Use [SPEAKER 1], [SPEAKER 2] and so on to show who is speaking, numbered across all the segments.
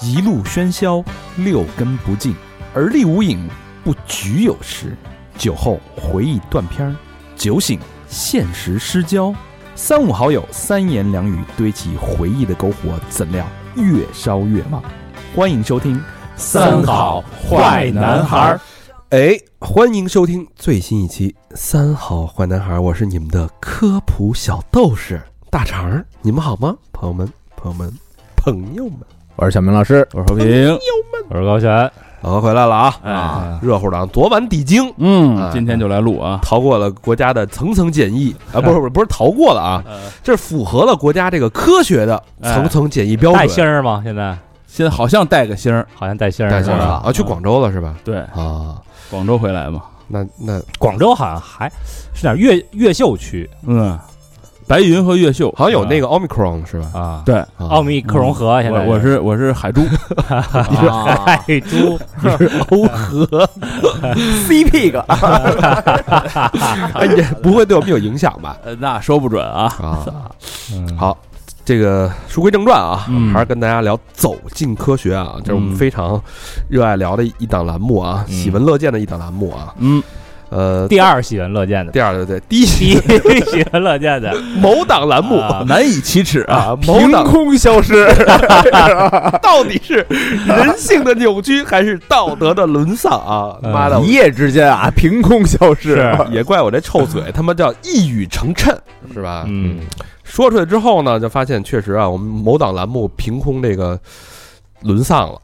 [SPEAKER 1] 一路喧嚣，六根不净，而立无影，不局有时。酒后回忆断片儿，酒醒现实失焦。三五好友，三言两语堆起回忆的篝火，怎料越烧越旺。欢迎收听《
[SPEAKER 2] 儿。
[SPEAKER 3] 哎，欢迎收听最新一期《三好坏男孩》，我是你们的科普小斗士大肠儿，你们好吗？朋友们，朋友们，朋友们，
[SPEAKER 2] 我是小明老师，
[SPEAKER 4] 我是和平，哎我是高璇。
[SPEAKER 3] 我回来了啊！
[SPEAKER 4] 哎，
[SPEAKER 3] 热乎党昨晚抵京，
[SPEAKER 5] 哎
[SPEAKER 4] 嗯，今天就来录啊。
[SPEAKER 3] 逃过了国家的层层检疫啊，不是不是不是逃过了啊，
[SPEAKER 5] 哎
[SPEAKER 4] 呃
[SPEAKER 3] 这是符合了国家这个科学的层层检疫标
[SPEAKER 5] 带
[SPEAKER 3] 准。
[SPEAKER 5] 星儿吗？现在
[SPEAKER 4] 现在好像带个星儿，嗯
[SPEAKER 5] 好像带星儿
[SPEAKER 3] 带
[SPEAKER 5] 是
[SPEAKER 3] 走了
[SPEAKER 5] 吧？嗯
[SPEAKER 3] 啊，去广州了是吧？
[SPEAKER 4] 对，
[SPEAKER 3] 啊，
[SPEAKER 4] 广州回来嘛。
[SPEAKER 3] 那那
[SPEAKER 5] 广州好像还是哪儿越越秀区
[SPEAKER 4] 嗯，白云和越秀
[SPEAKER 3] 好像有那
[SPEAKER 4] 个
[SPEAKER 3] 个 omicron 是吧？
[SPEAKER 5] 啊，
[SPEAKER 4] 对，
[SPEAKER 3] 啊
[SPEAKER 5] 奥密克戎河现在
[SPEAKER 4] 我我是我是海珠，
[SPEAKER 1] 啊
[SPEAKER 5] 海珠，
[SPEAKER 3] 欧和
[SPEAKER 2] C Pig，
[SPEAKER 3] 哎，也不会对我们有影响吧？
[SPEAKER 4] 呃那说不准啊。
[SPEAKER 3] 啊，好，这个书归正传啊，
[SPEAKER 4] 嗯
[SPEAKER 3] 还是跟大家聊《走进科学》啊，这是我们
[SPEAKER 4] 嗯
[SPEAKER 3] 非常热爱聊的一档栏目啊，
[SPEAKER 5] 嗯
[SPEAKER 3] 喜闻乐见的一档栏目啊。
[SPEAKER 4] 嗯，
[SPEAKER 3] 呃，
[SPEAKER 5] 第二喜闻乐见 的，
[SPEAKER 3] 第二对对，第一
[SPEAKER 5] 第一喜闻乐见的
[SPEAKER 3] 某档栏目
[SPEAKER 5] 啊
[SPEAKER 4] 难以启齿啊。
[SPEAKER 3] 啊，某档
[SPEAKER 2] 空消失。
[SPEAKER 3] 到底是人性的扭曲还是道德的沦丧啊？
[SPEAKER 5] 嗯
[SPEAKER 3] 妈的！
[SPEAKER 2] 一夜之间啊，凭空消失。
[SPEAKER 5] 是
[SPEAKER 3] 也怪我这臭嘴，他妈叫一语成谶，是吧？
[SPEAKER 5] 嗯，
[SPEAKER 3] 说出来之后呢，就发现确实啊，我们某档栏目凭空这个沦丧了。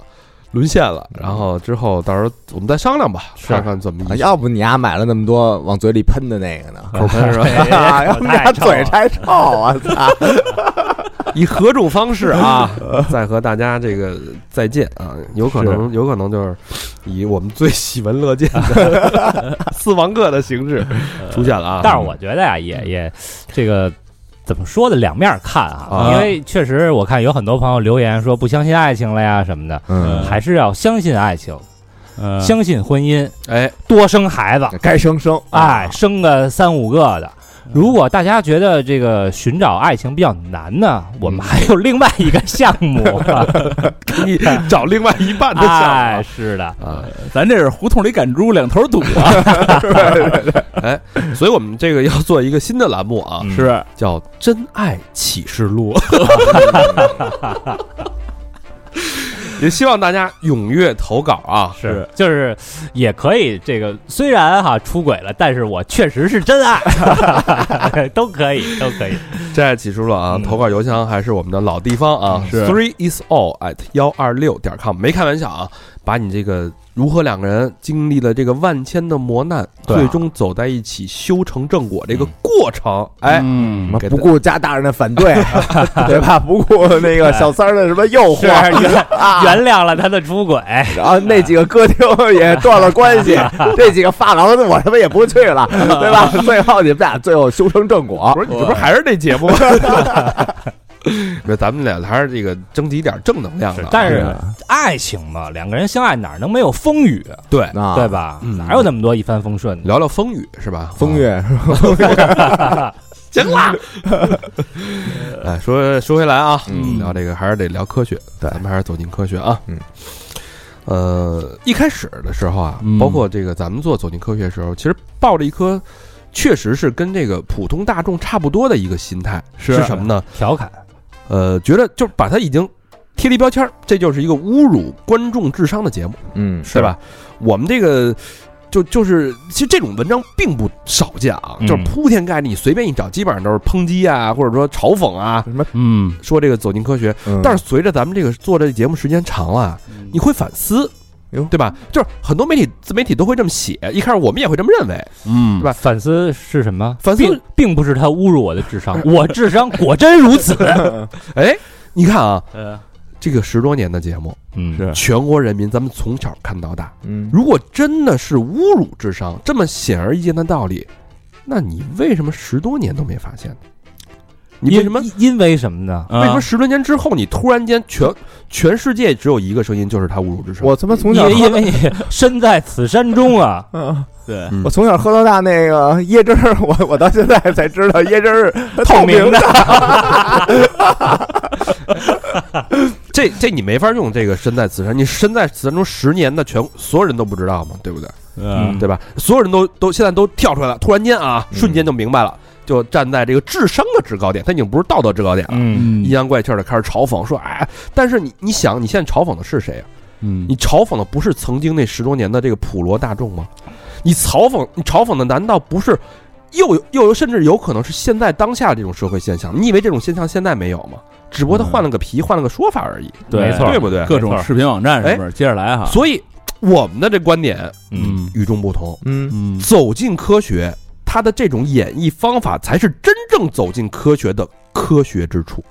[SPEAKER 3] 沦陷了，然后之后到时候我们再商量吧，看看怎么
[SPEAKER 5] 哎
[SPEAKER 2] 啊
[SPEAKER 3] 一
[SPEAKER 2] 要不你丫买了那么多往嘴里喷的那个呢？
[SPEAKER 3] 口喷
[SPEAKER 4] 嗯
[SPEAKER 3] 是吧？
[SPEAKER 4] 哎
[SPEAKER 2] 啊，要不你 丫
[SPEAKER 5] 哎太臭了
[SPEAKER 2] 嘴太臭，我操！
[SPEAKER 3] 以何种方式啊，再和大家这个呃再见啊？有可能，有可能就是以我们最喜闻乐见的 四王哥的形式出现了啊。
[SPEAKER 5] 但是我觉得呀，也也这个。怎么说的？两面儿看啊，
[SPEAKER 3] 啊
[SPEAKER 5] 因为确实我看有很多朋友留言说不相信爱情了呀什么的，
[SPEAKER 2] 嗯，
[SPEAKER 5] 还是要相信爱情，
[SPEAKER 4] 嗯
[SPEAKER 5] 相信婚姻，
[SPEAKER 3] 哎，
[SPEAKER 5] 多生孩子，
[SPEAKER 2] 该生啊生，
[SPEAKER 5] 哎，生个三五个的。如果大家觉得这个寻找爱情比较难呢，我们还有另外一个项目。啊
[SPEAKER 3] 你找另外一半的
[SPEAKER 5] 哎，
[SPEAKER 3] 想
[SPEAKER 5] 是的，
[SPEAKER 3] 法啊，
[SPEAKER 4] 咱这是胡同里赶猪，两头堵啊。
[SPEAKER 3] 所以我们这个要做一个新的栏目啊，
[SPEAKER 5] 嗯
[SPEAKER 4] 是，
[SPEAKER 3] 叫《真爱启示 录》，也希望大家踊跃投稿啊！
[SPEAKER 5] 是，就是也可以这个，虽然哈出轨了，但是我确实是真爱， 都可以，都可以。
[SPEAKER 3] 真爱启示录啊，
[SPEAKER 5] 嗯
[SPEAKER 3] 投稿邮箱还是我们的老地方啊
[SPEAKER 4] 是
[SPEAKER 3] ，three is all at 幺二六点 com，没开玩笑啊，把你这个如何两个人经历了这个万千的磨难，
[SPEAKER 5] 对啊
[SPEAKER 3] 最终走在一起修成正果这个过程，哎，
[SPEAKER 4] 嗯
[SPEAKER 3] 给
[SPEAKER 2] 不
[SPEAKER 3] 大
[SPEAKER 2] 顾家大人的反对，对吧？不顾那个小三儿的什么诱
[SPEAKER 5] 是哎
[SPEAKER 2] 惑
[SPEAKER 5] 原
[SPEAKER 2] 啊，
[SPEAKER 5] 原谅了他的出轨，
[SPEAKER 2] 然后那几个歌厅也断了关系，这几个发廊我他妈也不去了，对吧？最后你们俩最后修成正果
[SPEAKER 3] 不，是你这不是还是那节目吗？ 不是咱们俩还是这个征集一点正能量的啊，
[SPEAKER 5] 但是哎
[SPEAKER 2] 是
[SPEAKER 5] 爱情嘛，两个人相爱哪能没有风雨，
[SPEAKER 3] 对，
[SPEAKER 2] 啊，
[SPEAKER 5] 对？吧？
[SPEAKER 3] 嗯
[SPEAKER 5] 哪有那么多一帆风顺的？
[SPEAKER 3] 聊聊风雨是吧？
[SPEAKER 2] 风
[SPEAKER 3] 啊
[SPEAKER 2] 月
[SPEAKER 3] 行啦。 哎，说说回来啊，
[SPEAKER 2] 嗯
[SPEAKER 3] 聊这个还是得聊科学，
[SPEAKER 2] 对
[SPEAKER 3] 咱们还是走进科学啊。
[SPEAKER 2] 嗯，
[SPEAKER 3] 呃，一开始的时候啊，
[SPEAKER 4] 嗯
[SPEAKER 3] 包括这个咱们做走进科学的时候，其实抱着一颗确实是跟这个普通大众差不多的一个心态，
[SPEAKER 4] 是
[SPEAKER 3] 什么呢？
[SPEAKER 5] 调侃，
[SPEAKER 3] 呃，觉得就是把它已经贴了一标签儿，这就是一个侮辱观众智商的节目，
[SPEAKER 2] 嗯
[SPEAKER 3] 对吧？我们这个。就就是，其实这种文章并不少见啊，
[SPEAKER 5] 嗯
[SPEAKER 3] 就是铺天盖地，你随便一找，基本上都是抨击啊，或者说嘲讽啊，
[SPEAKER 2] 什么？
[SPEAKER 4] 嗯，
[SPEAKER 3] 说这个走进科
[SPEAKER 5] 嗯
[SPEAKER 3] 学。
[SPEAKER 2] 嗯
[SPEAKER 3] 但是随着咱们这个做这节目时间长了，你会反思
[SPEAKER 2] 哟，
[SPEAKER 3] 对吧？就是很多媒体自媒体都会这么写，一开始我们也会这么认为，
[SPEAKER 4] 嗯
[SPEAKER 3] 是吧
[SPEAKER 5] 反思是什么？
[SPEAKER 3] 反思
[SPEAKER 5] 并并不是他侮辱我的智 商，我智商果真如此。
[SPEAKER 3] 哎。你看啊，
[SPEAKER 5] 嗯
[SPEAKER 3] 这个十多年的节目，
[SPEAKER 5] 嗯
[SPEAKER 4] 是
[SPEAKER 3] 全国人民咱们从小看到大。
[SPEAKER 2] 嗯
[SPEAKER 3] 如果真的是侮辱智商这么显而易见的道理，那你为什么十多年都没发现呢？你为什么？
[SPEAKER 5] 因因为什么呢？
[SPEAKER 4] 啊
[SPEAKER 3] 为什么十多年之后，你突然间全全世界只有一个声音，就是他侮辱智商？
[SPEAKER 2] 我他妈从
[SPEAKER 5] 因
[SPEAKER 2] 小
[SPEAKER 5] 为
[SPEAKER 2] 喝，
[SPEAKER 5] 因 为你身在此山中啊
[SPEAKER 2] 嗯，
[SPEAKER 4] 对
[SPEAKER 3] 嗯
[SPEAKER 2] 我从小喝到大那个椰汁儿，我我到现在才知道椰汁儿是
[SPEAKER 5] 透
[SPEAKER 2] 明
[SPEAKER 5] 明的。
[SPEAKER 3] 这这你没法用这个身在此山，你身在此山中十年的全所有人都不知道嘛，对不对？
[SPEAKER 4] 嗯
[SPEAKER 5] 嗯
[SPEAKER 3] 对吧？所有人都都现在都跳出来了，突然间啊，瞬间就明白了，就站在这个智商的制高点，他已经不是道德制高点了。
[SPEAKER 5] 嗯
[SPEAKER 4] 嗯
[SPEAKER 3] 阴阳怪气的开始嘲讽，说：“哎，但是你你想，你现在嘲讽的是谁啊？
[SPEAKER 4] 嗯
[SPEAKER 3] 你嘲讽的不是曾经那十多年的这个普罗大众吗？你嘲讽你嘲讽的难道不是又有又有甚至有可能是现在当下这种社会现象？你以为这种现象现在没有吗？只不过他换了个皮，换了个说法而已，
[SPEAKER 5] 没错
[SPEAKER 3] 对不对？
[SPEAKER 4] 各种视频网站上面，接着来哈。
[SPEAKER 3] 所以我们的这观点
[SPEAKER 5] 嗯，
[SPEAKER 3] 与众不同，
[SPEAKER 2] 嗯，
[SPEAKER 4] 嗯
[SPEAKER 3] 走进科学，它的这种演绎方法才是真正走进科学的科学之处。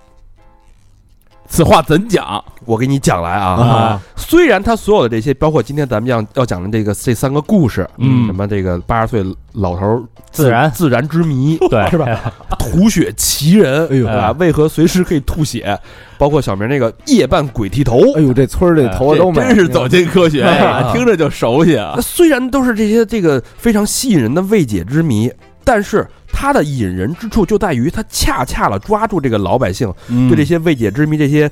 [SPEAKER 4] 此话怎讲
[SPEAKER 3] 我给你讲来啊，
[SPEAKER 4] 啊？
[SPEAKER 3] 虽然他所有的这些，包括今天咱们要要讲的这个这三个故事，
[SPEAKER 4] 嗯
[SPEAKER 3] 什么这个八十岁老头儿
[SPEAKER 5] 自然
[SPEAKER 3] 自然之谜，
[SPEAKER 5] 对
[SPEAKER 3] 是吧？
[SPEAKER 5] 吧？
[SPEAKER 3] 吐血奇人，哎
[SPEAKER 2] 呦
[SPEAKER 3] 啊，为何随时可以吐血？包括小明那个夜半鬼剃头，
[SPEAKER 2] 哎呦，这村儿里头发都没，
[SPEAKER 4] 真是走进科学，哎呀听着就熟悉啊
[SPEAKER 3] 那。虽然都是这些这个非常吸引人的未解之谜，但是它的引人之处就在于它恰恰了抓住这个老百姓
[SPEAKER 4] 对
[SPEAKER 3] 对这些未解之谜、这些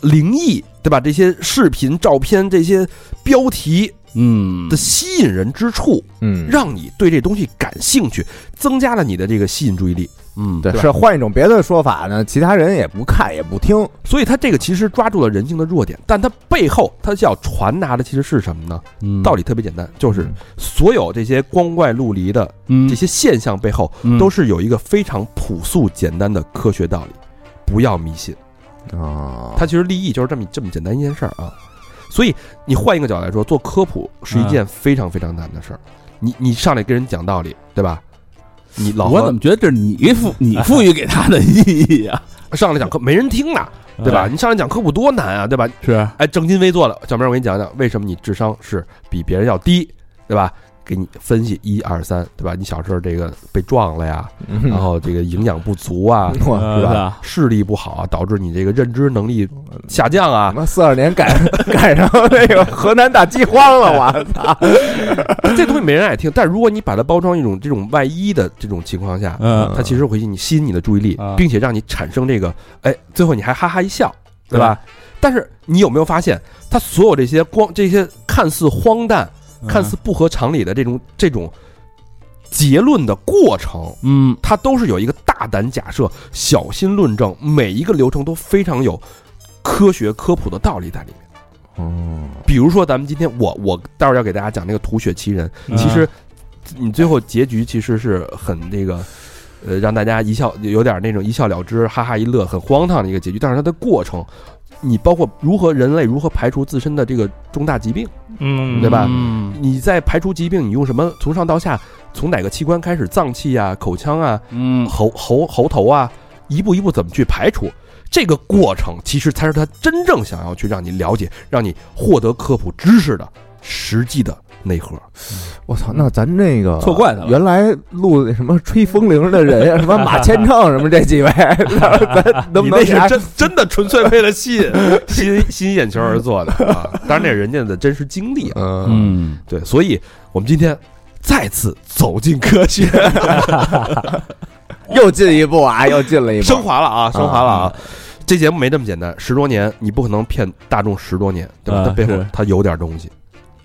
[SPEAKER 3] 灵异，对吧？这些视频、照片、这些标题
[SPEAKER 4] 嗯
[SPEAKER 3] 的吸引人之处。
[SPEAKER 2] 嗯，
[SPEAKER 3] 让你对这东西感兴趣，增加了你的这个吸引注意力。嗯，
[SPEAKER 2] 对，
[SPEAKER 3] 吧
[SPEAKER 2] 是换一种别的说法呢，其他人也不看也不听，
[SPEAKER 3] 所以它这个其实抓住了人性的弱点，但它背后它要传达的其实是什么呢？
[SPEAKER 4] 嗯
[SPEAKER 3] 道理特别简单，就是所有这些光怪陆离的
[SPEAKER 4] 嗯
[SPEAKER 3] 这些现象背后，
[SPEAKER 4] 嗯
[SPEAKER 3] 都是有一个非常朴素简单的科学道理，不要迷信。
[SPEAKER 4] 哦
[SPEAKER 2] 啊，
[SPEAKER 3] 它其实利益就是这么这么简单一件事儿啊。所以你换一个角度来说，做科普是一
[SPEAKER 4] 嗯
[SPEAKER 3] 件非常非常难的事儿。你你上来跟人讲道理，对吧？你老
[SPEAKER 4] 我
[SPEAKER 3] 何
[SPEAKER 4] 怎么觉得这是你赋 你赋予给他的意义啊？
[SPEAKER 3] 上来讲课没人听呢， 对
[SPEAKER 4] 哎
[SPEAKER 3] 吧？你上来讲科普多难啊，对吧？
[SPEAKER 4] 是，
[SPEAKER 3] 哎，正襟危坐了，小明，我给你讲讲为什么你智商是比别人要低，对吧？给你分析一二三，对吧？你小时候这个被撞了呀，
[SPEAKER 2] 嗯
[SPEAKER 3] 然后这个营养不足啊，
[SPEAKER 2] 我
[SPEAKER 4] 呃
[SPEAKER 3] 是
[SPEAKER 4] 是
[SPEAKER 3] 吧
[SPEAKER 4] 吧？
[SPEAKER 3] 视力不好啊，导致你这个认知能力下降
[SPEAKER 2] 他
[SPEAKER 3] 啊，
[SPEAKER 2] 妈四二年赶 赶上那个河南大饥荒了，我操！
[SPEAKER 3] 这东西没人爱听。但如果你把它包装一种这种外衣的这种情况下，
[SPEAKER 4] 嗯
[SPEAKER 3] 它其实会吸引你吸引你的注意力
[SPEAKER 5] 啊，
[SPEAKER 3] 并且让你产生这个，哎，最后你还哈哈一笑，对吧？但是你有没有发现，它所有这些光这些看似荒诞、看
[SPEAKER 4] 嗯
[SPEAKER 3] 似不合常理的这种这种结论的过程，
[SPEAKER 4] 嗯
[SPEAKER 3] 它都是有一个大胆假设、小心论证，每一个流程都非常有科学科普的道理在里面。
[SPEAKER 2] 哦，
[SPEAKER 3] 比如说，咱们今天我我待会儿要给大家讲那个吐血奇人，
[SPEAKER 4] 嗯
[SPEAKER 3] 其实你最后结局其实是很那个，呃，让大家一笑有点那种一笑了之，哈哈一乐，很荒唐的一个结局。但是它的过程，你包括如何人类如何排除自身的这个重大疾病，
[SPEAKER 5] 嗯，
[SPEAKER 3] 对吧
[SPEAKER 4] 嗯
[SPEAKER 3] 你在排除疾病，你用什么？从上到下，从哪个器官开始？脏器啊，口腔啊，
[SPEAKER 4] 嗯
[SPEAKER 3] 喉喉喉头啊，一步一步怎么去排除？这个过程其实才是他真正想要去让你了解、让你获得科普知识的实际的内核。
[SPEAKER 2] 我操！那咱那个
[SPEAKER 4] 错怪他了
[SPEAKER 2] 原来录那什么吹风铃的人呀，什么马千丈什么这几位，咱能不
[SPEAKER 3] 你
[SPEAKER 2] 能
[SPEAKER 3] 那是
[SPEAKER 2] 给他
[SPEAKER 3] 真真的纯粹为了吸 引吸引吸引眼球而做的啊！当然，那是人家的真实经历啊。
[SPEAKER 2] 嗯，
[SPEAKER 4] 嗯，
[SPEAKER 3] 对，所以我们今天再次走进科学，
[SPEAKER 2] 又进一步啊，又进了一步，
[SPEAKER 3] 升华了啊，升华了啊！这节目没这么简单，十多年你不可能骗大众十多年，对吧？
[SPEAKER 4] 啊
[SPEAKER 3] 它背后
[SPEAKER 4] 是
[SPEAKER 3] 它有点东西，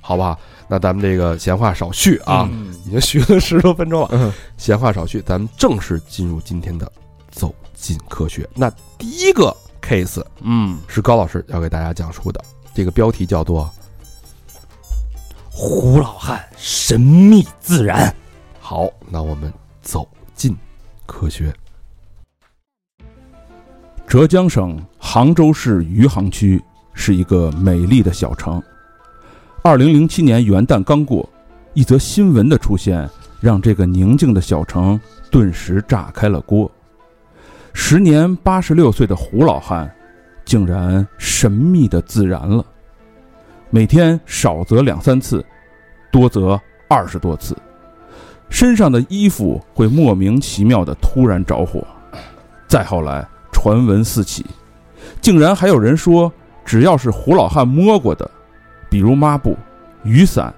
[SPEAKER 3] 好不好？那咱们这个闲话少叙啊，
[SPEAKER 5] 嗯
[SPEAKER 3] 已经续了十多分钟了。
[SPEAKER 2] 嗯
[SPEAKER 3] 闲话少叙，咱们正式进入今天的走进科学。那第一个 case
[SPEAKER 4] 嗯，
[SPEAKER 3] 是高老师要给大家讲述的，这个标题叫做
[SPEAKER 5] 嗯胡老汉神秘自然，
[SPEAKER 3] “好”。那我们走进科学。
[SPEAKER 4] 浙江省杭州市余杭区是一个美丽的小城。二零零七年元旦刚过，一则新闻的出现让这个宁静的小城顿时炸开了锅。时年八十六岁的胡老汉，竟然神秘的自燃了。每天少则两三次，多则二十多次，身上的衣服会莫名其妙的突然着火。再后来，传闻四起，竟然还有人说，只要是胡老汉摸过的，比如抹布、雨伞，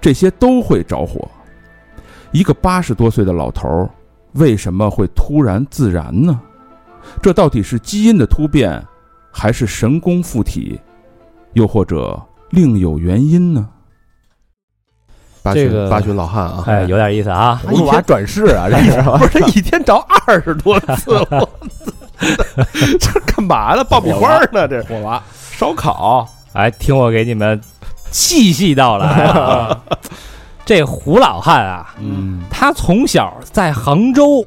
[SPEAKER 4] 这些都会着火。一个八十多岁的老头儿，为什么会突然自燃呢？这到底是基因的突变，还是神功附体，又或者另有原因呢？
[SPEAKER 3] 八
[SPEAKER 5] 这
[SPEAKER 3] 旬
[SPEAKER 5] 个
[SPEAKER 3] 八旬老汉啊，
[SPEAKER 5] 哎，有点意思啊。
[SPEAKER 2] 葫芦娃转世 啊，这是吧
[SPEAKER 3] 不是他一天找二十多次，我这干嘛呢？爆米花呢？这
[SPEAKER 5] 火娃，
[SPEAKER 3] 烧烤
[SPEAKER 5] 哎，听我给你们细细道 来啊。这胡老汉啊，
[SPEAKER 4] 嗯，
[SPEAKER 5] 他从小在杭州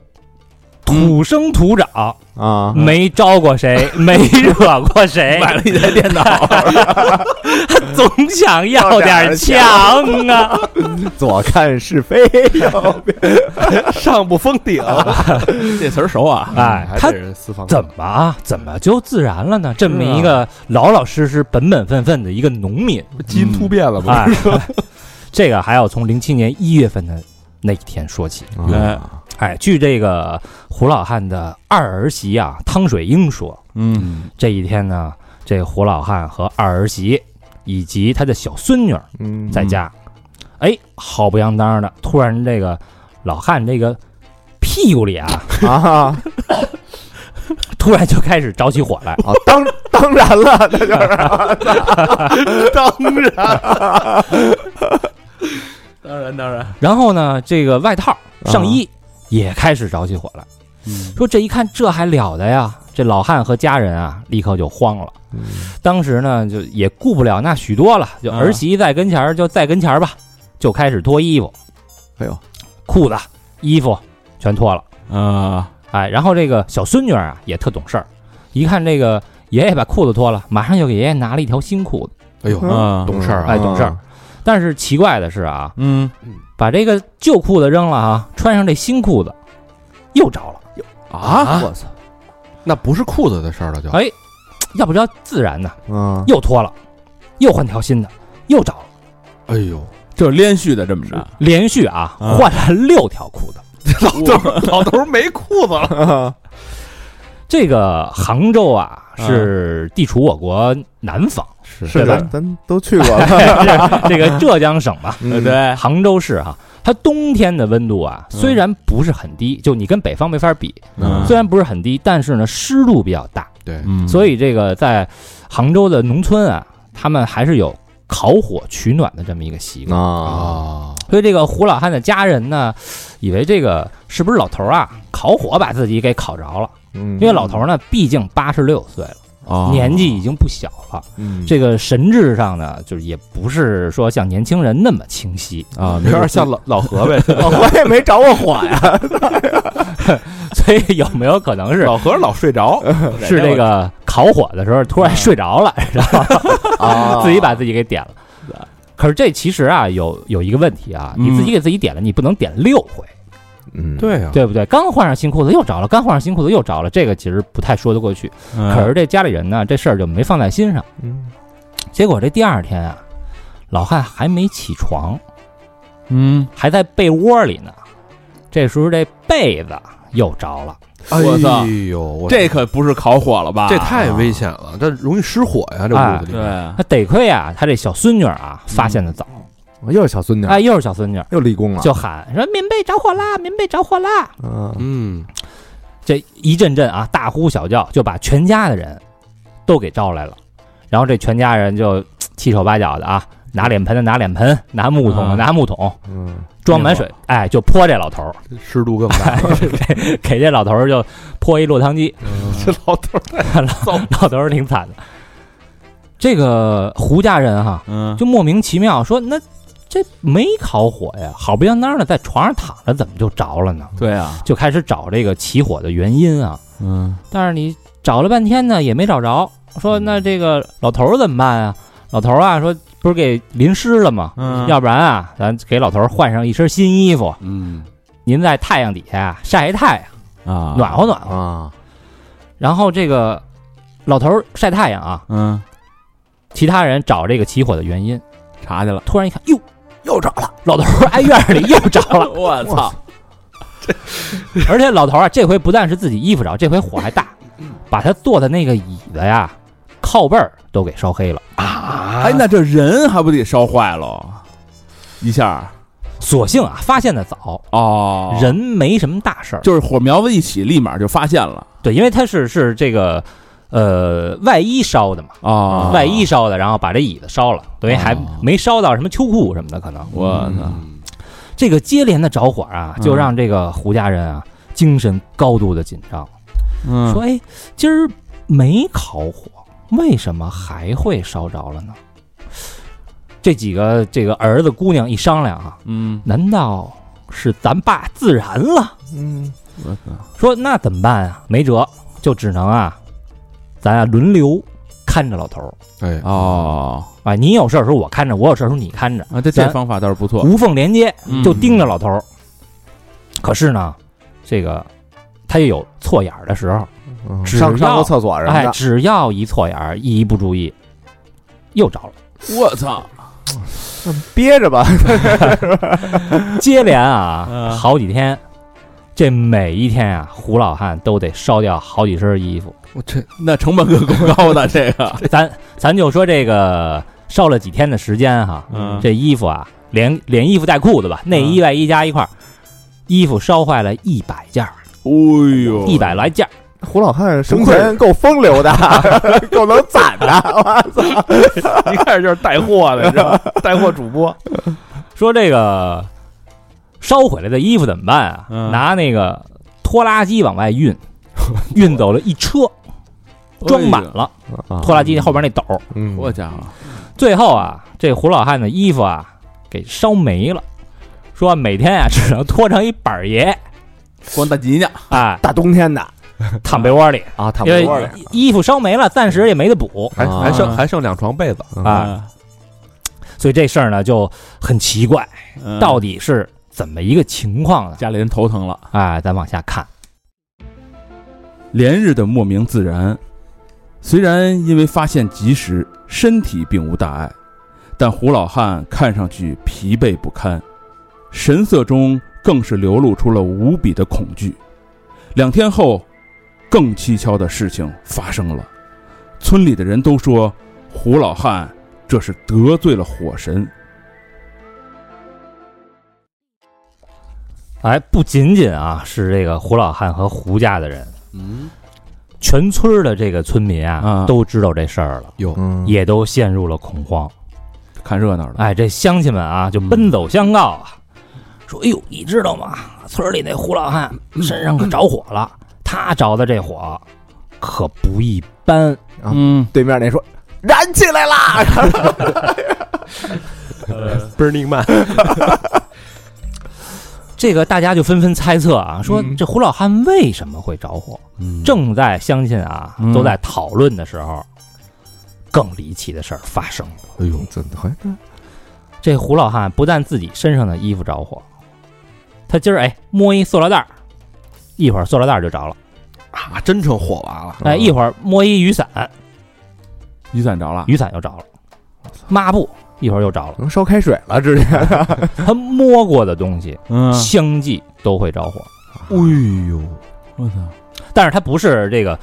[SPEAKER 5] 土生土长，
[SPEAKER 2] 啊，
[SPEAKER 5] 没招过 谁，没惹过谁，嗯买了一台电脑， 总想要点强啊。
[SPEAKER 2] 左看是非，右
[SPEAKER 3] 上不封顶，这词儿熟啊！
[SPEAKER 5] 哎
[SPEAKER 3] 还
[SPEAKER 5] 他
[SPEAKER 3] 得人私房
[SPEAKER 5] 怎么啊？怎么就自然了呢？这么一个老老实实、本本分分的一个农民，
[SPEAKER 3] 基因突变了不
[SPEAKER 5] 哎， 这个还要从零七年一月份的那一天说起。
[SPEAKER 4] 哎，
[SPEAKER 5] 哎，据这个胡老汉的二儿媳啊汤水英说，
[SPEAKER 2] 嗯
[SPEAKER 5] 这一天呢，这胡老汉和二儿媳以及他的小孙女儿
[SPEAKER 2] 嗯
[SPEAKER 5] 在家，哎，好不相当的，突然这个老汉这个屁股里啊，
[SPEAKER 2] 啊，
[SPEAKER 5] 突然就开始着起火来。
[SPEAKER 2] 啊，当当然了，那就是
[SPEAKER 3] 当然，当然，当然，
[SPEAKER 5] 然后呢，这个外套、上衣也开始着起火来。
[SPEAKER 4] 嗯
[SPEAKER 5] 说这一看，这还了得呀！这老汉和家人啊，立刻就慌了。当时呢，就也顾不了那许多了，就
[SPEAKER 2] 啊
[SPEAKER 5] 儿媳在跟前儿，就在跟前儿吧，就开始脱衣服。
[SPEAKER 2] 哎呦，
[SPEAKER 5] 裤子、衣服全脱了。
[SPEAKER 4] 啊，
[SPEAKER 5] 哎，然后这个小孙女儿啊也特懂事儿，一看这个爷爷把裤子脱了，马上就给爷爷拿了一条新裤子。
[SPEAKER 3] 哎呦，
[SPEAKER 4] 啊
[SPEAKER 3] 懂事儿
[SPEAKER 5] 哎，
[SPEAKER 3] 啊！
[SPEAKER 5] 懂事儿。但是奇怪的是啊，
[SPEAKER 4] 嗯
[SPEAKER 5] 把这个旧裤子扔了啊，穿上这新裤子，又着了。
[SPEAKER 3] 啊
[SPEAKER 2] 我操，
[SPEAKER 3] 那不是裤子的事儿了，就
[SPEAKER 5] 哎，要不叫自然呢，
[SPEAKER 2] 嗯，
[SPEAKER 5] 又脱了，又换条新的，又着了，
[SPEAKER 3] 哎呦，
[SPEAKER 4] 这连续的这么着，
[SPEAKER 5] 连续啊
[SPEAKER 4] 啊
[SPEAKER 5] 换了六条裤子。
[SPEAKER 3] 嗯 老头儿老头儿没裤子了， 嗯
[SPEAKER 5] 这个杭州啊，是地处我国南 方，
[SPEAKER 3] 是
[SPEAKER 2] 是
[SPEAKER 5] 吧
[SPEAKER 2] 咱咱都去过了，
[SPEAKER 5] 是 这个浙江省吧，
[SPEAKER 2] 嗯，
[SPEAKER 4] 对，
[SPEAKER 5] 杭州市哈、它冬天的温度啊，
[SPEAKER 3] 嗯
[SPEAKER 5] 虽然不是很低，就你跟北方没法比，
[SPEAKER 4] 嗯
[SPEAKER 5] 虽然不是很低，但是呢湿度比较大，
[SPEAKER 3] 对，
[SPEAKER 4] 嗯，
[SPEAKER 5] 所以这个在杭州的农村啊，他们还是有烤火取暖的这么一个习惯。
[SPEAKER 2] 啊，
[SPEAKER 3] 啊，
[SPEAKER 5] 所以这个胡老汉的家人呢，以为这个是不是老头儿啊烤火把自己给烤着了？
[SPEAKER 2] 因
[SPEAKER 5] 因为老头儿呢，毕竟八十六岁了，
[SPEAKER 3] 哦
[SPEAKER 4] 啊
[SPEAKER 5] 年纪已经不小了，
[SPEAKER 3] 嗯
[SPEAKER 2] 嗯
[SPEAKER 5] 这个神智上呢，就是也不是说像年轻人那么清晰。
[SPEAKER 4] 啊，
[SPEAKER 3] 有点像老老 何呗，
[SPEAKER 2] 老何也没着过火呀，
[SPEAKER 5] 所以有没有可能是
[SPEAKER 3] 老何老睡着，
[SPEAKER 5] 是这个烤火的时候突然睡着了，然后
[SPEAKER 2] 啊
[SPEAKER 5] 自己把自己给点了。可是这其实啊，有有一个问题啊，
[SPEAKER 4] 嗯
[SPEAKER 5] 你自己给自己点了，你不能点六回，
[SPEAKER 2] 嗯，
[SPEAKER 3] 对啊，
[SPEAKER 5] 对不对？刚换上新裤子又着了，刚换上新裤子又着了，这个其实不太说得过去。可
[SPEAKER 4] 可
[SPEAKER 5] 是这家里人呢，这事儿就没放在心上。
[SPEAKER 2] 嗯
[SPEAKER 5] 结果这第二天啊，老汉还没起床，
[SPEAKER 4] 嗯，
[SPEAKER 5] 还在被窝里呢。这时候这被子又着了，
[SPEAKER 3] 哎
[SPEAKER 4] 我操
[SPEAKER 3] 呦，我
[SPEAKER 4] 这可不是烤火了吧？
[SPEAKER 3] 这太危险了，这容易失火呀，这屋子里
[SPEAKER 4] 对，
[SPEAKER 5] 他得亏啊，他这小孙女儿啊发现的早，
[SPEAKER 2] 又是小孙女，
[SPEAKER 5] 哎，又是小孙女儿。
[SPEAKER 2] 又立
[SPEAKER 3] 啊
[SPEAKER 2] 功了，
[SPEAKER 5] 就喊说棉被着火啦，棉被着火啦！
[SPEAKER 2] 嗯
[SPEAKER 3] 嗯，
[SPEAKER 5] 这一阵阵啊，大呼小叫，就把全家的人都给招来了。然后这全家人就嘖七手八脚的啊，拿脸盆的拿脸盆，拿木桶的
[SPEAKER 4] 嗯
[SPEAKER 5] 拿木桶，
[SPEAKER 2] 嗯，
[SPEAKER 5] 装满水，哎，就泼这老头儿，
[SPEAKER 3] 湿度 更大，
[SPEAKER 5] 给这老头儿就泼一落汤鸡。
[SPEAKER 3] 这老头儿
[SPEAKER 5] 老 老头儿挺惨的。这个胡家人哈、
[SPEAKER 4] 嗯，
[SPEAKER 5] 就莫名其妙说，那这没烤火呀，好不相当的在床上躺着，怎么就着了呢？
[SPEAKER 4] 对啊，
[SPEAKER 5] 就开始找这个起火的原因啊。
[SPEAKER 4] 嗯
[SPEAKER 5] 但是你找了半天呢，也没找着。说那这个老头儿怎么办啊？老头儿啊，说不是给淋湿了吗？
[SPEAKER 4] 嗯
[SPEAKER 5] 要不然啊，咱给老头儿换上一身新衣服，
[SPEAKER 4] 嗯
[SPEAKER 5] 您在太阳底下啊晒晒太阳，
[SPEAKER 4] 啊，
[SPEAKER 5] 暖和暖和。
[SPEAKER 2] 啊，
[SPEAKER 5] 然后这个老头儿晒太阳啊，
[SPEAKER 4] 嗯，
[SPEAKER 5] 其他人找这个起火的原因，
[SPEAKER 4] 查去了，
[SPEAKER 5] 突然一看，哟，
[SPEAKER 2] 又着了，
[SPEAKER 5] 老 头儿挨院儿里又着了，
[SPEAKER 4] 我操，
[SPEAKER 5] 而且老头儿啊，这回不但是自己衣服着，这回火还大，把他坐的那个椅子呀、靠背儿都给烧黑了。
[SPEAKER 4] 哎，那这人还不得烧坏喽？一下
[SPEAKER 5] 所幸啊，发现的早，
[SPEAKER 4] 哦，
[SPEAKER 5] 人没什么大事儿。
[SPEAKER 4] 就是火苗子一起，立马就发现了，
[SPEAKER 5] 对，因为他是是这个呃外衣烧的嘛，
[SPEAKER 4] 啊，
[SPEAKER 5] 外衣烧的，然后把这椅子烧了，等于还
[SPEAKER 4] 哦
[SPEAKER 5] 没烧到什么秋裤什么的，可能嗯
[SPEAKER 4] 我操，
[SPEAKER 3] 嗯
[SPEAKER 5] 这个接连的着火啊，就让这个胡家人啊精神高度的紧张，
[SPEAKER 4] 嗯
[SPEAKER 5] 说哎，今儿没烤火，为什么还会烧着了呢？这几个这个儿子姑娘一商量啊，
[SPEAKER 4] 嗯，
[SPEAKER 5] 难道是咱爸自燃了？
[SPEAKER 2] 嗯，
[SPEAKER 4] 我操，
[SPEAKER 5] 说那怎么办啊？没辙，就只能啊，咱啊轮流看着老头儿
[SPEAKER 3] 哎，
[SPEAKER 4] 哦，
[SPEAKER 5] 啊，你有事儿的时候我看着，我有事儿的时候你看着，
[SPEAKER 4] 啊，这这
[SPEAKER 5] 咱
[SPEAKER 4] 方法倒是不错，
[SPEAKER 5] 无缝连接，
[SPEAKER 4] 嗯
[SPEAKER 5] 就盯着老头儿。可是呢，这个他也有错眼儿的时候，
[SPEAKER 3] 嗯
[SPEAKER 5] 只
[SPEAKER 2] 上上
[SPEAKER 5] 要
[SPEAKER 2] 过厕所什么
[SPEAKER 5] 哎，
[SPEAKER 2] 的，
[SPEAKER 5] 只要一错眼儿，一不注意，又 着了。
[SPEAKER 4] 嗯我操，
[SPEAKER 2] 憋着吧，
[SPEAKER 5] 接连啊，
[SPEAKER 4] 嗯
[SPEAKER 5] 好几天，这每一天啊，胡老汉都得烧掉好几身衣服。
[SPEAKER 3] 我这
[SPEAKER 4] 那成本可够高的这个，
[SPEAKER 5] 咱咱就说这个烧了几天的时间哈，
[SPEAKER 4] 嗯
[SPEAKER 5] 这衣服啊，连连衣服带裤子吧，内衣外衣加一块儿，衣服烧坏了一百件儿，
[SPEAKER 4] 嗯哎呦
[SPEAKER 5] 一百来件儿。
[SPEAKER 2] 胡老汉生
[SPEAKER 3] 不愧
[SPEAKER 2] 前够风流 的，够能攒的，
[SPEAKER 3] 一开始就是
[SPEAKER 4] 哎
[SPEAKER 3] 带 货的，你知道吗？带货主播，
[SPEAKER 5] 说这个烧毁了的衣服怎么办啊？
[SPEAKER 4] 嗯
[SPEAKER 5] 拿那个拖拉机往外 运，运走了一车，
[SPEAKER 3] 哎
[SPEAKER 5] 装满了、拖拉机后边那斗儿。
[SPEAKER 3] 嗯，
[SPEAKER 4] 我家伙，
[SPEAKER 5] 最后啊，这胡老汉的衣服啊给烧没了，说每天啊只能拖成一板儿 爷，
[SPEAKER 4] 光大吉呢，
[SPEAKER 5] 哎，
[SPEAKER 2] 大冬天的
[SPEAKER 5] 躺被窝里。
[SPEAKER 2] 啊，躺
[SPEAKER 5] 因为
[SPEAKER 2] 被窝里，
[SPEAKER 5] 衣服烧没了，暂时也没得补
[SPEAKER 3] 还还
[SPEAKER 4] 啊
[SPEAKER 3] 剩还剩两床被子，
[SPEAKER 4] 嗯
[SPEAKER 5] 啊，所以这事儿呢就很奇怪，
[SPEAKER 4] 嗯
[SPEAKER 5] 到底是怎么一个情况呢？
[SPEAKER 4] 家里人头疼了。
[SPEAKER 5] 哎，咱往下看，
[SPEAKER 4] 连日的莫名自燃，虽然因为发现及时，身体并无大碍，但胡老汉看上去疲惫不堪，神色中更是流露出了无比的恐惧。两天后，更蹊跷的事情发生了，村里的人都说胡老汉这是得罪了火神。
[SPEAKER 5] 哎，不仅仅啊是这个胡老汉和胡家的人，
[SPEAKER 4] 嗯，
[SPEAKER 5] 全村儿的这个村民啊
[SPEAKER 4] 啊
[SPEAKER 5] 都知道这事儿了，
[SPEAKER 3] 有
[SPEAKER 4] 嗯
[SPEAKER 2] 嗯
[SPEAKER 5] 也都陷入了恐慌。
[SPEAKER 4] 看热闹的，
[SPEAKER 5] 哎，这乡亲们啊就奔走相告啊，说：“哎呦，你知道吗？村儿里那胡老汉身上可着火了，他着的这火可不一般。”
[SPEAKER 2] 啊
[SPEAKER 4] 嗯，
[SPEAKER 2] 对面那说燃起来啦，
[SPEAKER 3] Burning Man，
[SPEAKER 5] 这个大家就纷纷猜测啊，说
[SPEAKER 2] 嗯
[SPEAKER 5] 这胡老汉为什么会着火？正在乡亲啊
[SPEAKER 4] 嗯
[SPEAKER 5] 都在讨论的时候，更离奇的事儿发生了。
[SPEAKER 3] 哎呦，真的还
[SPEAKER 5] 这胡老汉不但自己身上的衣服着火，他今儿哎摸一塑料袋儿，一会儿塑料袋儿就着了，
[SPEAKER 3] 啊，真成火娃
[SPEAKER 4] 啊
[SPEAKER 3] 了，
[SPEAKER 5] 哎一会儿摸一雨伞，
[SPEAKER 4] 雨伞着了，
[SPEAKER 5] 雨伞又着了，抹布一会儿又着了，
[SPEAKER 2] 能烧开水了，直接
[SPEAKER 5] 他摸过的东西
[SPEAKER 4] 嗯，
[SPEAKER 5] 相继都会着火，
[SPEAKER 3] 哎呦，
[SPEAKER 4] 我操
[SPEAKER 5] 但是他不是这个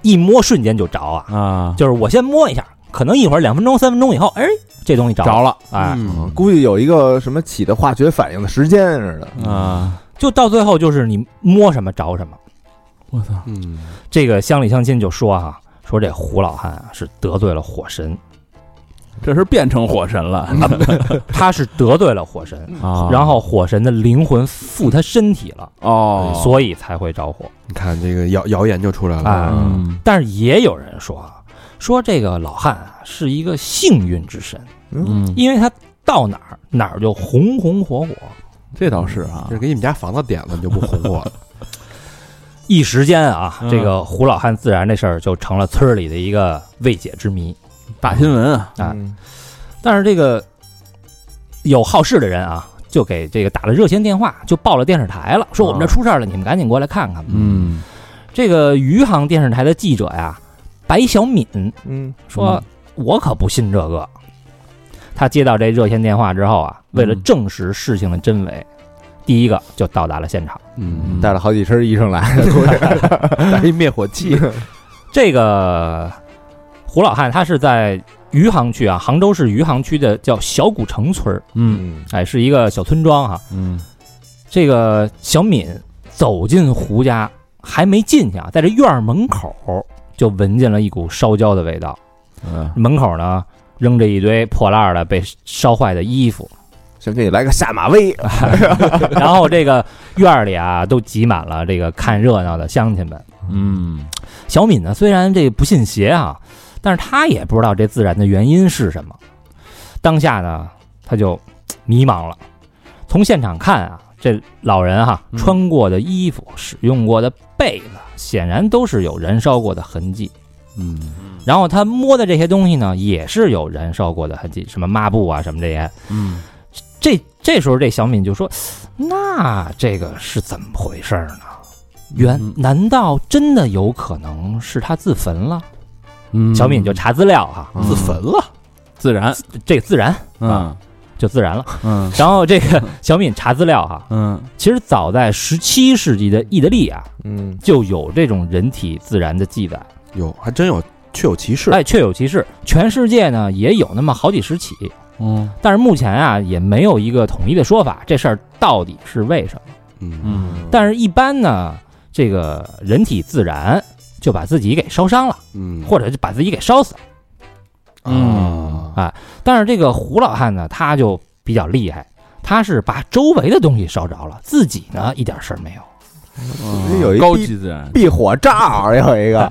[SPEAKER 5] 一摸瞬间就着啊，
[SPEAKER 4] 啊，
[SPEAKER 5] 就是我先摸一下，可能一会儿两分钟、三分钟以后，哎，这东西着了，
[SPEAKER 4] 着了
[SPEAKER 5] 哎，
[SPEAKER 3] 嗯
[SPEAKER 2] 估计有一个什么起的化学反应的时间似的，
[SPEAKER 5] 嗯
[SPEAKER 4] 啊，
[SPEAKER 5] 就到最后就是你摸什么着什么。
[SPEAKER 4] 我操，
[SPEAKER 3] 嗯，
[SPEAKER 5] 这个乡里乡亲就说哈、说这胡老汉啊是得罪了火神，
[SPEAKER 4] 这是变成火神了，
[SPEAKER 5] 他是得罪了火神，
[SPEAKER 4] 啊
[SPEAKER 5] 然后火神的灵魂附他身体了，
[SPEAKER 4] 哦，
[SPEAKER 5] 所以才会着火。
[SPEAKER 3] 你看这个谣谣言就出来了
[SPEAKER 5] 哎
[SPEAKER 3] 啊，
[SPEAKER 4] 嗯
[SPEAKER 5] 但是也有人说啊，说这个老汉啊是一个幸运之神，
[SPEAKER 4] 嗯，
[SPEAKER 5] 因为他到哪儿哪儿就红红火火。
[SPEAKER 4] 这倒是啊
[SPEAKER 3] 这，是给你们家房子点了，你就不红火 了，
[SPEAKER 5] 一时间啊，
[SPEAKER 4] 嗯
[SPEAKER 5] 这个胡老汉自燃这事儿就成了村儿里的一个未解之谜。
[SPEAKER 4] 大新闻啊，
[SPEAKER 5] 哎
[SPEAKER 2] 嗯
[SPEAKER 5] 但是这个有好事的人啊，就给这个打了热线电话，就报了电视台了，说我们这出事儿了，你们赶紧过来看看吧。
[SPEAKER 4] 哦嗯，
[SPEAKER 5] 这个余杭电视台的记者呀，白小敏
[SPEAKER 2] 嗯，
[SPEAKER 5] 说：“我可不信这个。”他接到这热线电话之后啊，为了
[SPEAKER 4] 嗯
[SPEAKER 5] 证实事情的真伪，第一个就到达了现场。
[SPEAKER 4] 嗯，
[SPEAKER 2] 带了好几身衣裳 来，出去
[SPEAKER 3] 带一灭火器，
[SPEAKER 4] 嗯
[SPEAKER 5] 这个胡老汉他是在余杭区啊，杭州市余杭区的叫小古城村儿，
[SPEAKER 4] 嗯
[SPEAKER 2] 嗯
[SPEAKER 5] 哎，是一个小村庄哈、
[SPEAKER 4] 嗯
[SPEAKER 5] 这个小敏走进胡家还没进去啊，在这院儿门口就闻见了一股烧焦的味道。
[SPEAKER 2] 嗯，
[SPEAKER 5] 门口呢扔着一堆破烂儿的被烧坏的衣服，
[SPEAKER 2] 先给你来个下马威，
[SPEAKER 5] 然后这个院儿里啊都挤满了这个看热闹的乡亲们。
[SPEAKER 2] 嗯，
[SPEAKER 5] 小敏呢，虽然这不信邪啊，但是她也不知道这自燃的原因是什么。当下呢，她就嘖迷茫了。从现场看啊，这老人哈、
[SPEAKER 3] 嗯
[SPEAKER 5] 穿过的衣服、使用过的被子，显然都是有燃烧过的痕迹。
[SPEAKER 2] 嗯
[SPEAKER 5] 然后他摸的这些东西呢，也是有燃烧过的痕迹，什么抹布啊，什么这些。
[SPEAKER 2] 嗯，
[SPEAKER 5] 这这时候，这小敏就说：“那这个是怎么回事儿呢？原
[SPEAKER 3] 嗯
[SPEAKER 5] 难道真的有可能是他自焚了？”
[SPEAKER 4] 嗯
[SPEAKER 5] 小敏就查资料哈，
[SPEAKER 3] 自焚了，
[SPEAKER 4] 自然，
[SPEAKER 5] 这个自然
[SPEAKER 4] 嗯
[SPEAKER 5] 就自然了。
[SPEAKER 4] 嗯
[SPEAKER 5] 然后这个小敏查资料哈，
[SPEAKER 4] 嗯
[SPEAKER 5] 其实早在十七世纪的意大利啊，
[SPEAKER 3] 嗯，
[SPEAKER 5] 就有这种人体自燃的记载，
[SPEAKER 3] 有还真有确有其事，
[SPEAKER 5] 哎，确有其事。全世界呢也有那么好几十起，
[SPEAKER 4] 嗯
[SPEAKER 5] 但是目前啊也没有一个统一的说法，这事儿到底是为什么？
[SPEAKER 3] 嗯
[SPEAKER 4] 嗯
[SPEAKER 5] 但是，一般呢，这个人体自燃就把自己给烧伤了，
[SPEAKER 3] 嗯
[SPEAKER 5] 或者就把自己给烧死了。
[SPEAKER 3] 啊
[SPEAKER 5] 但是这个胡老汉呢，他就比较厉害，他是把周围的东西烧着了，自己呢一点事儿没有。
[SPEAKER 2] 这有一
[SPEAKER 4] 高
[SPEAKER 2] 避
[SPEAKER 4] 级自然，
[SPEAKER 2] 避火罩，有一个，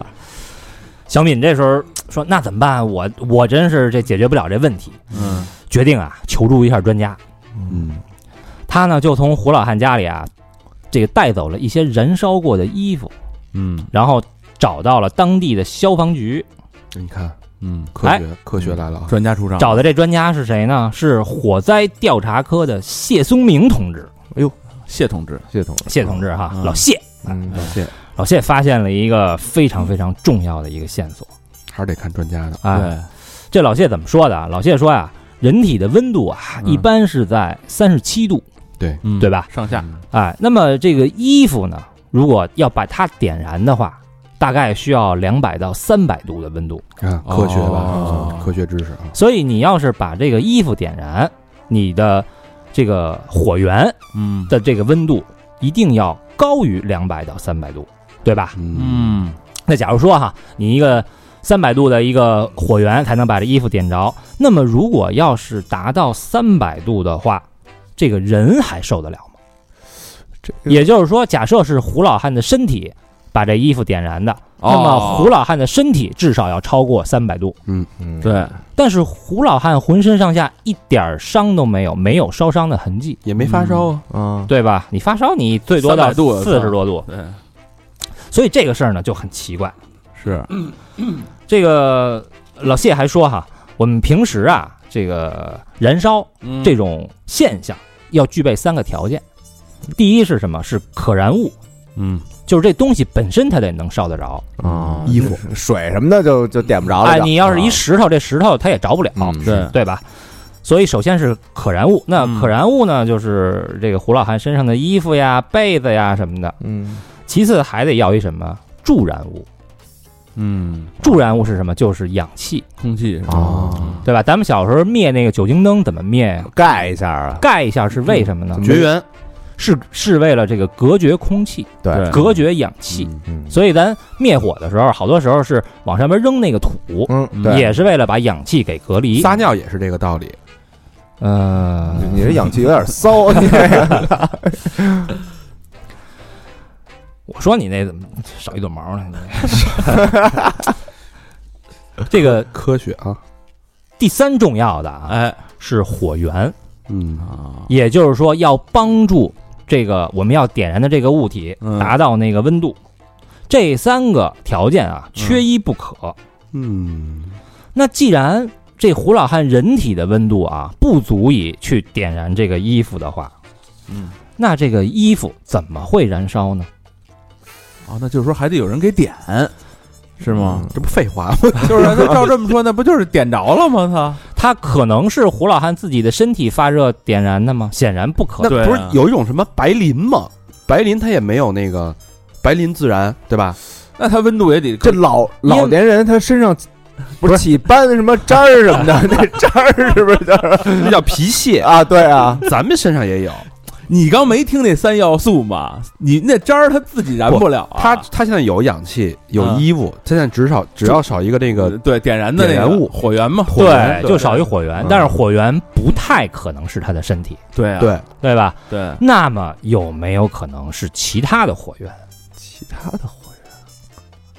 [SPEAKER 5] 小敏这时候说：“那怎么办？我我真是这解决不了这问题，
[SPEAKER 4] 嗯
[SPEAKER 5] 决定啊求助一下专家。
[SPEAKER 3] 嗯
[SPEAKER 5] 他呢就从胡老汉家里啊，这个带走了一些燃烧过的衣服，
[SPEAKER 4] 嗯
[SPEAKER 5] 然后找到了当地的消防局。
[SPEAKER 3] 你看
[SPEAKER 4] 嗯，
[SPEAKER 3] 科
[SPEAKER 5] 哎
[SPEAKER 3] 学科学来了啊，
[SPEAKER 4] 专家出场，
[SPEAKER 5] 找的这专家是谁呢？是火灾调查科的谢松明同志，
[SPEAKER 4] 谢同志，
[SPEAKER 2] 系统
[SPEAKER 5] 谢同志哈，
[SPEAKER 4] 嗯
[SPEAKER 5] 老谢，
[SPEAKER 3] 嗯，感谢，
[SPEAKER 5] 老谢发现了一个非常非常重要的一个线索
[SPEAKER 3] 还是得看专家的，
[SPEAKER 5] 啊。
[SPEAKER 4] 对，
[SPEAKER 5] 这老谢怎么说的啊？老谢说呀、人体的温度啊，一般是在三十七度，
[SPEAKER 4] 嗯
[SPEAKER 5] 对吧？
[SPEAKER 4] 上下，
[SPEAKER 5] 哎，那么这个衣服呢，如果要把它点燃的话，大概需要两百到三百度的温度。
[SPEAKER 3] 看科学吧
[SPEAKER 4] 哦，
[SPEAKER 3] 科学知识啊，
[SPEAKER 5] 所以你要是把这个衣服点燃，你的这个火源
[SPEAKER 4] 嗯
[SPEAKER 5] 的这个温度一定要高于两百到三百度，对吧？
[SPEAKER 3] 嗯
[SPEAKER 4] 嗯
[SPEAKER 5] 那假如说哈，你一个三百度的一个火源才能把这衣服点着，那么如果要是达到三百度的话，这个人还受得了吗？
[SPEAKER 2] 这个
[SPEAKER 5] 也就是说，假设是胡老汉的身体把这衣服点燃的，
[SPEAKER 4] 哦
[SPEAKER 5] 那么胡老汉的身体至少要超过三百度。
[SPEAKER 2] 嗯，
[SPEAKER 4] 对，
[SPEAKER 5] 但是胡老汉浑身上下一点儿伤都没有，没有烧伤的痕迹，
[SPEAKER 3] 也没发烧啊，
[SPEAKER 2] 嗯，
[SPEAKER 5] 对吧？你发烧你最多到
[SPEAKER 4] 300度
[SPEAKER 5] 四十多度，嗯
[SPEAKER 4] 对，
[SPEAKER 5] 所以这个事儿呢就很奇怪。
[SPEAKER 4] 是，
[SPEAKER 5] 这个老谢还说哈，我们平时啊，这个燃烧
[SPEAKER 4] 嗯
[SPEAKER 5] 这种现象要具备三个条件，第一是什么？是可燃物，
[SPEAKER 4] 嗯
[SPEAKER 5] 就是这东西本身它得能烧得着。
[SPEAKER 2] 啊，
[SPEAKER 3] 衣服
[SPEAKER 2] 水什么的就就点不着了。
[SPEAKER 5] 哎，
[SPEAKER 2] 就
[SPEAKER 5] 你要是一石头，这石头它也着不了，
[SPEAKER 2] 嗯
[SPEAKER 4] 对
[SPEAKER 5] 对吧？所以首先是可燃物，那
[SPEAKER 4] 嗯
[SPEAKER 5] 可燃物呢，就是这个胡老汉身上的衣服呀、被子呀什么的。
[SPEAKER 2] 嗯，
[SPEAKER 5] 其次还得要一什么助燃物，
[SPEAKER 4] 嗯，
[SPEAKER 5] 助燃物是什么？就是氧气，
[SPEAKER 4] 空气是吧
[SPEAKER 2] 哦，
[SPEAKER 5] 对吧？咱们小时候灭那个酒精灯怎么灭呀？
[SPEAKER 2] 盖一下啊，
[SPEAKER 5] 盖一下是为什么呢？
[SPEAKER 3] 绝缘，
[SPEAKER 5] 是是为了这个隔绝空气、
[SPEAKER 2] 对
[SPEAKER 4] 对
[SPEAKER 5] 隔绝氧气。
[SPEAKER 2] 嗯
[SPEAKER 5] 所以咱灭火的时候，好多时候是往上面扔那个土，
[SPEAKER 2] 嗯，对，
[SPEAKER 5] 也是为了把氧气给隔离。
[SPEAKER 3] 撒尿也是这个道理，
[SPEAKER 5] 呃，
[SPEAKER 2] 你这氧气有点 骚，你这个
[SPEAKER 5] 我说你那怎么少一朵毛呢？ 你这个
[SPEAKER 3] 科学啊，
[SPEAKER 5] 第三重要的啊
[SPEAKER 4] 哎
[SPEAKER 5] 是火源，
[SPEAKER 3] 嗯
[SPEAKER 4] 啊，
[SPEAKER 5] 也就是说要帮助这个我们要点燃的这个物体
[SPEAKER 4] 嗯
[SPEAKER 5] 达到那个温度。这三个条件啊，缺一不可。
[SPEAKER 3] 嗯
[SPEAKER 5] 那既然这胡老汉人体的温度啊不足以去点燃这个衣服的话，
[SPEAKER 4] 嗯，
[SPEAKER 5] 那这个衣服怎么会燃烧呢？
[SPEAKER 4] 哦，那就是说还得有人给点，是吗？
[SPEAKER 3] 这不废话吗？
[SPEAKER 4] 就是那照这么说，那不就是点着了吗？
[SPEAKER 5] 它可能是胡老汉自己的身体发热点燃的吗？显然不可
[SPEAKER 3] 那
[SPEAKER 5] 能。
[SPEAKER 4] 对啊
[SPEAKER 3] 不是有一种什么白磷吗？白磷它也没有那个白磷自燃，对吧？
[SPEAKER 4] 他那他温度也得
[SPEAKER 2] 这老老年人他身上不是起斑什么渣儿什么的，那渣儿是不是就是
[SPEAKER 3] 那叫皮屑，
[SPEAKER 2] 啊？对啊，
[SPEAKER 3] 咱们身上也有。
[SPEAKER 4] 你刚没听那三要素吗？你那渣儿它自己燃不了啊，
[SPEAKER 3] 他他现在有氧气，有
[SPEAKER 4] 啊
[SPEAKER 3] 衣服，他现在只少只要少一个那
[SPEAKER 4] 呃
[SPEAKER 3] 个
[SPEAKER 4] 对点燃的那
[SPEAKER 3] 点
[SPEAKER 4] 个
[SPEAKER 3] 燃物
[SPEAKER 4] 火源嘛，
[SPEAKER 3] 火源
[SPEAKER 5] 对，就少于火源
[SPEAKER 3] 嗯，
[SPEAKER 5] 但是火源不太可能是他的身体，
[SPEAKER 4] 对啊
[SPEAKER 3] 对
[SPEAKER 5] 对吧？
[SPEAKER 4] 对，
[SPEAKER 5] 那么有没有可能是其他的火源？
[SPEAKER 2] 其他的火源，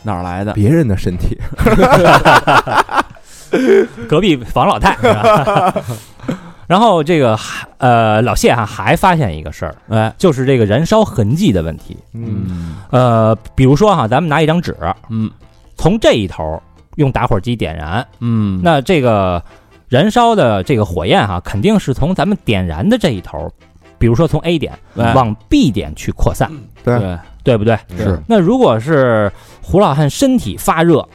[SPEAKER 4] 哪儿来的？
[SPEAKER 2] 别人的身体，
[SPEAKER 5] 隔壁房老太。是吧 然后这个还呃老谢哈还发现一个事儿，
[SPEAKER 4] 哎，
[SPEAKER 5] 就是这个燃烧痕迹的问题。
[SPEAKER 2] 嗯，
[SPEAKER 5] 呃，比如说哈，咱们拿一张纸，
[SPEAKER 4] 嗯
[SPEAKER 5] 从这一头用打火机点燃，
[SPEAKER 4] 嗯，
[SPEAKER 5] 那这个燃烧的这个火焰哈、肯定是从咱们点燃的这一头，比如说从 A 点
[SPEAKER 4] 哎嗯
[SPEAKER 5] 往 B 点去扩散，
[SPEAKER 4] 对
[SPEAKER 5] 对不对？
[SPEAKER 3] 是
[SPEAKER 5] 那如果是胡老汉身体发热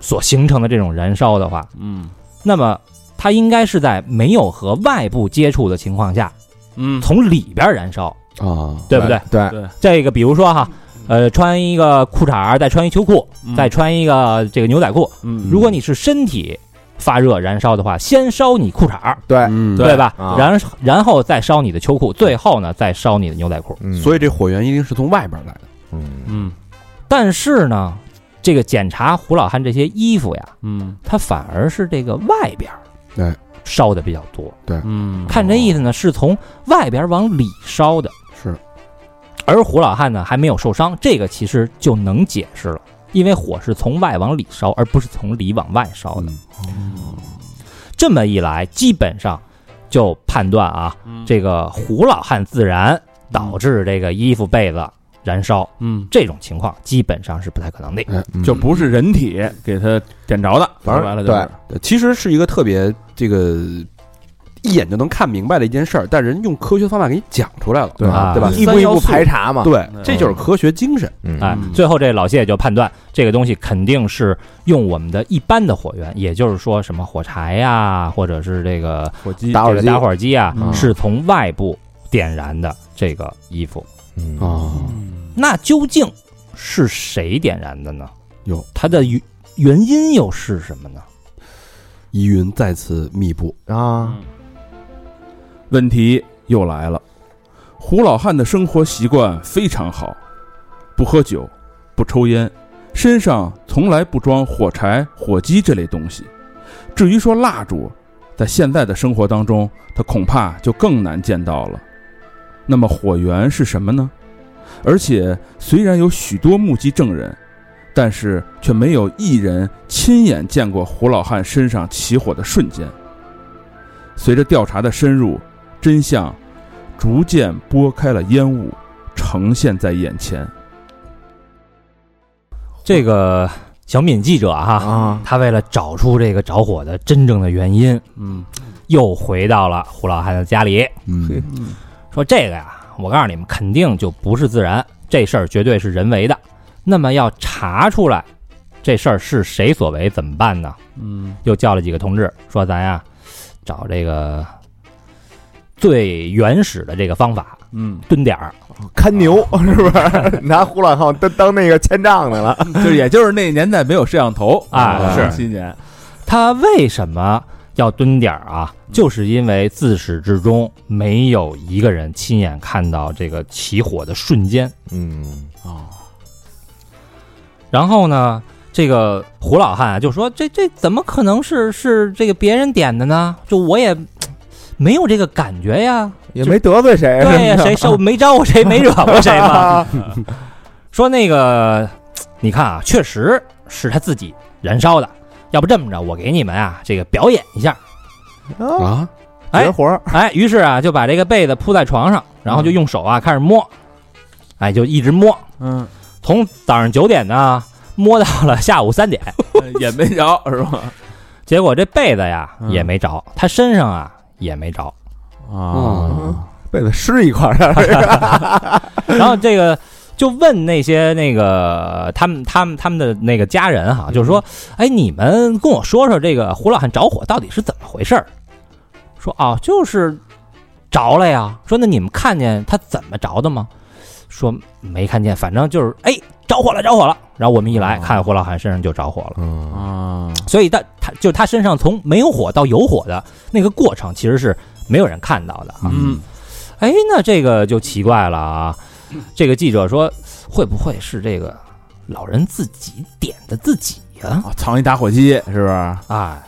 [SPEAKER 5] 所形成的这种燃烧的话，
[SPEAKER 4] 嗯
[SPEAKER 5] 那么它应该是在没有和外部接触的情况下，
[SPEAKER 4] 嗯，
[SPEAKER 5] 从里边燃烧，
[SPEAKER 3] 啊，
[SPEAKER 5] 对不对？
[SPEAKER 2] 对，
[SPEAKER 5] 这个比如说哈，呃，穿一个裤衩儿，再穿一秋裤，
[SPEAKER 4] 嗯
[SPEAKER 5] 再穿一个这个牛仔裤。
[SPEAKER 4] 嗯
[SPEAKER 5] 如果你是身体发热燃烧的话，先烧你裤衩儿，
[SPEAKER 2] 对，
[SPEAKER 3] 嗯，
[SPEAKER 5] 对吧？
[SPEAKER 2] 啊
[SPEAKER 5] 然然后再烧你的秋裤，最后呢再烧你的牛仔裤。
[SPEAKER 2] 嗯
[SPEAKER 3] 所以这火源一定是从外边来的。
[SPEAKER 2] 嗯，
[SPEAKER 4] 嗯
[SPEAKER 5] 但是呢，这个检查胡老汉这些衣服呀，
[SPEAKER 4] 嗯
[SPEAKER 5] 它反而是这个外边儿
[SPEAKER 3] 对
[SPEAKER 5] 烧的比较多。
[SPEAKER 4] 嗯，
[SPEAKER 5] 看这意思呢，是从外边往里烧的，
[SPEAKER 3] 是，
[SPEAKER 5] 而胡老汉呢还没有受伤，这个其实就能解释了，因为火是从外往里烧，而不是从里往外烧的。这么一来，基本上就判断啊，这个胡老汉自燃导致这个衣服被子燃烧
[SPEAKER 4] 嗯
[SPEAKER 5] 这种情况，基本上是不太可能的。
[SPEAKER 3] 嗯哎
[SPEAKER 4] 就不是人体给它点着的，
[SPEAKER 2] 反
[SPEAKER 4] 说
[SPEAKER 2] 正
[SPEAKER 4] 白了就是
[SPEAKER 3] 呃其实是一个特别这个一眼就能看明白的一件事儿，但人用科学方法给你讲出来了，
[SPEAKER 4] 对
[SPEAKER 5] 啊
[SPEAKER 3] 对吧？
[SPEAKER 2] 一步一步排
[SPEAKER 3] 查，
[SPEAKER 2] 查嘛，
[SPEAKER 3] 对，
[SPEAKER 5] 嗯
[SPEAKER 3] 这就是科学精神。
[SPEAKER 2] 嗯，
[SPEAKER 5] 哎
[SPEAKER 4] 嗯，
[SPEAKER 5] 最后这老谢就判断这个东西肯定是用我们的一般的火源，也就是说什么火柴呀、或者是这个
[SPEAKER 4] 火机
[SPEAKER 2] 打火
[SPEAKER 5] 这
[SPEAKER 2] 机
[SPEAKER 5] 个打火机啊，
[SPEAKER 4] 嗯
[SPEAKER 5] 是从外部点燃的这个衣服。
[SPEAKER 2] 嗯
[SPEAKER 3] 啊，
[SPEAKER 4] 嗯
[SPEAKER 5] 那究竟是谁点燃的呢？
[SPEAKER 3] 有
[SPEAKER 5] 它的原原因又是什么呢？
[SPEAKER 3] 疑云再次密布，
[SPEAKER 2] 啊，
[SPEAKER 4] 嗯问题又来了，胡老汉的生活习惯非常好，不喝酒，不抽烟，身上从来不装火柴、火机这类东西。至于说蜡烛，在现在的生活当中，他恐怕就更难见到了。那么火源是什么呢？而且虽然有许多目击证人，但是却没有一人亲眼见过胡老汉身上起火的瞬间。随着调查的深入，真相逐渐拨开了烟雾，呈现在眼前。
[SPEAKER 5] 这个小敏记者哈、
[SPEAKER 2] 啊
[SPEAKER 5] 他为了找出这个着火的真正的原因，
[SPEAKER 4] 嗯，
[SPEAKER 5] 又回到了胡老汉的家里，
[SPEAKER 3] 嗯，
[SPEAKER 5] 说这个呀，我告诉你们，肯定就不是自然，这事儿绝对是人为的。那么要查出来这事儿是谁所为，怎么办呢？
[SPEAKER 4] 嗯，
[SPEAKER 5] 又叫了几个同志，说咱呀找这个最原始的这个方法，
[SPEAKER 4] 嗯，
[SPEAKER 5] 蹲点儿。
[SPEAKER 2] 看牛是不是？拿胡老汉当当那个千丈的了，
[SPEAKER 4] 嗯就也就是那年代没有摄像头
[SPEAKER 5] 啊
[SPEAKER 2] 是
[SPEAKER 4] 七年，
[SPEAKER 5] 他为什么要蹲点儿啊？就是因为自始至终没有一个人亲眼看到这个起火的瞬间。
[SPEAKER 2] 嗯
[SPEAKER 5] 然后呢，这个胡老汉啊就说：“这这怎么可能是是这个别人点的呢？就我也没有这个感觉呀，
[SPEAKER 2] 也没得罪谁，
[SPEAKER 5] 对呀，
[SPEAKER 2] 是吧
[SPEAKER 5] 谁受没招过谁，没惹过谁嘛。
[SPEAKER 2] 啊
[SPEAKER 5] 说那个，你看啊，确实是他自己燃烧的。要不这么着，我给你们啊，这个表演一下。
[SPEAKER 2] 啊
[SPEAKER 3] 啊，
[SPEAKER 5] 哎
[SPEAKER 2] 绝活儿，
[SPEAKER 5] 哎，于是啊，就把这个被子铺在床上，然后就用手啊开始摸，哎，就一直摸，
[SPEAKER 4] 嗯，
[SPEAKER 5] 从早上九点呢摸到了下午三点。
[SPEAKER 4] 也没着是吧？
[SPEAKER 5] 结果这被子呀
[SPEAKER 4] 嗯
[SPEAKER 5] 也没着，他身上啊也没着。
[SPEAKER 3] 啊，
[SPEAKER 2] 被子湿一块儿，
[SPEAKER 5] 然后这个就问那些那个他们他们他们的那个家人哈，就是说，哎，你们跟我说说这个胡老汉着火到底是怎么回事儿？说啊、哦，就是着了呀。说那你们看见他怎么着的吗？说没看见，反正就是哎着火了，着火了。然后我们一来
[SPEAKER 4] 哦
[SPEAKER 5] 看胡老汉身上就着火了，
[SPEAKER 2] 嗯
[SPEAKER 4] 啊，
[SPEAKER 5] 所以他他就是他身上从没有火到有火的那个过程，其实是没有人看到的啊。
[SPEAKER 4] 嗯，
[SPEAKER 5] 哎，那这个就奇怪了啊！这个记者说，会不会是这个老人自己点的自己呀、
[SPEAKER 4] 啊藏一打火机是不是？
[SPEAKER 5] 啊？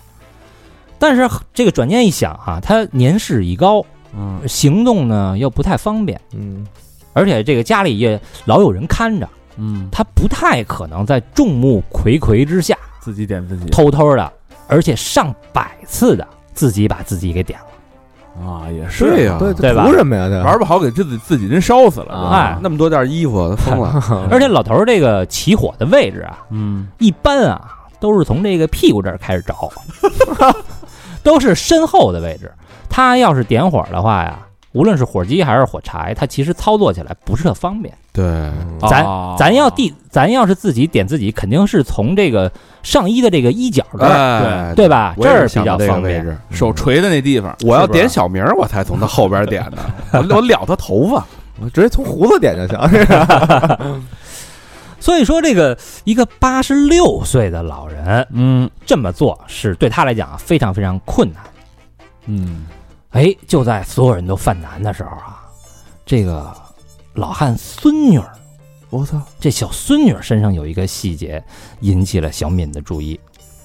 [SPEAKER 5] 但是这个转念一想啊，他年事已高，
[SPEAKER 4] 嗯
[SPEAKER 5] 行动呢又不太方便，
[SPEAKER 3] 嗯
[SPEAKER 5] 而且这个家里也老有人看着，
[SPEAKER 4] 嗯，
[SPEAKER 5] 他不太可能在众目睽睽之下
[SPEAKER 4] 自己点自己。
[SPEAKER 5] 偷偷的，而且上百次的自己把自己给点了。
[SPEAKER 4] 啊，也是
[SPEAKER 3] 对呀，
[SPEAKER 2] 对
[SPEAKER 5] 对吧
[SPEAKER 2] 图什么呀？对吧
[SPEAKER 4] 玩不好给自己自己真烧死了。
[SPEAKER 5] 啊哎
[SPEAKER 3] 那么多件衣服，疯了，
[SPEAKER 5] 而且老头儿这个起火的位置啊，
[SPEAKER 4] 嗯，
[SPEAKER 5] 一般啊都是从这个屁股这儿开始着， 都是身后的位置。他要是点火的话呀，无论是火机还是火柴，他其实操作起来不是特方便。
[SPEAKER 3] 对，
[SPEAKER 5] 咱
[SPEAKER 4] 哦
[SPEAKER 5] 咱要地，咱要是自己点自己，肯定是从这个上衣的这个衣角这儿，
[SPEAKER 3] 哎，
[SPEAKER 5] 对吧？
[SPEAKER 3] 我
[SPEAKER 5] 这
[SPEAKER 3] 也
[SPEAKER 5] 儿比
[SPEAKER 3] 想
[SPEAKER 5] 较
[SPEAKER 3] 到这个
[SPEAKER 5] 方
[SPEAKER 3] 位
[SPEAKER 5] 便。嗯
[SPEAKER 3] 置。
[SPEAKER 4] 手锤的那地方，
[SPEAKER 3] 我要
[SPEAKER 4] 是不是
[SPEAKER 3] 点小名儿，我才从他后边点的， 我我撩他头发，
[SPEAKER 2] 我直接从胡子点就行。
[SPEAKER 5] 所以说，这个一个八十六岁的老人
[SPEAKER 4] 嗯
[SPEAKER 5] 这么做是对他来讲啊非常非常困难。
[SPEAKER 4] 嗯
[SPEAKER 5] 哎，就在所有人都犯难的时候啊，这个老汉孙女儿，
[SPEAKER 3] 我操，
[SPEAKER 5] 这小孙女儿身上有一个细节引起了小敏的注意。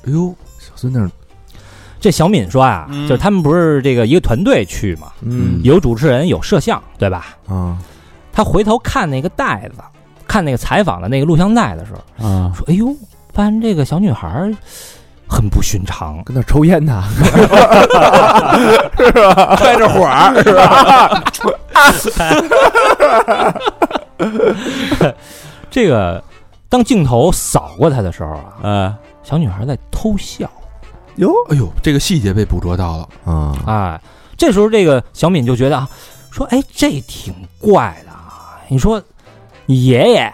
[SPEAKER 3] 哎呦，
[SPEAKER 2] 小孙女，
[SPEAKER 5] 这小敏说啊，
[SPEAKER 4] 嗯
[SPEAKER 5] 就是他们不是这个一个团队去嘛，
[SPEAKER 2] 嗯
[SPEAKER 5] 有主持人，有摄像，对吧？
[SPEAKER 2] 啊
[SPEAKER 5] 他回头看那个袋子，看那个采访的那个录像带的时候，
[SPEAKER 4] 啊，
[SPEAKER 5] 说：“哎呦，发现这个小女孩儿很不寻常。
[SPEAKER 2] 跟那儿抽烟呢，
[SPEAKER 3] 开着火儿是吧？
[SPEAKER 5] 这个当镜头扫过她的时候啊，
[SPEAKER 4] 呃，
[SPEAKER 5] 小女孩在偷笑。
[SPEAKER 2] 哟
[SPEAKER 3] 哎呦，这个细节被捕捉到了，
[SPEAKER 2] 啊，
[SPEAKER 5] 哎，这时候这个小敏就觉得啊，说：哎，这挺怪的啊。你说你爷爷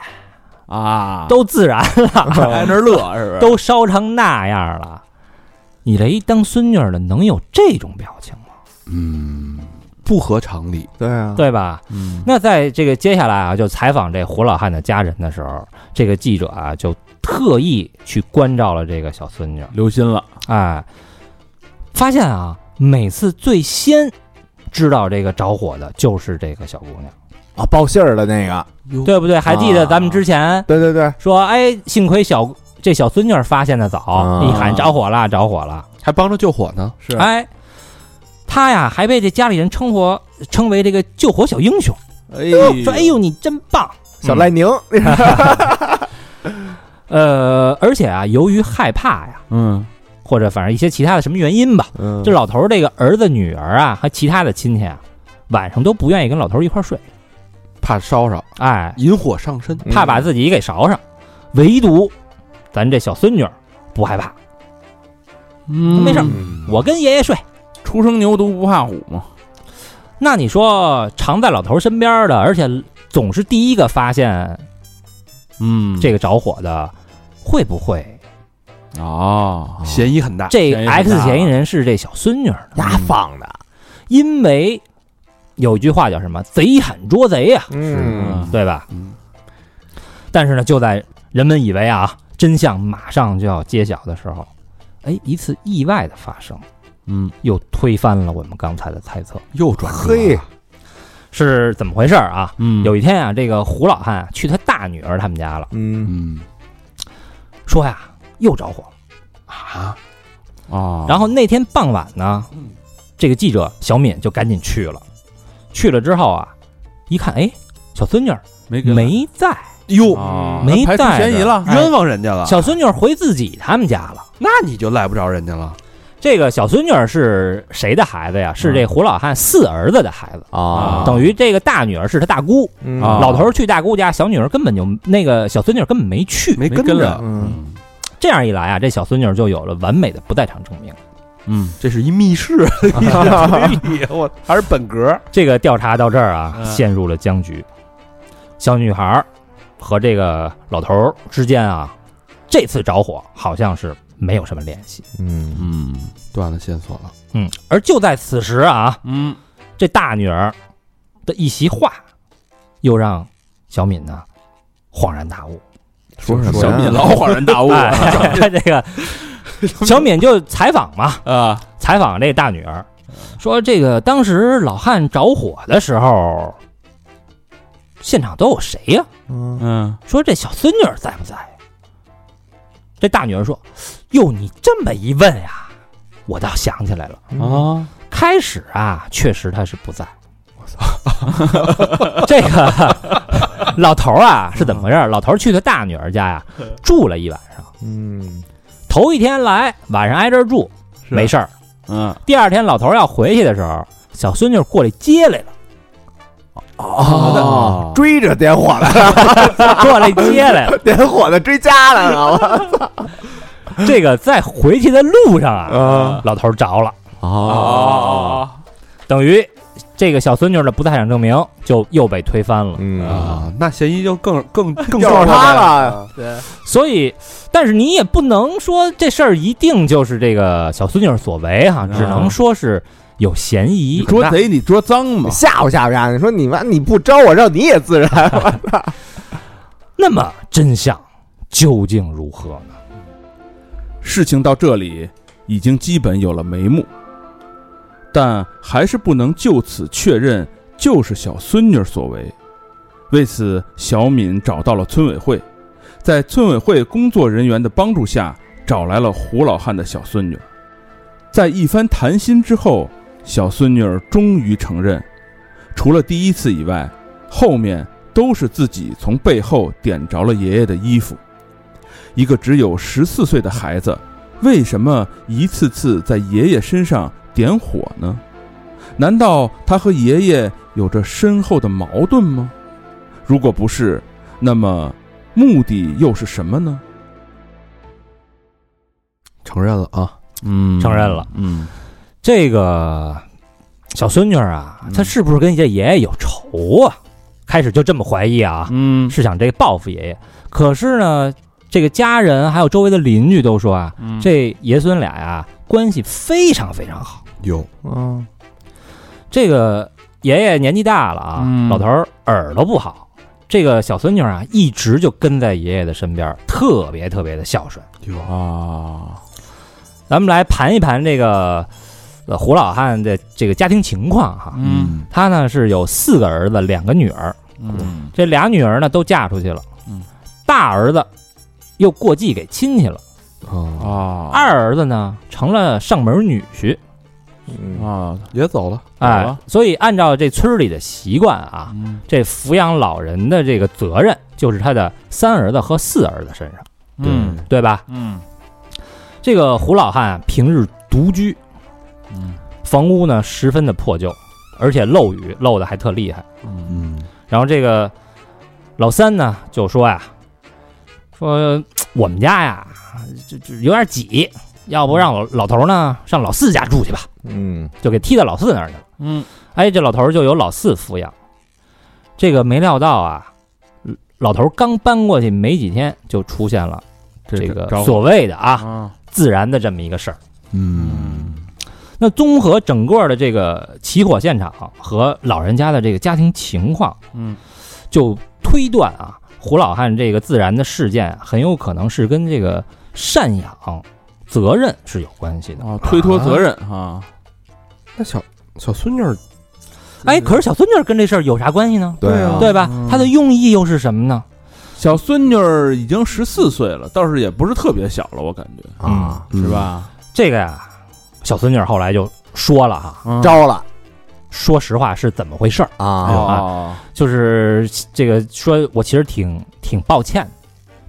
[SPEAKER 4] 啊，
[SPEAKER 5] 都自然
[SPEAKER 4] 挨那儿乐是不是？
[SPEAKER 5] 啊都烧成那样了，你这一当孙女儿的能有这种表情吗？
[SPEAKER 3] 嗯，不合常理，
[SPEAKER 2] 对啊，
[SPEAKER 5] 对吧？
[SPEAKER 4] 嗯
[SPEAKER 5] 那在这个接下来啊，就采访这胡老汉的家人的时候，这个记者啊就特意去关照了这个小孙女，
[SPEAKER 4] 留心了，
[SPEAKER 5] 哎，发现啊，每次最先知道这个着火的就是这个小姑娘，
[SPEAKER 4] 嗯
[SPEAKER 2] 啊，报信儿的那个，
[SPEAKER 3] 哟，
[SPEAKER 5] 对不对？还记得咱们之
[SPEAKER 4] 啊
[SPEAKER 5] 前
[SPEAKER 2] 对对对，
[SPEAKER 5] 说，哎，幸亏小这小孙女儿发现的早
[SPEAKER 2] 啊，
[SPEAKER 5] 一喊着火了，着火了，
[SPEAKER 3] 还帮着救火呢，
[SPEAKER 2] 是
[SPEAKER 5] 哎，她呀还被这家里人称呼称为这个救火小英雄，
[SPEAKER 4] 哎呦
[SPEAKER 5] 说，哎呦，你真棒。
[SPEAKER 2] 小赖宁，
[SPEAKER 5] 呃，而且啊，由于害怕呀，
[SPEAKER 4] 嗯
[SPEAKER 5] 或者反正一些其他的什么原因吧，
[SPEAKER 2] 嗯
[SPEAKER 5] 这老头儿这个儿子、女儿啊，和其他的亲戚啊，晚上都不愿意跟老头儿一块儿睡，
[SPEAKER 3] 怕烧着，
[SPEAKER 5] 哎，
[SPEAKER 3] 引火上身，
[SPEAKER 5] 怕把自己给勺上。唯独咱这小孙女儿不害怕，
[SPEAKER 4] 嗯
[SPEAKER 5] 没事儿
[SPEAKER 3] 嗯
[SPEAKER 5] 我跟爷爷睡。
[SPEAKER 4] 初生牛犊不怕虎嘛，
[SPEAKER 5] 那你说常在老头儿身边儿的，而且总是第一个发现
[SPEAKER 4] 嗯
[SPEAKER 5] 这个着火的，会不会
[SPEAKER 4] 个哦，
[SPEAKER 3] 嫌疑很大，
[SPEAKER 5] 这
[SPEAKER 4] 嫌疑很
[SPEAKER 5] X
[SPEAKER 4] 大啊
[SPEAKER 5] 嫌疑人是这小孙女儿呢？
[SPEAKER 2] 牙放的，
[SPEAKER 5] 因为有一句话叫什么“贼喊捉贼”呀，
[SPEAKER 4] 啊
[SPEAKER 2] 嗯
[SPEAKER 5] 对吧？
[SPEAKER 3] 嗯
[SPEAKER 5] 但是呢，就在人们以为啊真相马上就要揭晓的时候，哎，一次意外的发生
[SPEAKER 4] 嗯
[SPEAKER 5] 又推翻了我们刚才的猜测，
[SPEAKER 3] 又转折了
[SPEAKER 2] 嘿，
[SPEAKER 5] 是怎么回事儿啊？
[SPEAKER 4] 嗯
[SPEAKER 5] 有一天啊，这个胡老汉啊去他大女儿他们家了，
[SPEAKER 2] 嗯
[SPEAKER 4] 嗯
[SPEAKER 5] 说呀又着火了。
[SPEAKER 3] 啊，
[SPEAKER 4] 啊，
[SPEAKER 5] 然后那天傍晚呢，这个记者小敏就赶紧去了，去了之后啊，一看哎，小孙女儿
[SPEAKER 4] 没给
[SPEAKER 5] 没在，
[SPEAKER 3] 哟，
[SPEAKER 4] 啊
[SPEAKER 5] 没
[SPEAKER 4] 排除
[SPEAKER 5] 带
[SPEAKER 4] 嫌
[SPEAKER 5] 着
[SPEAKER 4] 疑了，
[SPEAKER 5] 哎
[SPEAKER 3] 冤枉人家了，
[SPEAKER 5] 小孙女儿回自己他们家了。
[SPEAKER 3] 那你就赖不着人家了，
[SPEAKER 5] 这个小孙女儿是谁的孩子
[SPEAKER 4] 啊
[SPEAKER 5] 呀？是这胡老汉四儿子的孩子，
[SPEAKER 4] 哎
[SPEAKER 2] 啊
[SPEAKER 5] 等于这个大女儿是他大姑。
[SPEAKER 2] 嗯
[SPEAKER 4] 啊
[SPEAKER 5] 老头儿去大姑家，小女儿根本就那个小孙女儿根本没去。
[SPEAKER 3] 没
[SPEAKER 4] 没
[SPEAKER 3] 跟
[SPEAKER 4] 跟
[SPEAKER 3] 着，
[SPEAKER 2] 嗯，
[SPEAKER 4] 嗯
[SPEAKER 5] 这样一来啊，这小孙女儿就有了完美的不在场证明。
[SPEAKER 4] 嗯，
[SPEAKER 3] 这是一密室，我还是本格，
[SPEAKER 5] 这个调查到这儿啊，
[SPEAKER 3] 嗯
[SPEAKER 5] 陷入了僵局。小女孩儿和这个老头儿之间啊，这次着火好像是没有什么联系。
[SPEAKER 2] 嗯
[SPEAKER 4] 嗯
[SPEAKER 3] 断了线索了，
[SPEAKER 5] 嗯，而就在此时啊，
[SPEAKER 4] 嗯
[SPEAKER 5] 这大女儿的一席话，又让小敏呢恍然大悟。
[SPEAKER 2] 说什么呀
[SPEAKER 4] 小敏老恍然大悟
[SPEAKER 5] 啊哎， 这个小敏就采访嘛，
[SPEAKER 4] 啊
[SPEAKER 5] 采访这大女儿，说这个当时老汉着火的时候，现场都有谁呀、
[SPEAKER 2] 嗯
[SPEAKER 4] 嗯
[SPEAKER 5] 说这小孙女儿在不在？这大女儿说：“哟，你这么一问呀，我倒想起来了。
[SPEAKER 4] 啊，
[SPEAKER 5] 开始啊，确实她是不在。 我操，这个老头儿啊是怎么回事儿？老头儿去他大女儿家呀、住了一晚上。
[SPEAKER 2] 嗯
[SPEAKER 5] 头一天来，晚上挨这儿住，没事儿。
[SPEAKER 4] 嗯
[SPEAKER 5] 第二天老头儿要回去的时候，小孙女儿过来接来了，
[SPEAKER 3] 啊
[SPEAKER 2] 哦，追着点火了，
[SPEAKER 5] 过来接来了。
[SPEAKER 2] 点火的追家来了，
[SPEAKER 5] 这个在回去的路上啊，
[SPEAKER 2] 啊
[SPEAKER 5] 老头儿着了，
[SPEAKER 2] 哦，
[SPEAKER 4] 啊
[SPEAKER 5] 等于这个小孙女儿的不在场证明就又被推翻了。
[SPEAKER 2] 嗯
[SPEAKER 3] 啊，那嫌疑就更更更
[SPEAKER 2] 就是他
[SPEAKER 3] 大了。
[SPEAKER 2] 了，
[SPEAKER 5] 所以，但是你也不能说这事儿一定就是这个小孙女儿所为哈，只能说是有嫌疑。
[SPEAKER 4] 捉啊贼你捉赃嘛，
[SPEAKER 2] 吓唬吓唬呀！你说你妈你不招我，让你也自燃，
[SPEAKER 5] 那么真相究竟如何呢？
[SPEAKER 4] 事情到这里已经基本有了眉目，但还是不能就此确认就是小孙女所为。为此，小敏找到了村委会，在村委会工作人员的帮助下，找来了胡老汉的小孙女。在一番谈心之后，小孙女终于承认，除了第一次以外，后面都是自己从背后点着了爷爷的衣服。一个只有十四岁的孩子，为什么一次次在爷爷身上点火呢？难道他和爷爷有着深厚的矛盾吗？如果不是，那么目的又是什么呢？
[SPEAKER 3] 承认了啊，
[SPEAKER 4] 嗯
[SPEAKER 5] 承认了。
[SPEAKER 4] 嗯
[SPEAKER 5] 这个小孙女儿啊
[SPEAKER 4] 嗯，
[SPEAKER 5] 她是不是跟这爷爷有仇啊？开始就这么怀疑啊，
[SPEAKER 4] 嗯
[SPEAKER 5] 是想这个报复爷爷。可是呢，这个家人还有周围的邻居都说啊，
[SPEAKER 4] 嗯
[SPEAKER 5] 这爷孙俩呀、关系非常非常好。
[SPEAKER 3] 有
[SPEAKER 2] 嗯
[SPEAKER 5] 这个爷爷年纪大了啊，
[SPEAKER 4] 嗯
[SPEAKER 5] 老头儿耳朵不好，这个小孙女啊一直就跟在爷爷的身边，特别特别的孝顺。
[SPEAKER 3] 有
[SPEAKER 4] 啊，
[SPEAKER 5] 咱们来盘一盘这个呃胡老汉的这个家庭情况哈。
[SPEAKER 4] 嗯
[SPEAKER 5] 他呢是有四个儿子，两个女儿，
[SPEAKER 4] 嗯
[SPEAKER 5] 这俩女儿呢都嫁出去了，
[SPEAKER 4] 嗯，
[SPEAKER 5] 大儿子又过继给亲戚了，
[SPEAKER 3] 啊，
[SPEAKER 4] 啊
[SPEAKER 5] 二儿子呢成了上门女婿，
[SPEAKER 2] 嗯
[SPEAKER 4] 啊
[SPEAKER 3] 也走了，
[SPEAKER 4] 好
[SPEAKER 5] 哎
[SPEAKER 4] 啊，
[SPEAKER 5] 所以按照这村儿里的习惯啊，
[SPEAKER 4] 嗯
[SPEAKER 5] 这抚养老人的这个责任就是他的三儿子和四儿子身上，
[SPEAKER 4] 嗯
[SPEAKER 5] 对吧？
[SPEAKER 4] 嗯
[SPEAKER 5] 这个胡老汉啊平日独居，
[SPEAKER 4] 嗯
[SPEAKER 5] 房屋呢十分的破旧，而且漏雨漏的还特厉害。
[SPEAKER 4] 嗯
[SPEAKER 1] 嗯
[SPEAKER 5] 然后这个老三呢就说呀，说嘖我们家呀就就有点挤，要不让老老头呢上老四家住去吧，
[SPEAKER 2] 嗯
[SPEAKER 5] 就给踢到老四那儿去了。
[SPEAKER 4] 嗯
[SPEAKER 5] 哎，这老头儿就由老四抚养。这个没料到啊，老头儿刚搬过去没几天，就出现了这个所谓的啊
[SPEAKER 4] 啊
[SPEAKER 5] 自燃的这么一个事儿。
[SPEAKER 1] 嗯
[SPEAKER 5] 那综合整个的这个起火现场和老人家的这个家庭情况，
[SPEAKER 4] 嗯
[SPEAKER 5] 就推断啊，胡老汉这个自燃的事件很有可能是跟这个赡养责任是有关系的。
[SPEAKER 4] 啊推脱责任啊
[SPEAKER 3] 那小小孙女儿，
[SPEAKER 5] 哎，可是小孙女儿跟这事儿有啥关系呢？
[SPEAKER 2] 对啊
[SPEAKER 5] 对吧？她的用意又是什么呢？
[SPEAKER 4] 小孙女儿已经十四岁了，倒是也不是特别小了，我感觉
[SPEAKER 2] 啊
[SPEAKER 5] 嗯
[SPEAKER 4] 是吧？
[SPEAKER 5] 这个呀，小孙女儿后来就说了哈，
[SPEAKER 4] 嗯
[SPEAKER 2] 招了
[SPEAKER 5] 说实话是怎么回事儿？
[SPEAKER 1] 哎
[SPEAKER 2] 啊
[SPEAKER 4] 哦，
[SPEAKER 5] 就是这个说，我其实挺挺抱歉，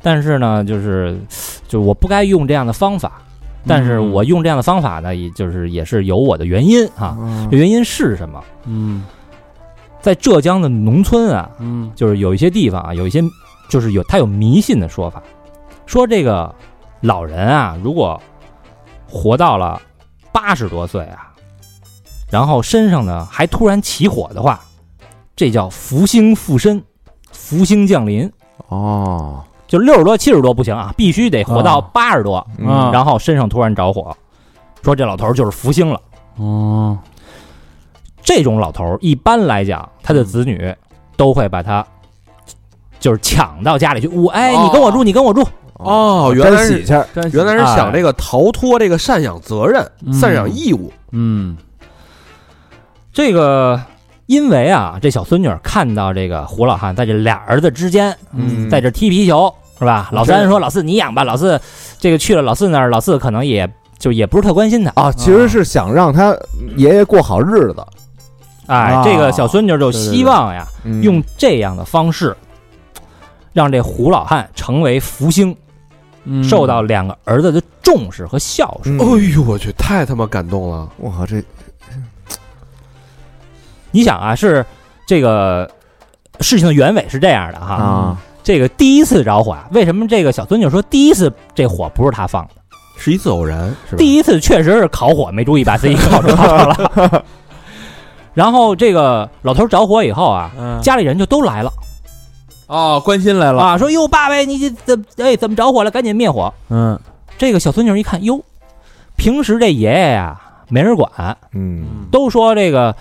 [SPEAKER 5] 但是呢，就是就是我不该用这样的方法，但是我用这样的方法呢，也就是也是有我的原因啊。这原因是什么？
[SPEAKER 4] 嗯
[SPEAKER 5] 在浙江的农村啊，
[SPEAKER 4] 嗯
[SPEAKER 5] 就是有一些地方啊，有一些就是有他有迷信的说法，说这个老人啊，如果活到了八十多岁啊，然后身上呢还突然起火的话，这叫福星附身，福星降临。
[SPEAKER 2] 哦
[SPEAKER 5] 就六十多、七十多不行啊，必须得活到八十多，
[SPEAKER 1] 嗯
[SPEAKER 4] 啊
[SPEAKER 5] 嗯然后身上突然着火，说这老头儿就是福星了。
[SPEAKER 4] 哦
[SPEAKER 5] 嗯这种老头儿一般来讲，他的子女都会把他就是抢到家里去，我哎，你跟我住，你跟我住，哎
[SPEAKER 3] 哦，原来
[SPEAKER 2] 沾
[SPEAKER 3] 是
[SPEAKER 2] 喜气儿
[SPEAKER 5] 嗯
[SPEAKER 3] 原来是想这个逃脱这个赡养责任、
[SPEAKER 4] 嗯
[SPEAKER 3] 赡养义务，
[SPEAKER 4] 嗯
[SPEAKER 5] 这个因为啊，这小孙女儿看到这个胡老汉在这俩儿子之间，
[SPEAKER 3] 嗯
[SPEAKER 5] 在这踢皮球是吧？老三说：“老四你养吧。”老四这个去了老四那儿，老四可能也就也不是特关心他。
[SPEAKER 2] 啊，其实是想让他爷爷过好日子，
[SPEAKER 5] 哎，
[SPEAKER 2] 啊
[SPEAKER 5] 这个小孙女儿就希望呀，
[SPEAKER 3] 嗯
[SPEAKER 5] 用这样的方式，让这胡老汉成为福星，
[SPEAKER 1] 嗯
[SPEAKER 5] 受到两个儿子的重视和孝顺。
[SPEAKER 2] 哦
[SPEAKER 3] 哎呦我去，太他妈感动了！
[SPEAKER 2] 我靠，嗯这
[SPEAKER 5] 你想啊，是这个事情的原委是这样的哈。
[SPEAKER 2] 啊，
[SPEAKER 5] 这个第一次着火，啊，为什么这个小孙女说第一次这火不是他放的？
[SPEAKER 3] 是一次偶然，是吧？
[SPEAKER 5] 第一次确实是烤火，没注意把自己烤着烤着了。 然后这个老头着火以后啊，
[SPEAKER 1] 嗯
[SPEAKER 5] 家里人就都来了
[SPEAKER 1] 哦，关心来了，
[SPEAKER 5] 啊，说哟，爸爸，你这怎哎怎么着火了？赶紧灭火！
[SPEAKER 1] 嗯
[SPEAKER 5] 这个小孙女一看，哟，平时这爷爷呀、没人管，
[SPEAKER 2] 嗯，
[SPEAKER 5] 都说这个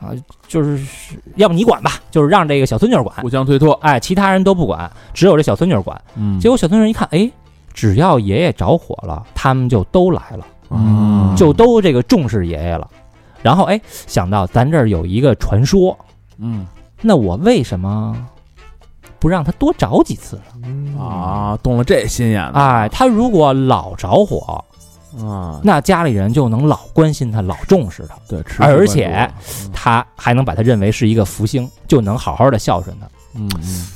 [SPEAKER 5] 啊、就是要不你管吧，就是让这个小孙女管，
[SPEAKER 1] 互相推脱，
[SPEAKER 5] 哎，其他人都不管，只有这小孙女管。
[SPEAKER 1] 嗯
[SPEAKER 5] 结果小孙女一看，哎，只要爷爷着火了，他们就都来了，
[SPEAKER 1] 嗯
[SPEAKER 5] 就都这个重视爷爷了。然后哎，想到咱这儿有一个传说，
[SPEAKER 1] 嗯
[SPEAKER 5] 那我为什么不让他多着几次呢？
[SPEAKER 2] 嗯
[SPEAKER 1] 啊，动了这心眼了
[SPEAKER 5] 哎，他如果老着火，
[SPEAKER 1] 啊，
[SPEAKER 5] 那家里人就能老关心他，老重视他，
[SPEAKER 1] 对，持续
[SPEAKER 5] 啊而
[SPEAKER 1] 关
[SPEAKER 5] 且
[SPEAKER 1] 注了
[SPEAKER 5] 他还能把他认为是一个福星，就能好好的孝顺他。
[SPEAKER 1] 嗯嗯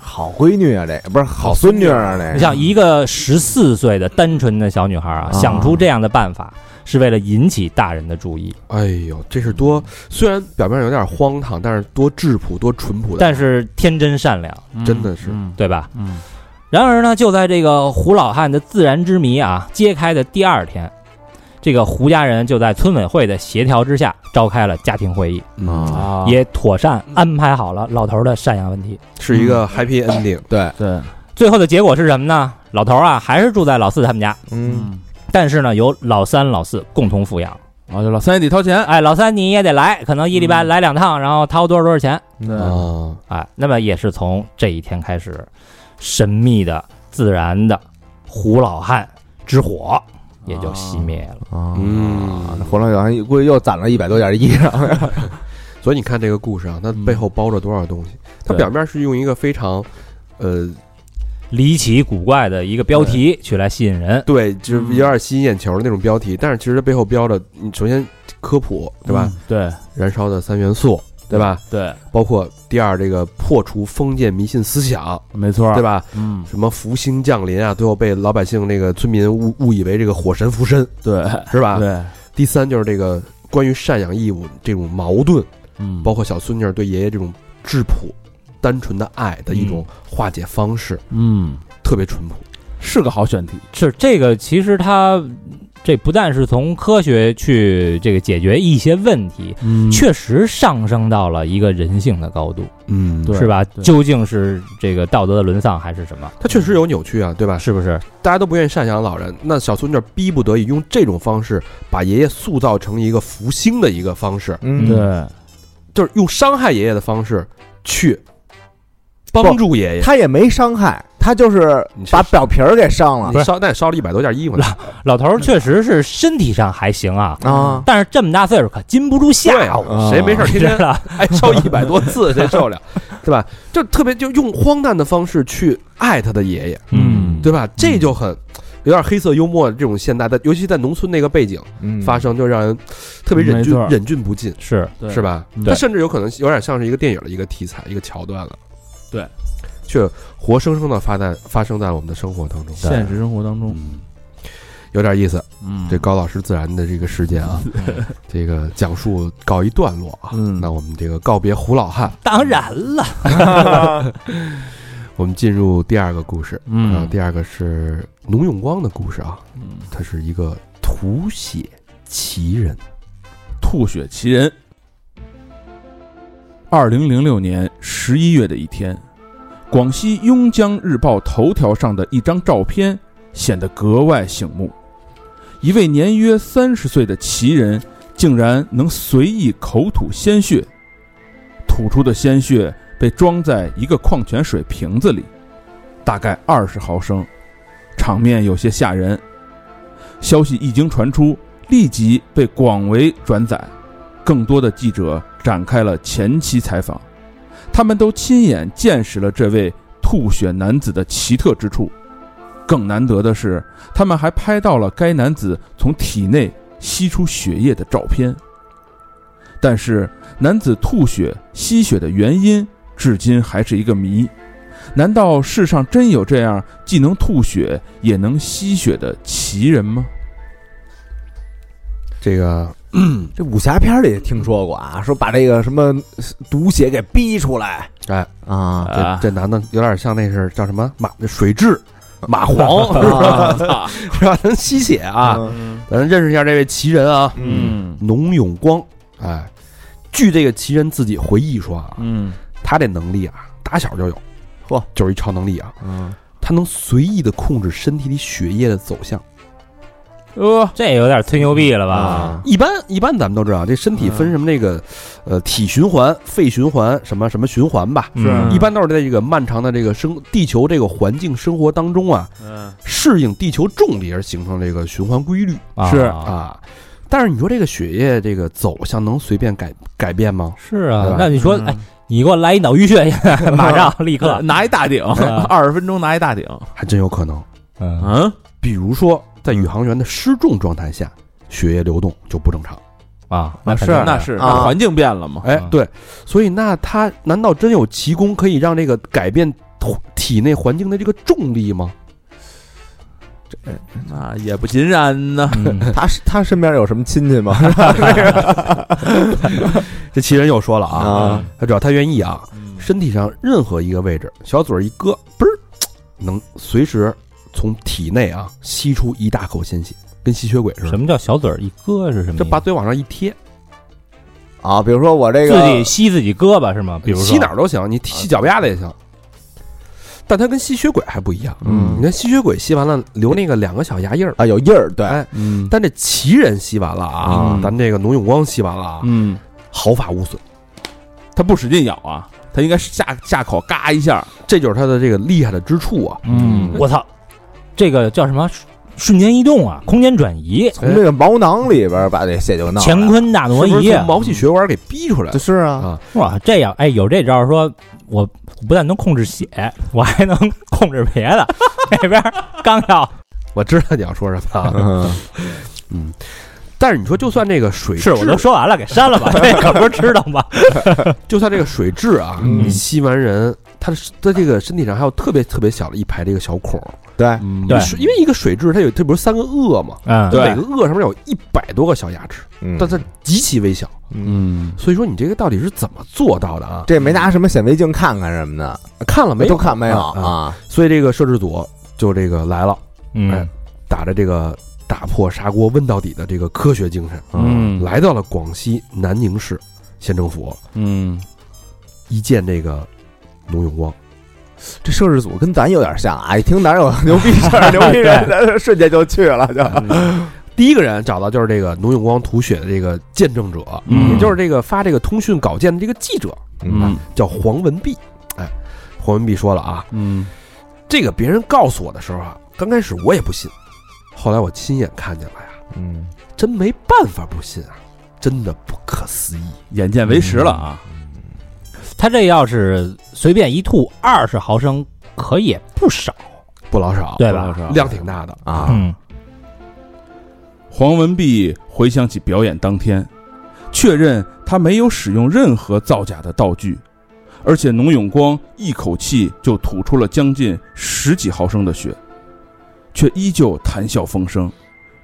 [SPEAKER 2] 好闺女啊，这不是好孙女啊，这
[SPEAKER 5] 你像一个十四岁的单纯的小女孩啊，
[SPEAKER 2] 啊
[SPEAKER 5] 想出这样的办法，是为了引起大人的注意。
[SPEAKER 3] 哎呦，这是多虽然表面有点荒唐，但是多质朴、多淳朴的。
[SPEAKER 5] 但是天真善良，
[SPEAKER 1] 嗯
[SPEAKER 3] 真的是
[SPEAKER 1] 嗯
[SPEAKER 5] 对吧？
[SPEAKER 1] 嗯
[SPEAKER 5] 然而呢，就在这个胡老汉的自然之谜啊揭开的第二天，这个胡家人就在村委会的协调之下召开了家庭会议，
[SPEAKER 3] 啊，
[SPEAKER 1] 啊，
[SPEAKER 5] 也妥善安排好了老头的赡养问题。
[SPEAKER 3] 是一个 happy ending。
[SPEAKER 2] 对，
[SPEAKER 1] 对，
[SPEAKER 5] 最后的结果是什么呢？老头啊还是住在老四他们家，
[SPEAKER 2] 嗯，
[SPEAKER 1] 嗯，
[SPEAKER 5] 但是呢由老三、老四共同抚养。
[SPEAKER 1] 啊，就老三也得掏钱，
[SPEAKER 5] 哎，老三你也得来，可能一礼拜来两趟，然后掏多少多少钱。
[SPEAKER 1] 对，
[SPEAKER 3] 啊，
[SPEAKER 5] 哎，那么也是从这一天开始，神秘的、自然的胡老汉之火也就熄灭了。
[SPEAKER 2] 啊
[SPEAKER 3] 嗯
[SPEAKER 2] 黄老小估计又攒了一百多件衣裳，
[SPEAKER 3] 所以你看这个故事啊，它背后包着多少东西？它
[SPEAKER 5] 对
[SPEAKER 3] 表面是用一个非常，呃，
[SPEAKER 5] 离奇古怪的一个标题去来吸引人，
[SPEAKER 3] 对，就是
[SPEAKER 1] 嗯
[SPEAKER 3] 有点吸引眼球的那种标题，但是其实它背后标着，你首先科普，对吧？
[SPEAKER 1] 嗯？对
[SPEAKER 3] 燃烧的三元素，对吧？
[SPEAKER 1] 对，
[SPEAKER 3] 包括第二，这个破除封建迷信思想，
[SPEAKER 1] 没错，
[SPEAKER 3] 对？吧？
[SPEAKER 1] 嗯，
[SPEAKER 3] 什么福星降临啊，最后被老百姓那个村民误误以为这个火神附身，
[SPEAKER 1] 对
[SPEAKER 3] 是吧？
[SPEAKER 1] 对，
[SPEAKER 3] 第三就是这个关于赡养义务这种矛盾，
[SPEAKER 1] 嗯，
[SPEAKER 3] 包括小孙女儿对爷爷这种质朴、单纯的爱的一种化解方式，
[SPEAKER 1] 嗯
[SPEAKER 3] 特别淳朴。
[SPEAKER 1] 是个好选题，
[SPEAKER 5] 是这个其实它这不但是从科学去这个解决一些问题，
[SPEAKER 1] 嗯
[SPEAKER 5] 确实上升到了一个人性的高度，
[SPEAKER 3] 嗯
[SPEAKER 1] 对
[SPEAKER 5] 是吧？
[SPEAKER 1] 对
[SPEAKER 5] 究竟是这个道德的沦丧还是什么？
[SPEAKER 3] 他确实有扭曲啊，对吧？
[SPEAKER 5] 是不是？
[SPEAKER 3] 大家都不愿意赡养老人，那小孙女儿逼不得已用这种方式把爷爷塑造成一个福星的一个方式，
[SPEAKER 2] 嗯
[SPEAKER 1] 对，
[SPEAKER 3] 就是用伤害爷爷的方式去帮助爷爷。
[SPEAKER 2] 他也没伤害，他就是
[SPEAKER 3] 你是
[SPEAKER 2] 把表皮儿给伤了
[SPEAKER 3] 你烧那也烧了一百多件衣服呢，
[SPEAKER 5] 老头儿确实是身体上还行啊，
[SPEAKER 2] 啊，
[SPEAKER 5] 但是这么大岁数可禁不住
[SPEAKER 3] 对
[SPEAKER 5] 吓
[SPEAKER 3] 啊
[SPEAKER 5] 唬，
[SPEAKER 2] 啊
[SPEAKER 3] 谁
[SPEAKER 1] 哦
[SPEAKER 3] 没事儿 天天
[SPEAKER 5] 真的。
[SPEAKER 3] 挨烧一百多次，谁受得了？对吧？就特别就用荒诞的方式去爱他的爷爷，
[SPEAKER 1] 嗯
[SPEAKER 3] 对吧？这就很有点黑色幽默这种现代的，尤其在农村那个背景
[SPEAKER 2] 嗯
[SPEAKER 3] 发生，就让人特别忍
[SPEAKER 1] 没
[SPEAKER 3] 俊
[SPEAKER 1] 错
[SPEAKER 3] 忍俊不禁，
[SPEAKER 5] 是
[SPEAKER 1] 对
[SPEAKER 3] 是？吧？
[SPEAKER 1] 对
[SPEAKER 3] 它甚至有可能有点像是一个电影的一个题材、一个桥段了。
[SPEAKER 1] 对，
[SPEAKER 3] 却活生生的发在发生在我们的生活当中，
[SPEAKER 1] 现实生活当中，
[SPEAKER 3] 有点意思。啊
[SPEAKER 1] 嗯，
[SPEAKER 3] 这高老师自然的这个事件啊，这个讲述告一段落啊。
[SPEAKER 1] 嗯
[SPEAKER 3] 那我们这个告别胡老汉，
[SPEAKER 5] 当然了，
[SPEAKER 3] 我们进入第二个故事。然后
[SPEAKER 1] 嗯
[SPEAKER 3] 第二个是农永光的故事啊，
[SPEAKER 1] 嗯，
[SPEAKER 3] 他是一个吐血奇人。
[SPEAKER 1] 吐血奇人。二零零六年十一月的一天，广西《邕江日报》头条上的一张照片显得格外醒目。一位年约三十岁的奇人，竟然能随意口吐鲜血，吐出的鲜血被装在一个矿泉水瓶子里，大概二十毫升，场面有些吓人。消息一经传出，立即被广为转载，
[SPEAKER 4] 更多的记者展开了前期采访，他们都亲眼见识了这位吐血男子的奇特之处。更难得的是，他们还拍到了该男子从体内吸出血液的照片。但是，男子吐血吸血的原因至今还是一个谜。难道世上真有这样既能吐血也能吸血的奇人吗？
[SPEAKER 3] 这个
[SPEAKER 2] 这武侠片里也听说过啊，说把这个什么毒血给逼出来，
[SPEAKER 3] 哎
[SPEAKER 2] 啊，
[SPEAKER 3] 这
[SPEAKER 5] 啊
[SPEAKER 3] 这男的有点像那是叫什么马水蛭。蚂蟥是
[SPEAKER 2] 啊
[SPEAKER 3] 吧？是吧？能吸血啊！
[SPEAKER 2] 嗯
[SPEAKER 3] 咱认识一下这位奇人啊，
[SPEAKER 5] 嗯
[SPEAKER 3] 农永光。哎，据这个奇人自己回忆说啊，
[SPEAKER 5] 嗯
[SPEAKER 3] 他这能力啊，打小就有，
[SPEAKER 2] 嚯，
[SPEAKER 3] 就是一超能力啊！
[SPEAKER 2] 嗯，
[SPEAKER 3] 他能随意的控制身体里血液的走向。
[SPEAKER 4] 呃，
[SPEAKER 5] 这有点吹牛逼了吧？
[SPEAKER 2] 啊，
[SPEAKER 3] 一般一般咱们都知道，这身体分什么那个，呃，体循环、肺循环什么什么循环吧。
[SPEAKER 5] 是
[SPEAKER 2] 嗯
[SPEAKER 3] 一般都是在这个漫长的这个生地球这个环境生活当中啊，
[SPEAKER 5] 嗯
[SPEAKER 3] 适应地球重力而形成这个循环规律
[SPEAKER 4] 是
[SPEAKER 5] 啊
[SPEAKER 3] 啊。但是你说这个血液这个走向能随便改改变吗？
[SPEAKER 5] 是
[SPEAKER 3] 对
[SPEAKER 5] 啊
[SPEAKER 3] 吧，
[SPEAKER 5] 那你说
[SPEAKER 2] 嗯
[SPEAKER 5] 哎，你给我来一脑淤血，现 在马上立刻
[SPEAKER 6] 拿呃一大顶，二十分钟拿一大顶，
[SPEAKER 3] 还真有可能。
[SPEAKER 5] 嗯
[SPEAKER 6] 嗯，
[SPEAKER 3] 比如说，在宇航员的失重状态下，血液流动就不正常。
[SPEAKER 5] 啊，
[SPEAKER 6] 那
[SPEAKER 5] 那
[SPEAKER 6] 是
[SPEAKER 5] 肯定的
[SPEAKER 6] 那是，
[SPEAKER 2] 啊
[SPEAKER 6] 那环境变了嘛，
[SPEAKER 3] 哎
[SPEAKER 5] 嗯，
[SPEAKER 3] 对，所以那他难道真有奇功可以让这个改变体体内环境的这个重力吗？
[SPEAKER 6] 那也不尽然呢，
[SPEAKER 5] 嗯
[SPEAKER 2] 他他身边有什么亲 戚吗？
[SPEAKER 3] 这奇人又说了啊，
[SPEAKER 2] 啊，
[SPEAKER 3] 他只要他愿意啊，
[SPEAKER 5] 嗯
[SPEAKER 3] 身体上任何一个位置，小嘴儿一搁，嘣儿，能随时从体内啊吸出一大口鲜血，跟吸血鬼似
[SPEAKER 5] 什
[SPEAKER 3] 的。
[SPEAKER 5] 么叫小嘴儿一割是什么意思？
[SPEAKER 3] 这把嘴往上一贴，
[SPEAKER 2] 啊，比如说我这个
[SPEAKER 5] 自己吸自己胳膊是吗？比如说
[SPEAKER 3] 吸哪儿都行，你吸脚丫子也行。但它跟吸血鬼还不一样，
[SPEAKER 2] 嗯
[SPEAKER 3] 你看吸血鬼吸完了留那个两个小牙印儿，
[SPEAKER 2] 啊有印儿，对，
[SPEAKER 3] 哎
[SPEAKER 2] 嗯
[SPEAKER 3] 但这奇人吸完了啊，
[SPEAKER 6] 嗯
[SPEAKER 3] 咱这个农永光吸完了啊，
[SPEAKER 4] 嗯，
[SPEAKER 3] 毫发无损，
[SPEAKER 4] 他不使劲咬啊，他应该是下下口嘎一下，
[SPEAKER 3] 这就是他的这个厉害的之处啊。
[SPEAKER 4] 嗯
[SPEAKER 5] 我操，这个叫什么？瞬瞬间移动啊，空间转移，
[SPEAKER 2] 从这个毛囊里边把这血就弄出来
[SPEAKER 5] 乾坤大挪
[SPEAKER 3] 是不是
[SPEAKER 5] 移啊
[SPEAKER 3] 从，毛细血管给逼出来
[SPEAKER 2] 就？是啊，
[SPEAKER 5] 哇，这样哎，有这招儿说。我不但能控制血，我还能控制别的。 那边刚要
[SPEAKER 3] 我知道你要说什么啊，
[SPEAKER 2] 嗯，
[SPEAKER 3] 但是你说就算这个水
[SPEAKER 5] 是我都
[SPEAKER 3] 蛭，
[SPEAKER 5] 说完了，给删了吧，这可不是知道吗？
[SPEAKER 3] 就算这个水蛭啊，
[SPEAKER 2] 嗯
[SPEAKER 3] 你吸完人，他的他这个身体上还有特别特别小的一排这个小孔，
[SPEAKER 2] 对，
[SPEAKER 4] 嗯
[SPEAKER 5] 对
[SPEAKER 3] 是因为一个水蛭它有它不是三个颚嘛，
[SPEAKER 5] 嗯，
[SPEAKER 3] 每个颚上面有一百多个小牙齿，
[SPEAKER 2] 嗯
[SPEAKER 3] 但它极其微小，
[SPEAKER 4] 嗯，
[SPEAKER 3] 所以说你这个到底是怎么做到的啊？
[SPEAKER 2] 这没拿什么显微镜看看什么的，
[SPEAKER 3] 看了没
[SPEAKER 2] 都
[SPEAKER 3] 有？
[SPEAKER 2] 看没有
[SPEAKER 3] 啊
[SPEAKER 2] 啊？
[SPEAKER 3] 所以这个摄制组就这个来了。哎
[SPEAKER 5] 嗯，
[SPEAKER 3] 打着这个打破砂锅问到底的这个科学精神，
[SPEAKER 4] 嗯
[SPEAKER 3] 来到了广西南宁市县政府，
[SPEAKER 4] 嗯，
[SPEAKER 3] 一见这个农永光，
[SPEAKER 2] 这摄制组跟咱有点像啊，一听哪有牛逼事儿、牛逼人，瞬间就去了，就
[SPEAKER 3] 第一个人找到就是这个农永光吐血的这个见证者，
[SPEAKER 4] 嗯
[SPEAKER 3] 也就是这个发这个通讯稿件的这个记者，
[SPEAKER 4] 嗯
[SPEAKER 3] 叫黄文碧。哎，黄文碧说了啊，
[SPEAKER 4] 嗯
[SPEAKER 3] 这个别人告诉我的时候啊，刚开始我也不信，后来我亲眼看见了呀，
[SPEAKER 2] 嗯，
[SPEAKER 3] 真没办法不信啊，真的不可思议。
[SPEAKER 4] 眼见为实了啊，
[SPEAKER 5] 他这要是随便一吐二十毫升，可也不少，
[SPEAKER 3] 不老少，
[SPEAKER 5] 对吧？
[SPEAKER 3] 量挺大的
[SPEAKER 2] 啊
[SPEAKER 5] 嗯，
[SPEAKER 4] 黄文碧回想起表演当天，确认他没有使用任何造假的道具，而且农永光一口气就吐出了将近十几毫升的血，却依旧谈笑风生。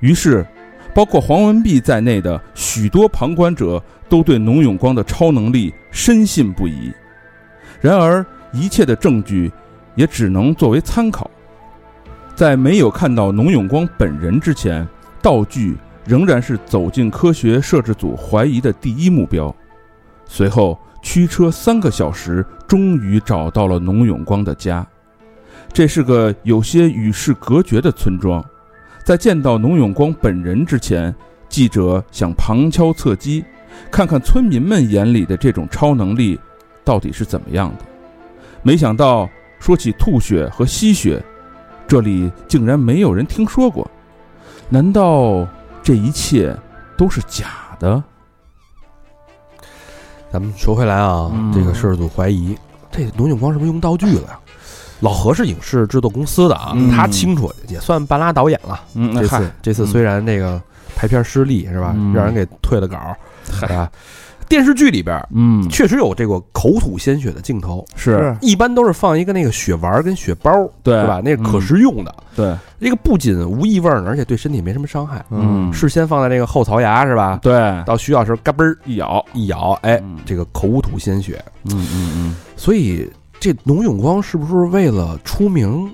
[SPEAKER 4] 于是，包括黄文碧在内的许多旁观者都对农永光的超能力深信不疑。然而，一切的证据也只能作为参考。在没有看到农永光本人之前，道具仍然是走进科学摄制组怀疑的第一目标。随后，驱车三个小时，终于找到了农永光的家。这是个有些与世隔绝的村庄。在见到农永光本人之前，记者想旁敲侧击，看看村民们眼里的这种超能力到底是怎么样的。没想到，说起吐血和吸血，这里竟然没有人听说过。难道这一切都是假的？
[SPEAKER 3] 咱们说回来啊，
[SPEAKER 5] 嗯
[SPEAKER 3] 这个摄制组怀疑这龙井光是不是用道具了呀？老何是影视制作公司的啊，
[SPEAKER 5] 嗯
[SPEAKER 3] 他清楚，也算半拉导演了。
[SPEAKER 5] 嗯，
[SPEAKER 3] 这
[SPEAKER 5] 那
[SPEAKER 3] 次
[SPEAKER 5] 嗨，
[SPEAKER 3] 这次虽然这个排片失利是吧，
[SPEAKER 5] 嗯
[SPEAKER 3] 让人给退了稿，是吧？电视剧里边
[SPEAKER 5] 嗯，
[SPEAKER 3] 确实有这个口吐鲜血的镜头，
[SPEAKER 4] 是
[SPEAKER 3] 一般都是放一个那个血丸跟血包，
[SPEAKER 4] 对
[SPEAKER 3] 是吧？
[SPEAKER 6] 嗯
[SPEAKER 3] 那是可食用
[SPEAKER 5] 嗯
[SPEAKER 3] 的，
[SPEAKER 4] 对，
[SPEAKER 3] 这个不仅无异味儿呢，而且对身体没什么伤害。
[SPEAKER 4] 嗯
[SPEAKER 3] 是先放在这个后槽牙是
[SPEAKER 6] 啊
[SPEAKER 3] 吧？
[SPEAKER 4] 对，
[SPEAKER 3] 到需要时候嘎嘣儿
[SPEAKER 4] 一咬，
[SPEAKER 3] 一咬，哎，
[SPEAKER 4] 嗯
[SPEAKER 3] 这个口吐鲜血。
[SPEAKER 4] 嗯嗯
[SPEAKER 3] 所以这龙永光是不是为了出名，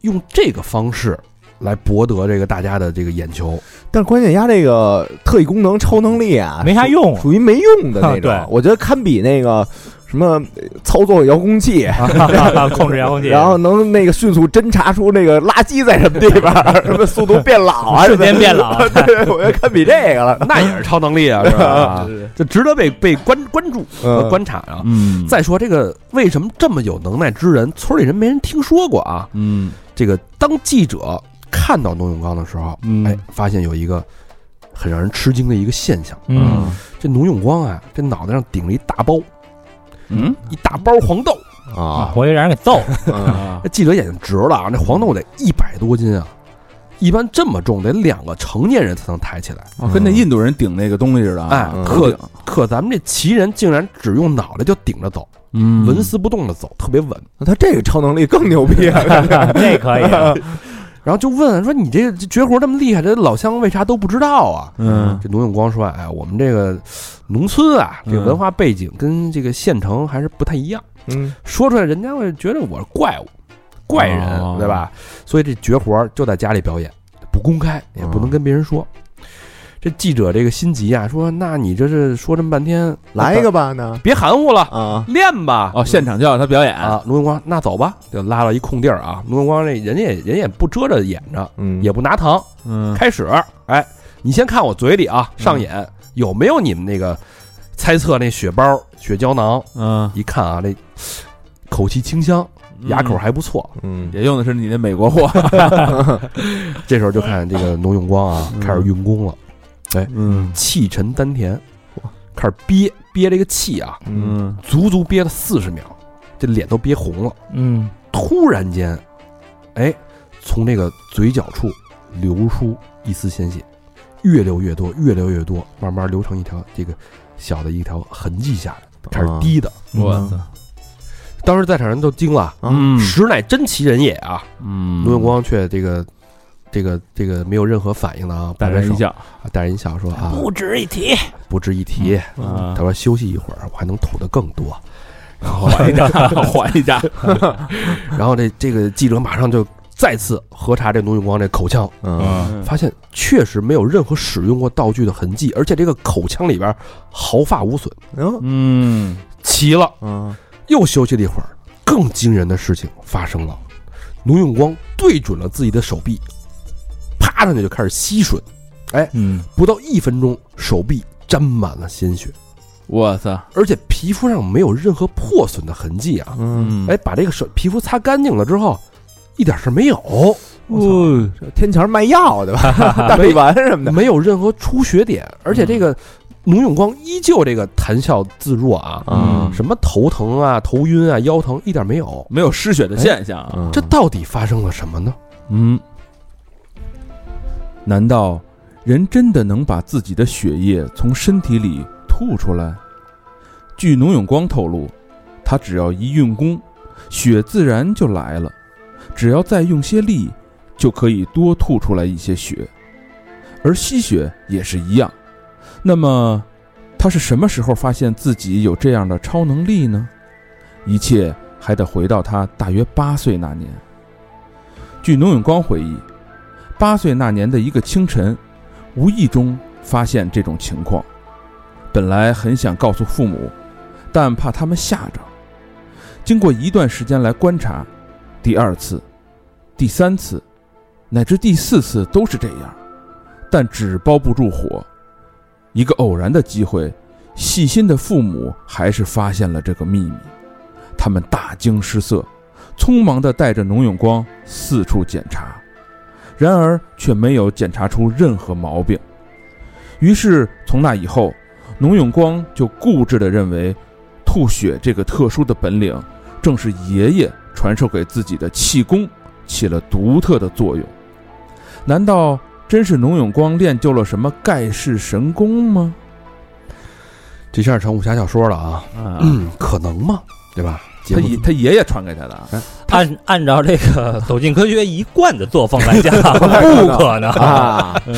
[SPEAKER 3] 用这个方式来博得这个大家的这个眼球？
[SPEAKER 2] 但是关键压这个特异功能超能力
[SPEAKER 4] 哎
[SPEAKER 2] 啊，
[SPEAKER 5] 没啥
[SPEAKER 2] 属
[SPEAKER 5] 用，
[SPEAKER 2] 属于没用的那
[SPEAKER 5] 对
[SPEAKER 2] 种。我觉得堪比那个什么呃操作遥控器，
[SPEAKER 5] 控制遥控器，
[SPEAKER 2] 然后能那个迅速侦查出那个垃圾在什么地方，什么速度变老啊，
[SPEAKER 5] 瞬间变老
[SPEAKER 2] 对， 我觉得堪比这个了。
[SPEAKER 3] 那也是超能力啊，是吧？这值得被被关关注
[SPEAKER 2] 嗯
[SPEAKER 3] 和观察啊。
[SPEAKER 4] 嗯，
[SPEAKER 3] 再说这个为什么这么有能耐之人，村里人没人听说过啊？
[SPEAKER 4] 嗯
[SPEAKER 3] 这个当记者看到农永刚的时候，
[SPEAKER 4] 嗯
[SPEAKER 3] 哎，发现有一个很让人吃惊的一个现象，
[SPEAKER 5] 嗯，
[SPEAKER 3] 这农永光啊，这脑袋上顶了一大包，
[SPEAKER 4] 嗯
[SPEAKER 3] 一大包黄豆。
[SPEAKER 5] 啊
[SPEAKER 2] 啊，
[SPEAKER 5] 我就让人给揍 了，
[SPEAKER 4] 啊
[SPEAKER 3] 那记者眼睛直了啊，那黄豆得一百多斤啊，一般这么重得两个成年人才能抬起来，
[SPEAKER 4] 哦跟那印度人顶那个东西似的啊，
[SPEAKER 6] 嗯
[SPEAKER 3] 哎，可可咱们这奇人竟然只用脑袋就顶着走，
[SPEAKER 4] 嗯
[SPEAKER 3] 纹丝不动的走，特别稳。
[SPEAKER 2] 嗯他这个超能力更牛逼啊！
[SPEAKER 5] 这可以，
[SPEAKER 3] 然后就问说：“你这这绝活这么厉害，这老乡为啥都不知道啊？”
[SPEAKER 4] 嗯
[SPEAKER 3] 这农永光说：“哎，我们这个农村啊，这个
[SPEAKER 4] 嗯
[SPEAKER 3] 文化背景跟这个县城还是不太一样，
[SPEAKER 2] 嗯，
[SPEAKER 3] 说出来人家会觉得我是怪物、怪人，
[SPEAKER 6] 哦
[SPEAKER 3] 对吧？所以这绝活就在家里表演，不公开，也不能
[SPEAKER 6] 嗯
[SPEAKER 3] 跟别人说。这记者这个心急啊，说：“那你这是说这么半天，
[SPEAKER 2] 来一，个吧呢
[SPEAKER 3] 别含糊了，
[SPEAKER 2] 啊，
[SPEAKER 3] 练吧。”
[SPEAKER 6] 哦，现场就要他表演，
[SPEAKER 3] 啊，卢永光，那走吧，就拉到一空地儿啊。卢永光这人家也人也不遮着掩着，
[SPEAKER 2] 嗯
[SPEAKER 3] 也不拿糖，
[SPEAKER 6] 嗯，
[SPEAKER 3] 开始，哎，你先看我嘴里啊，上眼有没有你们那个猜测那血包、血胶囊？
[SPEAKER 6] 嗯，
[SPEAKER 3] 一看啊，这口气清香，牙口还不错。
[SPEAKER 2] 嗯
[SPEAKER 6] 也用的是你的美国货，
[SPEAKER 3] 这时候就看这个农永光啊，开始运功了，
[SPEAKER 6] 嗯
[SPEAKER 3] 气沉丹田，开始憋憋这个气啊，
[SPEAKER 6] 嗯
[SPEAKER 3] 足足憋了四十秒，这脸都憋红了。
[SPEAKER 5] 嗯，
[SPEAKER 3] 突然间，哎，从这个嘴角处流出一丝鲜血，越流越多，越流越多，慢慢流成一条这个小的一条痕迹下来，开始滴的。
[SPEAKER 6] 我
[SPEAKER 5] 嗯
[SPEAKER 6] 操，
[SPEAKER 3] 当时在场人都惊了，
[SPEAKER 2] 嗯
[SPEAKER 3] 实乃真其人也啊！
[SPEAKER 6] 嗯
[SPEAKER 3] 卢永光却这个。这个这个没有任何反应的啊，
[SPEAKER 6] 淡然一
[SPEAKER 3] 拍拍手，
[SPEAKER 6] 笑
[SPEAKER 3] 啊淡然一笑说啊，
[SPEAKER 5] 值一提，
[SPEAKER 3] 不值一提。
[SPEAKER 4] 嗯
[SPEAKER 6] 啊
[SPEAKER 3] 他，说休息一会儿，我还能吐得更多。然后
[SPEAKER 6] 缓一下，缓一下，
[SPEAKER 3] 然后这这个记者马上就再次核查这卢永光这口腔
[SPEAKER 2] 嗯，
[SPEAKER 4] 啊
[SPEAKER 3] 发现确实没有任何使用过道具的痕迹，而且这个口腔里边毫发无损，
[SPEAKER 2] 嗯
[SPEAKER 6] 嗯
[SPEAKER 3] 奇了。
[SPEAKER 2] 嗯
[SPEAKER 3] 又休息了一会儿，更惊人的事情发生了，卢永光对准了自己的手臂，啪上去就开始吸吮，
[SPEAKER 5] 嗯，
[SPEAKER 3] 不到一分钟，手臂沾满了鲜血，
[SPEAKER 6] 我操，
[SPEAKER 3] 而且皮肤上没有任何破损的痕迹啊！
[SPEAKER 2] 嗯，
[SPEAKER 6] 嗯，
[SPEAKER 3] 哎，把这个手皮肤擦干净了之后，一点事儿没有。
[SPEAKER 2] 哦，这天桥卖药的吧，大力丸什么的，
[SPEAKER 3] 没有任何出血点，而且这个卢永光依旧这个谈笑自若啊，
[SPEAKER 6] 嗯
[SPEAKER 3] 什么头疼啊、头晕啊、腰疼一点没有。
[SPEAKER 6] 没有失血的现象啊，
[SPEAKER 2] 嗯
[SPEAKER 3] 这到底发生了什么呢？
[SPEAKER 4] 嗯，难道人真的能把自己的血液从身体里吐出来？据农永光透露，他只要一运功，血自然就来了，只要再用些力，就可以多吐出来一些血。而吸血也是一样。那么，他是什么时候发现自己有这样的超能力呢？一切还得回到他大约八岁那年。据农永光回忆，八岁那年的一个清晨，无意中发现这种情况。本来很想告诉父母，但怕他们吓着。经过一段时间来观察，第二次、第三次，乃至第四次都是这样，但纸包不住火。一个偶然的机会，细心的父母还是发现了这个秘密，他们大惊失色，匆忙地带着农永光四处检查，然而却没有检查出任何毛病。于是从那以后，农永光就固执地认为，吐血这个特殊的本领，正是爷爷传授给自己的气功起了独特的作用。难道真是农永光练就了什么盖世神功吗？
[SPEAKER 3] 这下成武侠小说了啊，
[SPEAKER 6] 啊，
[SPEAKER 3] 可能吗？对吧？节
[SPEAKER 4] 他
[SPEAKER 3] 目哎
[SPEAKER 4] 爷他爷爷传给他的啊，
[SPEAKER 5] 按按照这个走进科学一贯的作风来讲，
[SPEAKER 2] 能
[SPEAKER 5] 不可能。
[SPEAKER 2] 啊，
[SPEAKER 4] 嗯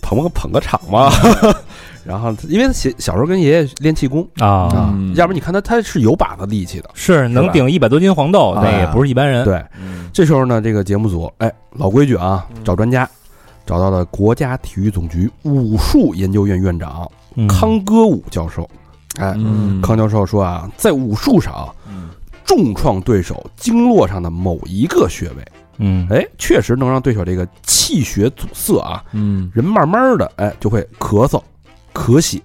[SPEAKER 3] 捧个捧个场嘛。 然后，因为他小小时候跟爷爷练气功
[SPEAKER 5] 啊，
[SPEAKER 4] 嗯
[SPEAKER 3] 要不然你看他他是有把子力气的。
[SPEAKER 5] 是能顶一百多斤黄豆，
[SPEAKER 2] 啊
[SPEAKER 5] 那也不是一般人。
[SPEAKER 3] 对，这时候呢，这个节目组，哎，老规矩啊，找专家，找到了国家体育总局武术研究院院长
[SPEAKER 5] 嗯
[SPEAKER 3] 康歌武教授。哎，
[SPEAKER 6] 嗯
[SPEAKER 3] 康教授说啊，在武术上啊，重创对手经络上的某一个穴位，
[SPEAKER 5] 嗯，
[SPEAKER 3] 哎，确实能让对手这个气血阻塞啊，
[SPEAKER 6] 嗯
[SPEAKER 3] 人慢慢的哎就会咳嗽、咳血。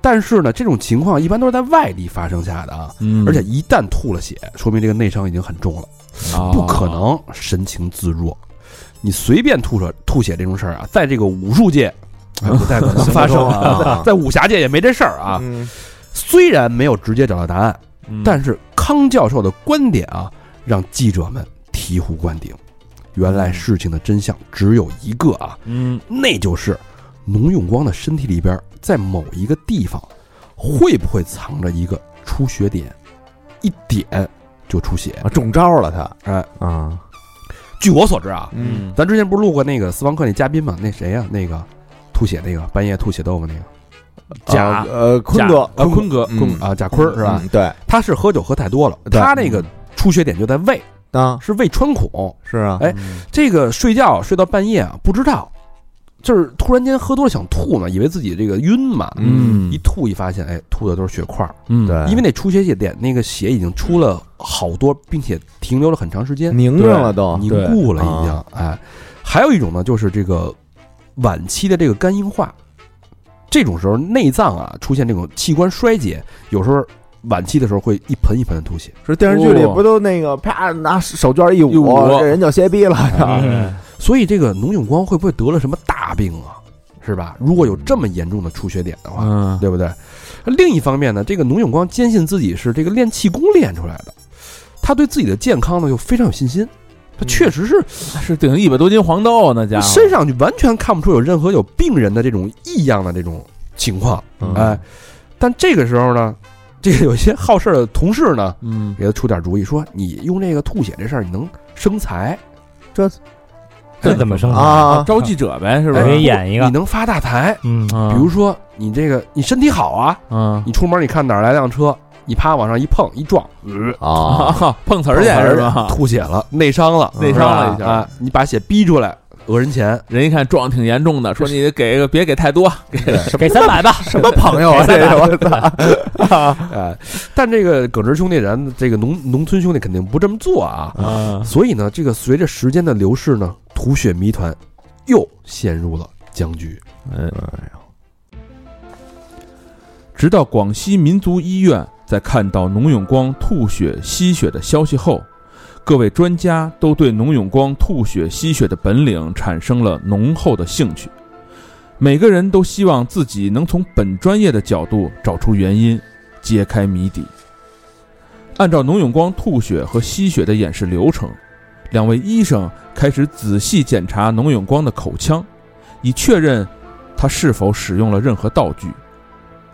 [SPEAKER 3] 但是呢，这种情况一般都是在外力发生下的啊，
[SPEAKER 6] 嗯
[SPEAKER 3] 而且一旦吐了血，说明这个内伤已经很重了，
[SPEAKER 4] 啊
[SPEAKER 3] 不可能神情自若。你随便吐血吐血这种事儿啊，在这个武术界哎不太可 能发生啊，在武侠界也没这事儿
[SPEAKER 2] 嗯
[SPEAKER 3] 啊。虽然没有直接找到答案，
[SPEAKER 4] 嗯
[SPEAKER 3] 但是康教授的观点啊，让记者们醍醐灌顶。原来事情的真相只有一个啊，
[SPEAKER 6] 嗯
[SPEAKER 3] 那就是农永光的身体里边，在某一个地方，会不会藏着一个出血点？一点就出血。
[SPEAKER 2] 啊中招了他，
[SPEAKER 3] 哎
[SPEAKER 2] 啊，
[SPEAKER 3] 据我所知啊，
[SPEAKER 6] 嗯
[SPEAKER 3] 咱之前不是录过那个斯旺克那嘉宾吗？那谁呀、那个吐血那个，半夜吐血豆腐那个，
[SPEAKER 2] 贾呃坤哥
[SPEAKER 3] 啊坤哥
[SPEAKER 2] 嗯
[SPEAKER 3] 坤啊贾坤儿是吧？
[SPEAKER 2] 嗯对
[SPEAKER 3] 他是喝酒喝太多了，
[SPEAKER 2] 对
[SPEAKER 3] 他那个出血点就在胃，
[SPEAKER 2] 啊
[SPEAKER 3] 是胃穿孔。
[SPEAKER 2] 是啊，
[SPEAKER 3] 哎，这个睡觉睡到半夜啊，不知道，就是突然间喝多了想吐呢，以为自己这个晕嘛，
[SPEAKER 6] 嗯
[SPEAKER 3] 一吐一发现，哎，吐的都是血块儿，
[SPEAKER 6] 嗯
[SPEAKER 2] 对，
[SPEAKER 3] 因为那出血血点那个血已经出了好多，并且停留了很长时间，
[SPEAKER 2] 凝着了都，啊
[SPEAKER 3] 凝
[SPEAKER 6] 啊对
[SPEAKER 3] 固了已经。哎，还有一种呢，就是这个晚期的这个肝硬化，这种时候内脏啊出现这种器官衰竭，有时候晚期的时候会一盆一盆的吐血，
[SPEAKER 2] 是电视剧里不都那个啪拿手绢一
[SPEAKER 6] 一
[SPEAKER 2] 捂，
[SPEAKER 6] 捂
[SPEAKER 2] 这人就歇逼了哎呀，
[SPEAKER 5] 嗯
[SPEAKER 3] 所以这个农永光会不会得了什么大病啊？是吧？如果有这么严重的出血点的话，
[SPEAKER 6] 嗯
[SPEAKER 3] 对不对？另一方面呢，这个农永光坚信自己是这个练气功练出来的，他对自己的健康呢又非常有信心。他
[SPEAKER 6] 嗯
[SPEAKER 3] 确实是
[SPEAKER 6] 是顶一百多斤黄豆呢，家伙
[SPEAKER 3] 身上就完全看不出有任何有病人的这种异样的这种情况，
[SPEAKER 2] 嗯
[SPEAKER 3] 哎，但这个时候呢，这个有些好事儿的同事呢，
[SPEAKER 6] 嗯
[SPEAKER 3] 给他出点主意，说你用这个吐血这事儿，你能生财，
[SPEAKER 5] 这怎么生活？
[SPEAKER 2] 啊，
[SPEAKER 6] 招记者呗，是不
[SPEAKER 5] 我给
[SPEAKER 6] 是
[SPEAKER 5] 你？演一
[SPEAKER 3] 你
[SPEAKER 5] 个，
[SPEAKER 3] 能发大财。
[SPEAKER 5] 嗯，
[SPEAKER 6] 嗯
[SPEAKER 3] 比如说你这个你身体好啊，
[SPEAKER 6] 嗯
[SPEAKER 3] 你出门你看哪儿来辆车，你啪往上一碰一撞，
[SPEAKER 2] 啊，
[SPEAKER 6] 啊碰瓷儿去啊
[SPEAKER 3] 而
[SPEAKER 6] 是
[SPEAKER 3] 且
[SPEAKER 6] 吧？嗯
[SPEAKER 3] 吐血了，内伤了，
[SPEAKER 6] 内伤了一下
[SPEAKER 3] 啊！你把血逼出来，讹人钱，
[SPEAKER 6] 人一看撞挺严重的，说你给个别给太多，给
[SPEAKER 5] 给三百吧。
[SPEAKER 2] 什么 朋友啊，这是我操，
[SPEAKER 3] 哎，但这个耿直兄弟，咱这个农农村兄弟肯定不这么做啊。
[SPEAKER 6] 嗯
[SPEAKER 3] 所以呢，这个随着时间的流逝呢，吐血谜团又陷入了僵局。
[SPEAKER 4] 直到广西民族医院在看到农永光吐血吸血的消息后，各位专家都对农永光吐血吸血的本领产生了浓厚的兴趣。每个人都希望自己能从本专业的角度找出原因，揭开谜底。按照农永光吐血和吸血的演示流程，两位医生开始仔细检查农永光的口腔，以确认他是否使用了任何道具。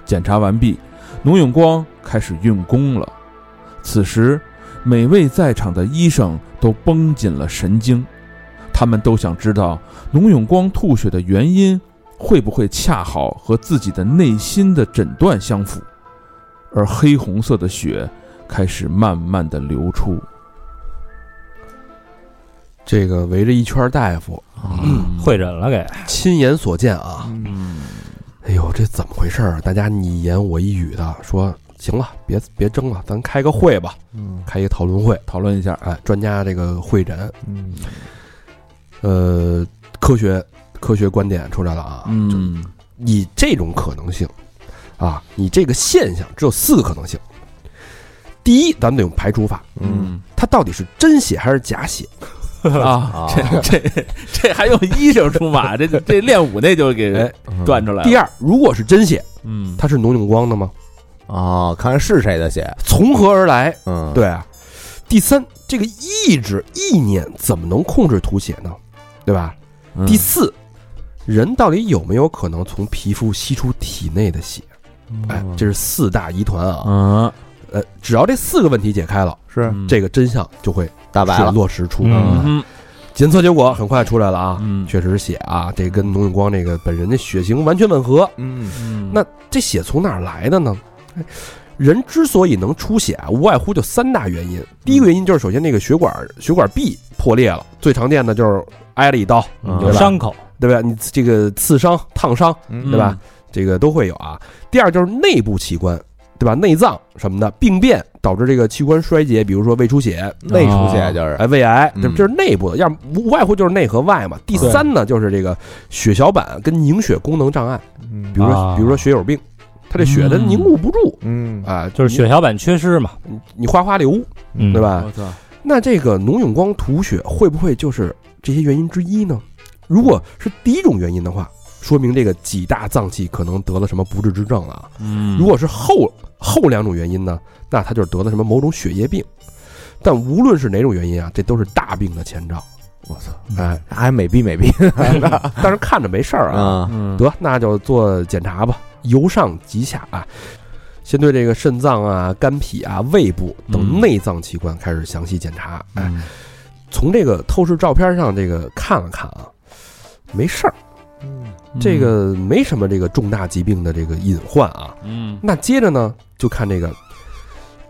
[SPEAKER 4] 检查完毕，农永光开始运功了。此时，每位在场的医生都绷紧了神经，他们都想知道农永光吐血的原因会不会恰好和自己的内心的诊断相符。而黑红色的血开始慢慢的流出，
[SPEAKER 3] 这个围着一圈大夫，
[SPEAKER 4] 嗯
[SPEAKER 5] 会诊了给，
[SPEAKER 3] 亲眼所见啊！哎呦，这怎么回事儿？大家你一言我一语的说，行了，别别争了，咱开个会吧，
[SPEAKER 2] 啊
[SPEAKER 3] 开一个讨论会，
[SPEAKER 4] 讨论一下，
[SPEAKER 3] 哎，专家这个会诊，
[SPEAKER 2] 嗯
[SPEAKER 3] 呃，科学科学观点出来了啊，就
[SPEAKER 4] 嗯，
[SPEAKER 3] 以这种可能性，啊，你这个现象只有四个可能性。第一，咱们得用排除法，
[SPEAKER 2] 嗯
[SPEAKER 3] 它到底是真血还是假血？
[SPEAKER 4] 嗯
[SPEAKER 6] 啊，这这这还用医生出马？这这练武那就给
[SPEAKER 3] 哎
[SPEAKER 2] 嗯
[SPEAKER 6] 断出来了。
[SPEAKER 3] 第二，如果是真血，
[SPEAKER 6] 嗯，
[SPEAKER 3] 它是农永光的吗？
[SPEAKER 2] 哦，看看是谁的血，
[SPEAKER 3] 从何而来？
[SPEAKER 2] 嗯，，
[SPEAKER 3] 对啊。第三，这个意志、意念怎么能控制吐血呢？对吧？
[SPEAKER 6] 嗯
[SPEAKER 3] 第四，人到底有没有可能从皮肤吸出体内的血？哎，
[SPEAKER 4] 嗯
[SPEAKER 3] 这是四大疑团啊。
[SPEAKER 6] 嗯
[SPEAKER 3] 呃，只要这四个问题解开了，
[SPEAKER 2] 是
[SPEAKER 4] 嗯
[SPEAKER 3] 这个真相就会
[SPEAKER 2] 大白
[SPEAKER 3] 水
[SPEAKER 2] 了，
[SPEAKER 3] 落石出。
[SPEAKER 5] 嗯
[SPEAKER 6] 嗯
[SPEAKER 3] 检测结果很快出来了啊，
[SPEAKER 6] 嗯
[SPEAKER 3] 确实是血啊，这跟农永光这个本人的血型完全吻合。
[SPEAKER 2] 嗯
[SPEAKER 6] 嗯
[SPEAKER 3] 那这血从哪儿来的呢？哎人之所以能出血啊，无外乎就三大原因。第一个原因就是，首先这个血管血管壁破裂了，最常见的就是挨了一刀，
[SPEAKER 6] 嗯
[SPEAKER 5] 有
[SPEAKER 3] 对吧
[SPEAKER 5] 伤口，
[SPEAKER 3] 对吧？你这个刺伤、烫伤，
[SPEAKER 2] 嗯
[SPEAKER 3] 对吧？这个都会有啊。第二就是内部器官，对吧？内脏什么的病变导致这个器官衰竭，比如说胃出血、
[SPEAKER 2] 内嗯出血就是，
[SPEAKER 3] 哎，胃癌，这
[SPEAKER 2] 嗯
[SPEAKER 3] 这是内部的，要么无外乎就是内和外嘛。第三呢，就是这个血小板跟凝血功能障碍，比如说
[SPEAKER 5] 啊
[SPEAKER 3] 比如说血友病，它这血它凝固不住
[SPEAKER 2] 嗯
[SPEAKER 3] 啊，
[SPEAKER 5] 就是血小板缺失嘛，
[SPEAKER 3] 你你哗哗流，
[SPEAKER 5] 嗯，
[SPEAKER 3] 对？吧
[SPEAKER 6] 我？操，
[SPEAKER 3] 那这个农永光吐血会不会就是这些原因之一呢？如果是第一种原因的话，说明这个几大脏器可能得了什么不治之症了啊。
[SPEAKER 6] 嗯
[SPEAKER 3] 如果是后后两种原因呢，那他就是得了什么某种血液病。但无论是哪种原因啊，这都是大病的前兆。
[SPEAKER 2] 我操，
[SPEAKER 3] 哎，
[SPEAKER 2] 还美逼美逼
[SPEAKER 3] 但是看着没事儿啊，
[SPEAKER 2] 啊，
[SPEAKER 6] 嗯
[SPEAKER 3] 得那就做检查吧，由上及下啊，先对这个肾脏啊、肝脾啊、胃部等
[SPEAKER 6] 嗯
[SPEAKER 3] 内脏器官开始详细检查。哎，从这个透视照片上这个看了看啊，没事儿，这个没什么这个重大疾病的这个隐患啊。
[SPEAKER 6] 嗯
[SPEAKER 3] 那接着呢，就看这个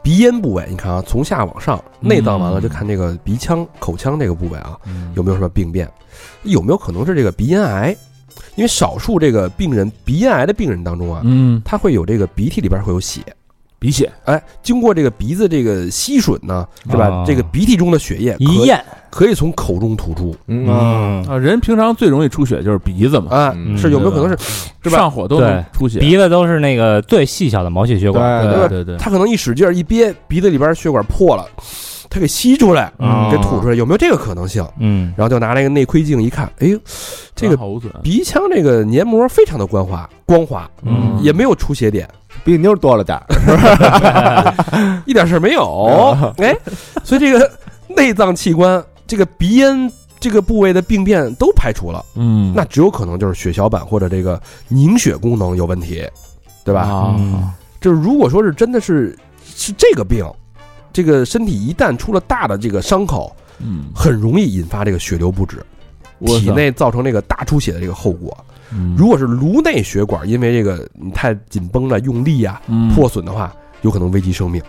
[SPEAKER 3] 鼻咽部位，你看啊，从下往上，内脏完了就看这个鼻腔、口腔这个部位啊，有没有什么病变，有没有可能是这个鼻咽癌？因为少数这个病人鼻咽癌的病人当中啊，
[SPEAKER 6] 嗯
[SPEAKER 3] 他会有这个鼻涕里边会有血，
[SPEAKER 4] 鼻血
[SPEAKER 3] 哎，经过这个鼻子这个吸吮呢，是吧？
[SPEAKER 5] 啊
[SPEAKER 3] 这个鼻涕中的血液
[SPEAKER 5] 一
[SPEAKER 3] 可
[SPEAKER 5] 验，
[SPEAKER 3] 可以从口中吐出，
[SPEAKER 2] 嗯
[SPEAKER 5] 嗯，
[SPEAKER 6] 啊，人平常最容易出血就是鼻子嘛，
[SPEAKER 3] 啊，
[SPEAKER 2] 嗯
[SPEAKER 3] 是有没有可能是对吧
[SPEAKER 6] 上火都能出血。
[SPEAKER 5] 鼻子都是那个最细小的毛细血管，
[SPEAKER 2] 对
[SPEAKER 6] 对对，
[SPEAKER 3] 他可能一使劲儿一憋，鼻子里边血管破了，他给吸出来，
[SPEAKER 5] 嗯
[SPEAKER 3] 给吐出来，有没有这个可能性？
[SPEAKER 5] 嗯，
[SPEAKER 3] 然后就拿那个内窥镜一看，哎呦，这个
[SPEAKER 6] 好无损。
[SPEAKER 3] 鼻腔这个黏膜非常的光滑，光滑，
[SPEAKER 5] 嗯
[SPEAKER 3] 也没有出血点，
[SPEAKER 2] 比妞多了点儿，
[SPEAKER 3] 一点事儿没
[SPEAKER 6] 啊
[SPEAKER 3] 有。哎，所以 这个内脏器官，这个鼻咽这个部位的病变都排除了，
[SPEAKER 6] 嗯
[SPEAKER 3] 那只有可能就是血小板或者这个凝血功能有问题，对
[SPEAKER 6] 对
[SPEAKER 3] 吧？
[SPEAKER 5] 嗯
[SPEAKER 3] 就是如果说是真的是是这个病，这个身体一旦出了大的这个伤口，
[SPEAKER 6] 嗯，
[SPEAKER 3] 很容易引发这个血流不止，
[SPEAKER 6] 我
[SPEAKER 3] 体
[SPEAKER 6] 操
[SPEAKER 3] 内造成这个大出血的这个后果。
[SPEAKER 6] 嗯
[SPEAKER 3] 如果是颅内血管因为这个你太紧绷了、用力啊
[SPEAKER 6] 嗯
[SPEAKER 3] 破损的话，有可能危及生命。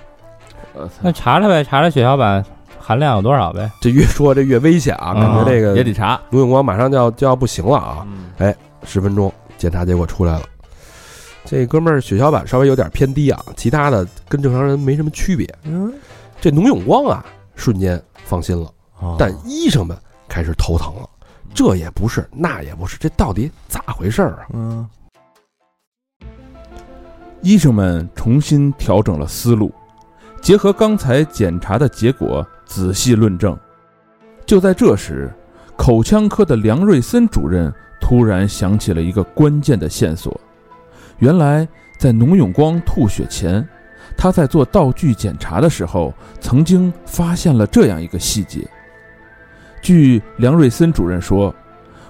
[SPEAKER 6] 我操
[SPEAKER 5] 那查查呗，查查血小板含量有多少呗，
[SPEAKER 3] 这越说这越危险啊！感觉这
[SPEAKER 6] 也
[SPEAKER 3] 个
[SPEAKER 6] 得查
[SPEAKER 3] 卢永光马上就要就要不行了啊！
[SPEAKER 6] 嗯
[SPEAKER 3] 十分钟检查结果出来了，这哥们儿血小板稍微有点偏低啊，其他的跟正常人没什么区别。
[SPEAKER 2] 嗯，
[SPEAKER 3] 这卢永光啊，瞬间放心了，
[SPEAKER 2] 哦啊
[SPEAKER 3] 但医生们开始头疼了，这也不是，那也不是，这到底咋回事儿啊？
[SPEAKER 2] 嗯
[SPEAKER 4] 医生们重新调整了思路，结合刚才检查的结果仔细论证。就在这时，口腔科的梁瑞森主任突然想起了一个关键的线索：原来在农永光吐血前，他在做道具检查的时候，曾经发现了这样一个细节。据梁瑞森主任说，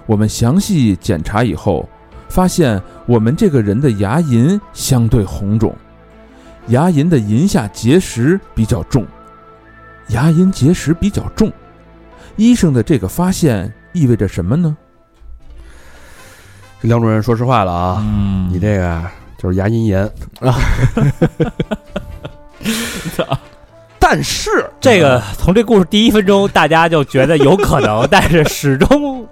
[SPEAKER 4] 我们详细检查以后，发现我们这个人的牙龈相对红肿，牙龈的龈下结石比较重，牙龈结石比较重。医生的这个发现意味着什么呢？
[SPEAKER 3] 这梁主任说实话了啊，
[SPEAKER 6] 嗯
[SPEAKER 3] 你这个啊就是牙龈炎
[SPEAKER 2] 啊。
[SPEAKER 3] 但是
[SPEAKER 5] 这个
[SPEAKER 6] 嗯
[SPEAKER 5] 从这故事第一分钟，大家就觉得有 可能，但是始终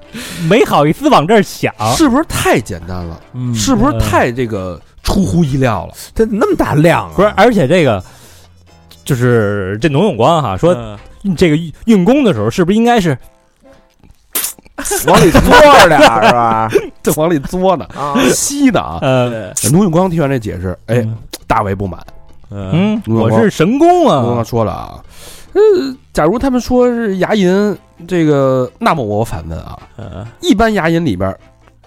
[SPEAKER 5] 没好意思往这儿想。
[SPEAKER 3] 是不是太简单了？
[SPEAKER 6] 嗯
[SPEAKER 3] 是不是太这个出乎意料 了？
[SPEAKER 2] 这那么大量啊，
[SPEAKER 5] 不是，
[SPEAKER 6] 嗯
[SPEAKER 5] 而且这个就是这农永光哈，说
[SPEAKER 6] 嗯
[SPEAKER 5] 这个运功的时候是不是应该是
[SPEAKER 2] 往里嘬着点 儿是吧？
[SPEAKER 3] 这往里嘬呢，
[SPEAKER 2] 啊，
[SPEAKER 3] 吸呢啊！嗯
[SPEAKER 5] 呃
[SPEAKER 3] 卢永光听完这解释，哎，大为不满。
[SPEAKER 5] 嗯，
[SPEAKER 3] 哎农永
[SPEAKER 5] 我
[SPEAKER 3] 光
[SPEAKER 5] 是神功
[SPEAKER 3] 卢永光
[SPEAKER 5] 啊，
[SPEAKER 3] 说了啊，假如他们说是牙龈这个，那么我反问啊，
[SPEAKER 5] 呃
[SPEAKER 6] 嗯
[SPEAKER 3] 一般牙龈里边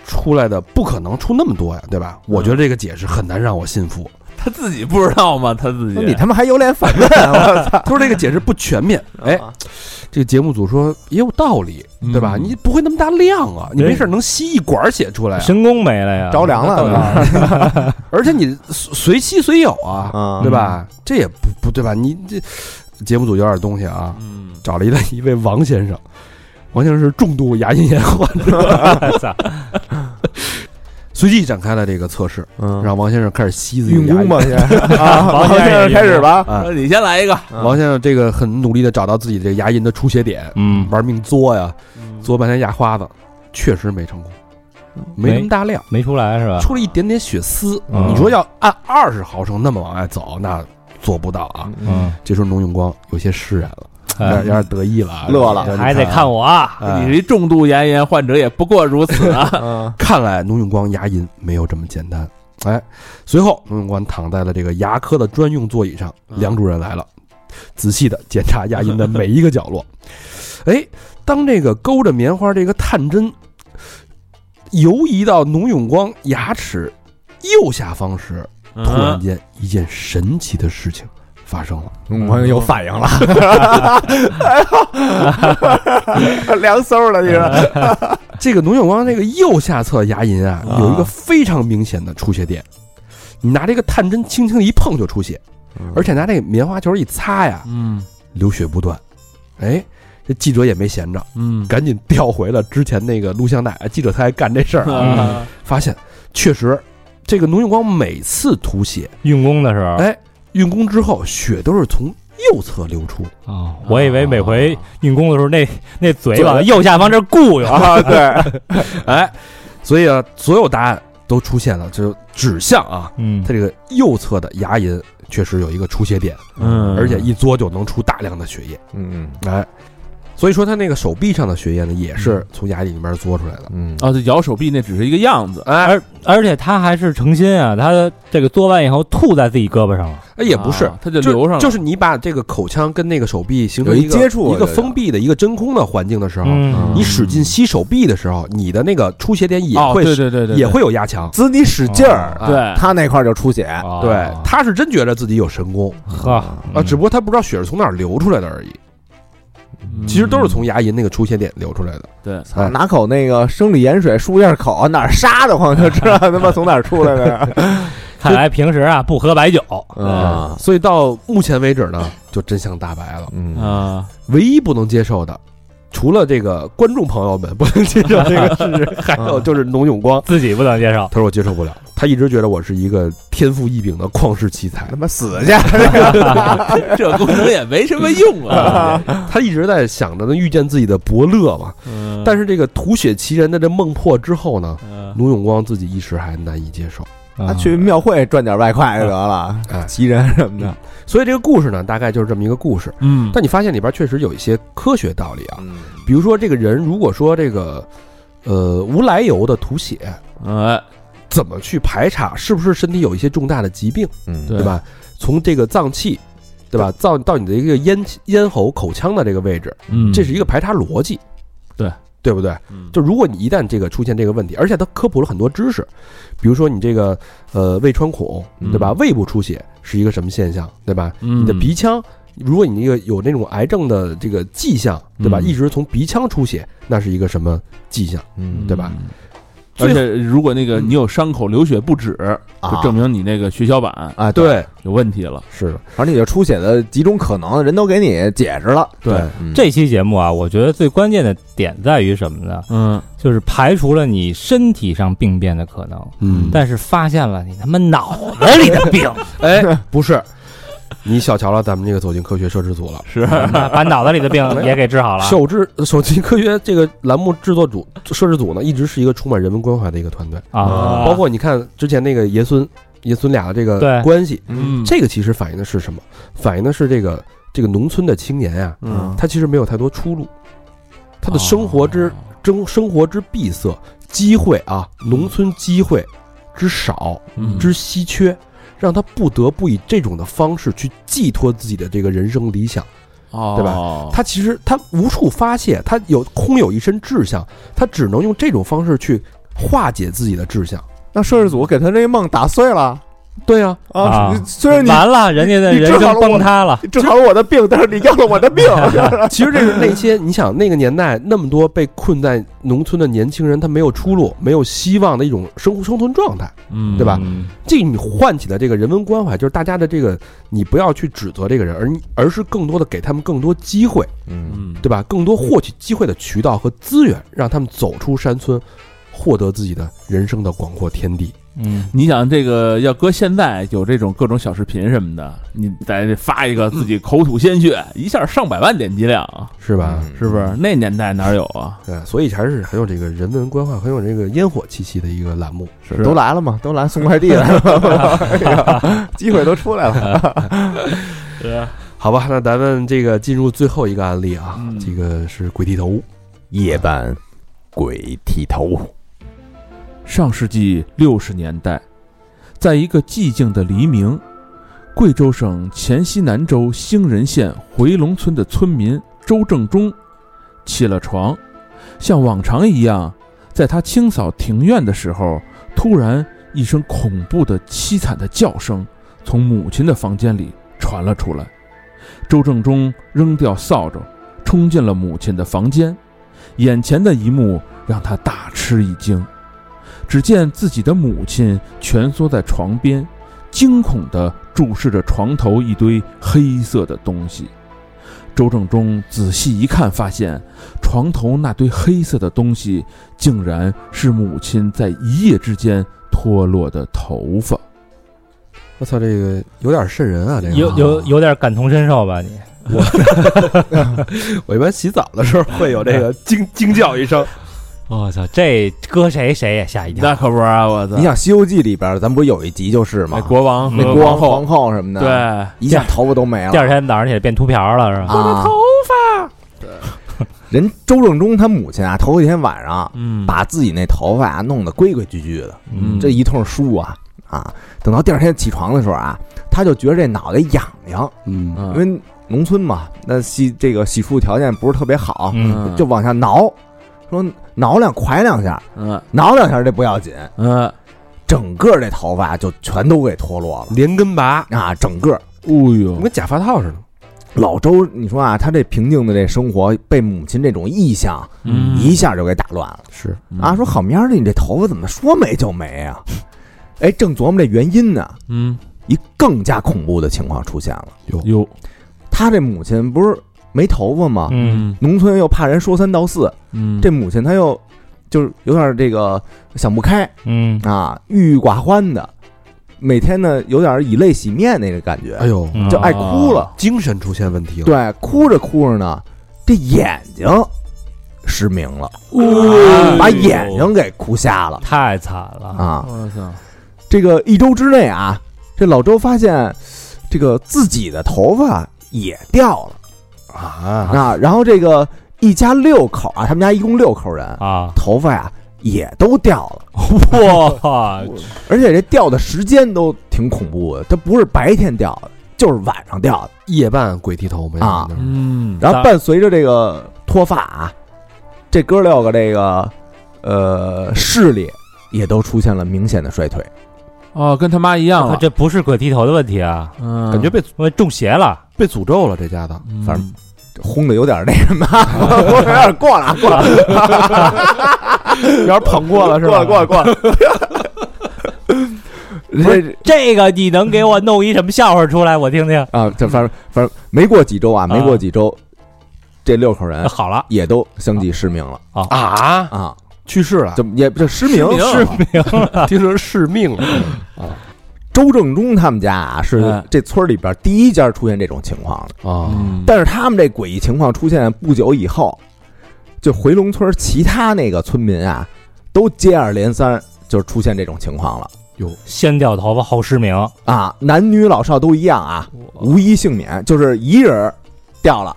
[SPEAKER 3] 出来的不可能出那么多呀，对吧？我觉得这个解释很难让我信服。
[SPEAKER 6] 他自己不知道吗？他自己
[SPEAKER 2] 你他妈还有脸反问？我操！
[SPEAKER 3] 他说这个解释不全 面，哎，这个节目组说也有道理，对吧？
[SPEAKER 6] 嗯
[SPEAKER 3] 你不会那么大量啊，你没事能吸一管儿血出来啊，
[SPEAKER 5] 神功没了呀，
[SPEAKER 2] 着凉了
[SPEAKER 3] 而且你随随吸随有啊，
[SPEAKER 2] 啊
[SPEAKER 3] 对吧？这也不不对吧？你这节目组有点东西啊，
[SPEAKER 6] 嗯，
[SPEAKER 3] 找了一位一位王先生，王先生是重度牙龈炎患者，
[SPEAKER 5] 操
[SPEAKER 3] 随即展开了这个测试，
[SPEAKER 2] 嗯，
[SPEAKER 3] 让王先生开始吸自己
[SPEAKER 2] 运
[SPEAKER 3] 的牙
[SPEAKER 2] 功吧，
[SPEAKER 3] 龈。
[SPEAKER 2] 先啊，
[SPEAKER 5] 王
[SPEAKER 2] 王
[SPEAKER 5] 先
[SPEAKER 2] 先
[SPEAKER 5] 生
[SPEAKER 2] 生开始吧。
[SPEAKER 3] 啊，
[SPEAKER 6] 呃你先来一个，
[SPEAKER 2] 嗯
[SPEAKER 3] 王先生这个很努力的找到自己这牙龈的出血点，
[SPEAKER 5] 嗯，
[SPEAKER 3] 玩命嘬呀，嘬半天牙花子，确实没成功，没那么大量，
[SPEAKER 5] 没出来是吧？
[SPEAKER 3] 出了一点点血丝。
[SPEAKER 5] 啊嗯
[SPEAKER 3] 你说要按二十毫升那么往外走，那做不到啊。
[SPEAKER 5] 嗯，
[SPEAKER 3] 这时候农永光有些释然了，有
[SPEAKER 5] 哎
[SPEAKER 3] 点有点得意了啊，
[SPEAKER 2] 乐了
[SPEAKER 5] 还得看
[SPEAKER 3] 我。
[SPEAKER 5] 我啊，
[SPEAKER 3] 哎
[SPEAKER 6] 你是一重度牙炎患者，也不过如此啊。
[SPEAKER 2] 嗯
[SPEAKER 3] 看来农永光牙龈没有这么简单。哎，随后农永光躺在了这个牙科的专用座椅上，
[SPEAKER 6] 嗯
[SPEAKER 3] 梁主任来了，仔细的检查牙龈的每一个角落。哎，当这个勾着棉花这个探针游移到农永光牙齿右下方时，
[SPEAKER 6] 嗯
[SPEAKER 3] 突
[SPEAKER 5] 啊
[SPEAKER 3] 然间一件神奇的事情发生了。
[SPEAKER 2] 我有反应了，哎呦， 凉飕了，你说
[SPEAKER 3] 这个农永光这个右下侧牙龈啊，
[SPEAKER 6] 啊
[SPEAKER 3] 有一个非常明显的出血点，你拿这个探针轻轻一碰就出血，而且拿这个棉花球一擦呀，
[SPEAKER 6] 嗯
[SPEAKER 3] 流血不断。哎，这记者也没闲着，
[SPEAKER 6] 嗯
[SPEAKER 3] 赶紧调回了之前那个录像带，哎记者他还干这事儿啊，
[SPEAKER 6] 啊
[SPEAKER 5] 嗯
[SPEAKER 3] 发现确实这个农永光每次吐血，
[SPEAKER 5] 运功的时候，
[SPEAKER 3] 哎，运功之后血都是从右侧流出，
[SPEAKER 6] 嗯
[SPEAKER 5] 哦，
[SPEAKER 6] 啊
[SPEAKER 5] 我以为每回运功的时候，那那嘴
[SPEAKER 2] 嘴
[SPEAKER 5] 往右下方这儿固有，
[SPEAKER 2] 啊，对，
[SPEAKER 3] 哎，所以啊，所有答案都出现了，就指向啊，
[SPEAKER 5] 嗯
[SPEAKER 3] 他这个右侧的牙龈确实有一个出血点，
[SPEAKER 6] 嗯
[SPEAKER 3] 而且一嘬就能出大量的血液，
[SPEAKER 2] 嗯
[SPEAKER 3] 哎，所以说他那个手臂上的血液呢，也
[SPEAKER 6] 嗯
[SPEAKER 3] 是从牙龈里面嘬出来的。
[SPEAKER 2] 嗯，
[SPEAKER 4] 啊
[SPEAKER 6] 哦，这摇手臂那只是一个样子，
[SPEAKER 3] 哎，
[SPEAKER 5] 而而且他还是诚心啊，他这个做完以后吐在自己胳膊上了，
[SPEAKER 3] 哎也不是，
[SPEAKER 6] 啊，它就
[SPEAKER 3] 就
[SPEAKER 6] 流上了，
[SPEAKER 3] 就是你把这个口腔跟那个手臂形成
[SPEAKER 2] 有一
[SPEAKER 3] 一个
[SPEAKER 2] 接触
[SPEAKER 3] 一个
[SPEAKER 2] 就有
[SPEAKER 3] 封闭的一个真空的环境的时候，
[SPEAKER 5] 嗯
[SPEAKER 3] 你使劲吸手臂的时候，你的那个出血点也
[SPEAKER 6] 哦，
[SPEAKER 3] 会
[SPEAKER 6] 对对对对，
[SPEAKER 3] 也会有压强。
[SPEAKER 2] 滋你使劲儿，
[SPEAKER 3] 啊
[SPEAKER 6] 对，
[SPEAKER 2] 他那块儿就出血，
[SPEAKER 5] 哦
[SPEAKER 3] 对，他是真觉得自己有神功
[SPEAKER 5] 呵
[SPEAKER 3] 啊，只不过他不知道血是从哪儿流出来的而已。
[SPEAKER 5] 嗯
[SPEAKER 3] 其实都是从牙龈那个出血点流出来的。
[SPEAKER 6] 对，
[SPEAKER 3] 哎
[SPEAKER 2] 拿口那个生理盐水漱一下口，哪儿沙的慌就知道他妈从哪儿出来的
[SPEAKER 5] 看来平时啊不喝白酒，
[SPEAKER 2] 啊，
[SPEAKER 3] 嗯所以到目前为止 呢，就真相大白了。
[SPEAKER 2] 嗯
[SPEAKER 6] 啊，
[SPEAKER 3] 唯一不能接受的，除了这个观众朋友们不能接 受这个
[SPEAKER 2] 嗯
[SPEAKER 3] 事实，还有就是农永光，
[SPEAKER 5] 自己不能接受，
[SPEAKER 3] 他说我接受不了，他一直觉得我是一个天赋异禀的旷世奇才
[SPEAKER 2] 他，妈死去，
[SPEAKER 6] 这功能也没什么用 啊。
[SPEAKER 3] 他一直在想着能遇见自己的伯乐嘛。
[SPEAKER 6] 嗯
[SPEAKER 3] 但是这个吐血奇人的这梦破之后呢，
[SPEAKER 6] 嗯
[SPEAKER 3] 农永光自己一时还难以接受。
[SPEAKER 2] 他去庙会赚点外快就得了
[SPEAKER 3] 哎，
[SPEAKER 2] 吉人什么的，
[SPEAKER 3] 所以这个故事呢，大概就是这么一个故事。
[SPEAKER 6] 嗯
[SPEAKER 3] 但你发现里边确实有一些科学道理啊，
[SPEAKER 2] 嗯，
[SPEAKER 3] 比如说这个人如果说这个，呃，无来由的吐血，
[SPEAKER 6] 哎，
[SPEAKER 3] 怎么去排查是不是身体有一些重大的疾病，
[SPEAKER 2] 嗯
[SPEAKER 6] 对
[SPEAKER 3] 对吧？从这个脏器，对吧？到到你的一个咽咽喉、口腔的这个位置，
[SPEAKER 6] 嗯
[SPEAKER 3] 这是一个排查逻辑，
[SPEAKER 6] 对
[SPEAKER 3] 对不对？
[SPEAKER 5] 嗯
[SPEAKER 3] 就如果你一旦这个出现这个问题，而且他科普了很多知识，比如说你这个呃胃穿孔，
[SPEAKER 6] 嗯
[SPEAKER 3] 对吧？胃部出血是一个什么现象，对吧？
[SPEAKER 6] 你
[SPEAKER 3] 你
[SPEAKER 5] 嗯
[SPEAKER 3] 的鼻腔，如果你那个有那种癌症的这个迹象，对吧？
[SPEAKER 6] 嗯
[SPEAKER 3] 一直从鼻腔出血，那是一个什么迹象？
[SPEAKER 2] 嗯
[SPEAKER 3] 对吧？
[SPEAKER 6] 而
[SPEAKER 3] 最
[SPEAKER 6] 且如果那个你有伤口流血不止，就
[SPEAKER 2] 啊
[SPEAKER 6] 证明你那个血小板
[SPEAKER 2] 啊，，，
[SPEAKER 6] 有问题了。
[SPEAKER 3] 是的，
[SPEAKER 2] 反正你就出血的几种可能，人都给你解释了，
[SPEAKER 6] 对，
[SPEAKER 2] 嗯
[SPEAKER 5] 这期节目啊，我觉得最关键的点在于什么呢？
[SPEAKER 6] 嗯，
[SPEAKER 5] 就是排除了你身体上病变的可能，
[SPEAKER 3] 嗯
[SPEAKER 5] 但是发现了你他妈脑子里的病，
[SPEAKER 3] 哎，不是， 你小瞧了咱们这个走进科学摄制组了。
[SPEAKER 6] 是，
[SPEAKER 5] 把脑子里的病也给治好了。
[SPEAKER 3] 手制 手机科学这个栏目制作组摄制组呢，一直是一个充满人文关怀的一个团队，
[SPEAKER 5] 啊，
[SPEAKER 3] 包括你看之前那个爷孙爷孙俩的这
[SPEAKER 5] 对
[SPEAKER 3] 个关系，
[SPEAKER 6] 嗯，
[SPEAKER 3] 这个其实反映的是什么？反映的是这个这个农村的青年呀、
[SPEAKER 6] 嗯
[SPEAKER 3] 他其实没有太多出路，他的生活之
[SPEAKER 2] 哦
[SPEAKER 3] 生生活之闭塞，机会啊，农村机会之少
[SPEAKER 6] 嗯
[SPEAKER 3] 之稀缺，让他不得不以这种的方式去寄托自己的这个人生理想，
[SPEAKER 2] 哦
[SPEAKER 3] 对吧
[SPEAKER 7] 吧
[SPEAKER 3] 他其实他无处发泄，他有空有一身志向，他只能用这种方式去化解自己的志向。
[SPEAKER 2] 那摄制组给他这个梦打碎了嗯
[SPEAKER 3] 对 呀、
[SPEAKER 5] 啊
[SPEAKER 2] 你虽然你
[SPEAKER 5] 完了，人家的
[SPEAKER 2] 你
[SPEAKER 5] 人
[SPEAKER 2] 治好
[SPEAKER 5] 生
[SPEAKER 2] 了
[SPEAKER 5] 崩
[SPEAKER 2] 我
[SPEAKER 5] 塌了，
[SPEAKER 2] 治好了我的病，但是你要了我的 命。
[SPEAKER 3] 其实这个那些，你想那个年代那么多被困在农村的年轻人，他没有出路，没有希望的一种生活生存状态，
[SPEAKER 7] 嗯
[SPEAKER 3] 对吧？这你唤起的这个人文关怀，就是大家的这个，你不要去指责这个人，而你而是更多的给他们更多机会，
[SPEAKER 2] 嗯，
[SPEAKER 7] 嗯，
[SPEAKER 3] 对吧？更多获取机会的渠道和资源，让他们走出山村，获得自己的人生的广阔天地。
[SPEAKER 5] 嗯，
[SPEAKER 7] 你想这个要搁现在有这种各种小视频什么的，你在这发一个自己口吐鲜血，一下上百万点击量啊，
[SPEAKER 3] 是吧？
[SPEAKER 2] 嗯
[SPEAKER 7] 是不是？那年代哪有啊？
[SPEAKER 3] 对，所以还是很有这个人文关怀，很有这个烟火气息的一个栏目。
[SPEAKER 7] 是
[SPEAKER 2] 都来了嘛，都来送快递来了， 机会都出来了。
[SPEAKER 3] 啊好吧，那咱们这个进入最后一个案例啊，
[SPEAKER 7] 嗯
[SPEAKER 3] 这个是鬼剃头。
[SPEAKER 2] 夜半鬼剃头，
[SPEAKER 4] 上世纪六十年代，在一个寂静的黎明，贵州省黔西南州兴仁县回龙村的村民周正忠起了床，像往常一样，在他清扫庭院的时候，突然一声恐怖的凄惨的叫声从母亲的房间里传了出来。周正忠扔掉扫帚，冲进了母亲的房间，眼前的一幕让他大吃一惊。只见自己的母亲蜷缩在床边，惊恐地注视着床头一堆黑色的东西。周正中仔细一看，发现床头那堆黑色的东西竟然是母亲在一夜之间脱落的头发。
[SPEAKER 3] 我操，这个有点瘆人啊！这个
[SPEAKER 5] 有有有点感同身受吧你？
[SPEAKER 3] 我一般洗澡的时候会有这个惊惊叫一声，
[SPEAKER 5] 我操，这搁谁谁也吓一跳
[SPEAKER 7] 那。可不是啊，我操！
[SPEAKER 2] 你想《西游记》里边，咱不是有一集就是
[SPEAKER 7] 那
[SPEAKER 2] 吗？
[SPEAKER 7] 国王
[SPEAKER 2] 那
[SPEAKER 7] 和
[SPEAKER 2] 国
[SPEAKER 7] 王
[SPEAKER 2] 王
[SPEAKER 7] 后
[SPEAKER 2] 哎呃皇，后什么的，
[SPEAKER 7] 对，，
[SPEAKER 2] 一下头发都没了。
[SPEAKER 5] 嗯第二天早上起来变秃瓢了是吧？
[SPEAKER 2] 啊，头发。人周正中他母亲啊，头一天晚上
[SPEAKER 7] 嗯，
[SPEAKER 2] 把自己那头发啊弄得规规矩矩的，
[SPEAKER 7] 嗯
[SPEAKER 2] 这一通梳啊啊，等到第二天起床的时候啊，他就觉得这脑袋痒痒，
[SPEAKER 4] 嗯
[SPEAKER 7] 嗯
[SPEAKER 2] 因为农村嘛，那洗这个洗漱条件不是特别好，
[SPEAKER 5] 嗯，
[SPEAKER 2] 就往下挠，说挠两蒯两下，
[SPEAKER 7] 嗯
[SPEAKER 2] 挠两下这不要紧，
[SPEAKER 7] 嗯，
[SPEAKER 2] 整个这头发就全都给脱落了
[SPEAKER 3] 连根拔，
[SPEAKER 2] 啊，整个。
[SPEAKER 4] 哦
[SPEAKER 3] 怎么
[SPEAKER 4] 呦，
[SPEAKER 3] 跟假发套似的。
[SPEAKER 2] 老周，你说啊，他这平静的这生活被母亲这种意向
[SPEAKER 7] 嗯
[SPEAKER 2] 一下就给打乱了。
[SPEAKER 3] 是，
[SPEAKER 4] 嗯
[SPEAKER 2] 啊，说好喵的，你这头发怎么说没就没啊？哎，正琢磨这原因呢，
[SPEAKER 7] 嗯
[SPEAKER 2] 一更加恐怖的情况出现了。
[SPEAKER 4] 有
[SPEAKER 2] 他这母亲不是没头发吗？
[SPEAKER 5] 嗯，
[SPEAKER 2] 农村又怕人说三道四，
[SPEAKER 7] 嗯，
[SPEAKER 2] 这母亲她又就是有点这个想不开
[SPEAKER 5] 嗯，
[SPEAKER 2] 啊，郁郁寡欢的，每天呢有点以泪洗面那个感觉，
[SPEAKER 3] 哎呦，
[SPEAKER 5] 嗯
[SPEAKER 2] 就爱哭了。
[SPEAKER 3] 精神出现问题了。，
[SPEAKER 2] 对，哭着哭着呢，这眼睛失明了，把眼睛给哭瞎了
[SPEAKER 5] 哎太惨了。
[SPEAKER 2] 啊！
[SPEAKER 7] 我操，
[SPEAKER 2] 这个一周之内啊，这老周发现这个自己的头发也掉了啊然后这个一家六口啊，他们家一共六口人，
[SPEAKER 5] 啊！
[SPEAKER 2] 头发呀、也都掉了，
[SPEAKER 5] 哇，
[SPEAKER 2] 而且这掉的时间都挺恐怖的，它不是白天掉的，就是晚上掉的。
[SPEAKER 3] 夜半鬼剃头没有
[SPEAKER 2] 啊
[SPEAKER 3] 那儿
[SPEAKER 7] 嗯，
[SPEAKER 2] 然后伴随着这个脱发啊，这哥六个这个呃视力也都出现了明显的衰退。
[SPEAKER 4] 啊
[SPEAKER 7] 哦，跟他妈一样
[SPEAKER 2] 啊
[SPEAKER 5] 他
[SPEAKER 7] 了，
[SPEAKER 5] 啊这不是鬼剃头的问题啊，
[SPEAKER 7] 嗯，
[SPEAKER 3] 感觉被
[SPEAKER 5] 我中邪了。
[SPEAKER 3] 被诅咒了，这家的。
[SPEAKER 7] 嗯
[SPEAKER 2] 反正轰的有点那什 么，有点过了啊，过了，有点捧过了是吧？过了，过了，过了。这
[SPEAKER 5] 这个你能给我弄一什么笑话出来，我听听？
[SPEAKER 2] 啊，这反正反正没过几周啊，没过几周，这六口 人
[SPEAKER 5] 好了，
[SPEAKER 2] 也都相继失明了
[SPEAKER 3] 啊，
[SPEAKER 2] 啊，
[SPEAKER 3] 去世了，
[SPEAKER 2] 怎么也这失明
[SPEAKER 7] 失
[SPEAKER 2] 是
[SPEAKER 3] 听说是命了。
[SPEAKER 2] 周正中他们家啊，是
[SPEAKER 7] 哎
[SPEAKER 2] 这村里边第一家出现这种情况的。
[SPEAKER 3] 啊，
[SPEAKER 7] 嗯
[SPEAKER 2] 但是他们这诡异情况出现不久以后，就回龙村其他那个村民啊，都接二连三就出现这种情况了。
[SPEAKER 5] 先掉头发后失明。
[SPEAKER 2] 啊，男女老少都一样啊，无一幸免，就是一人儿掉了，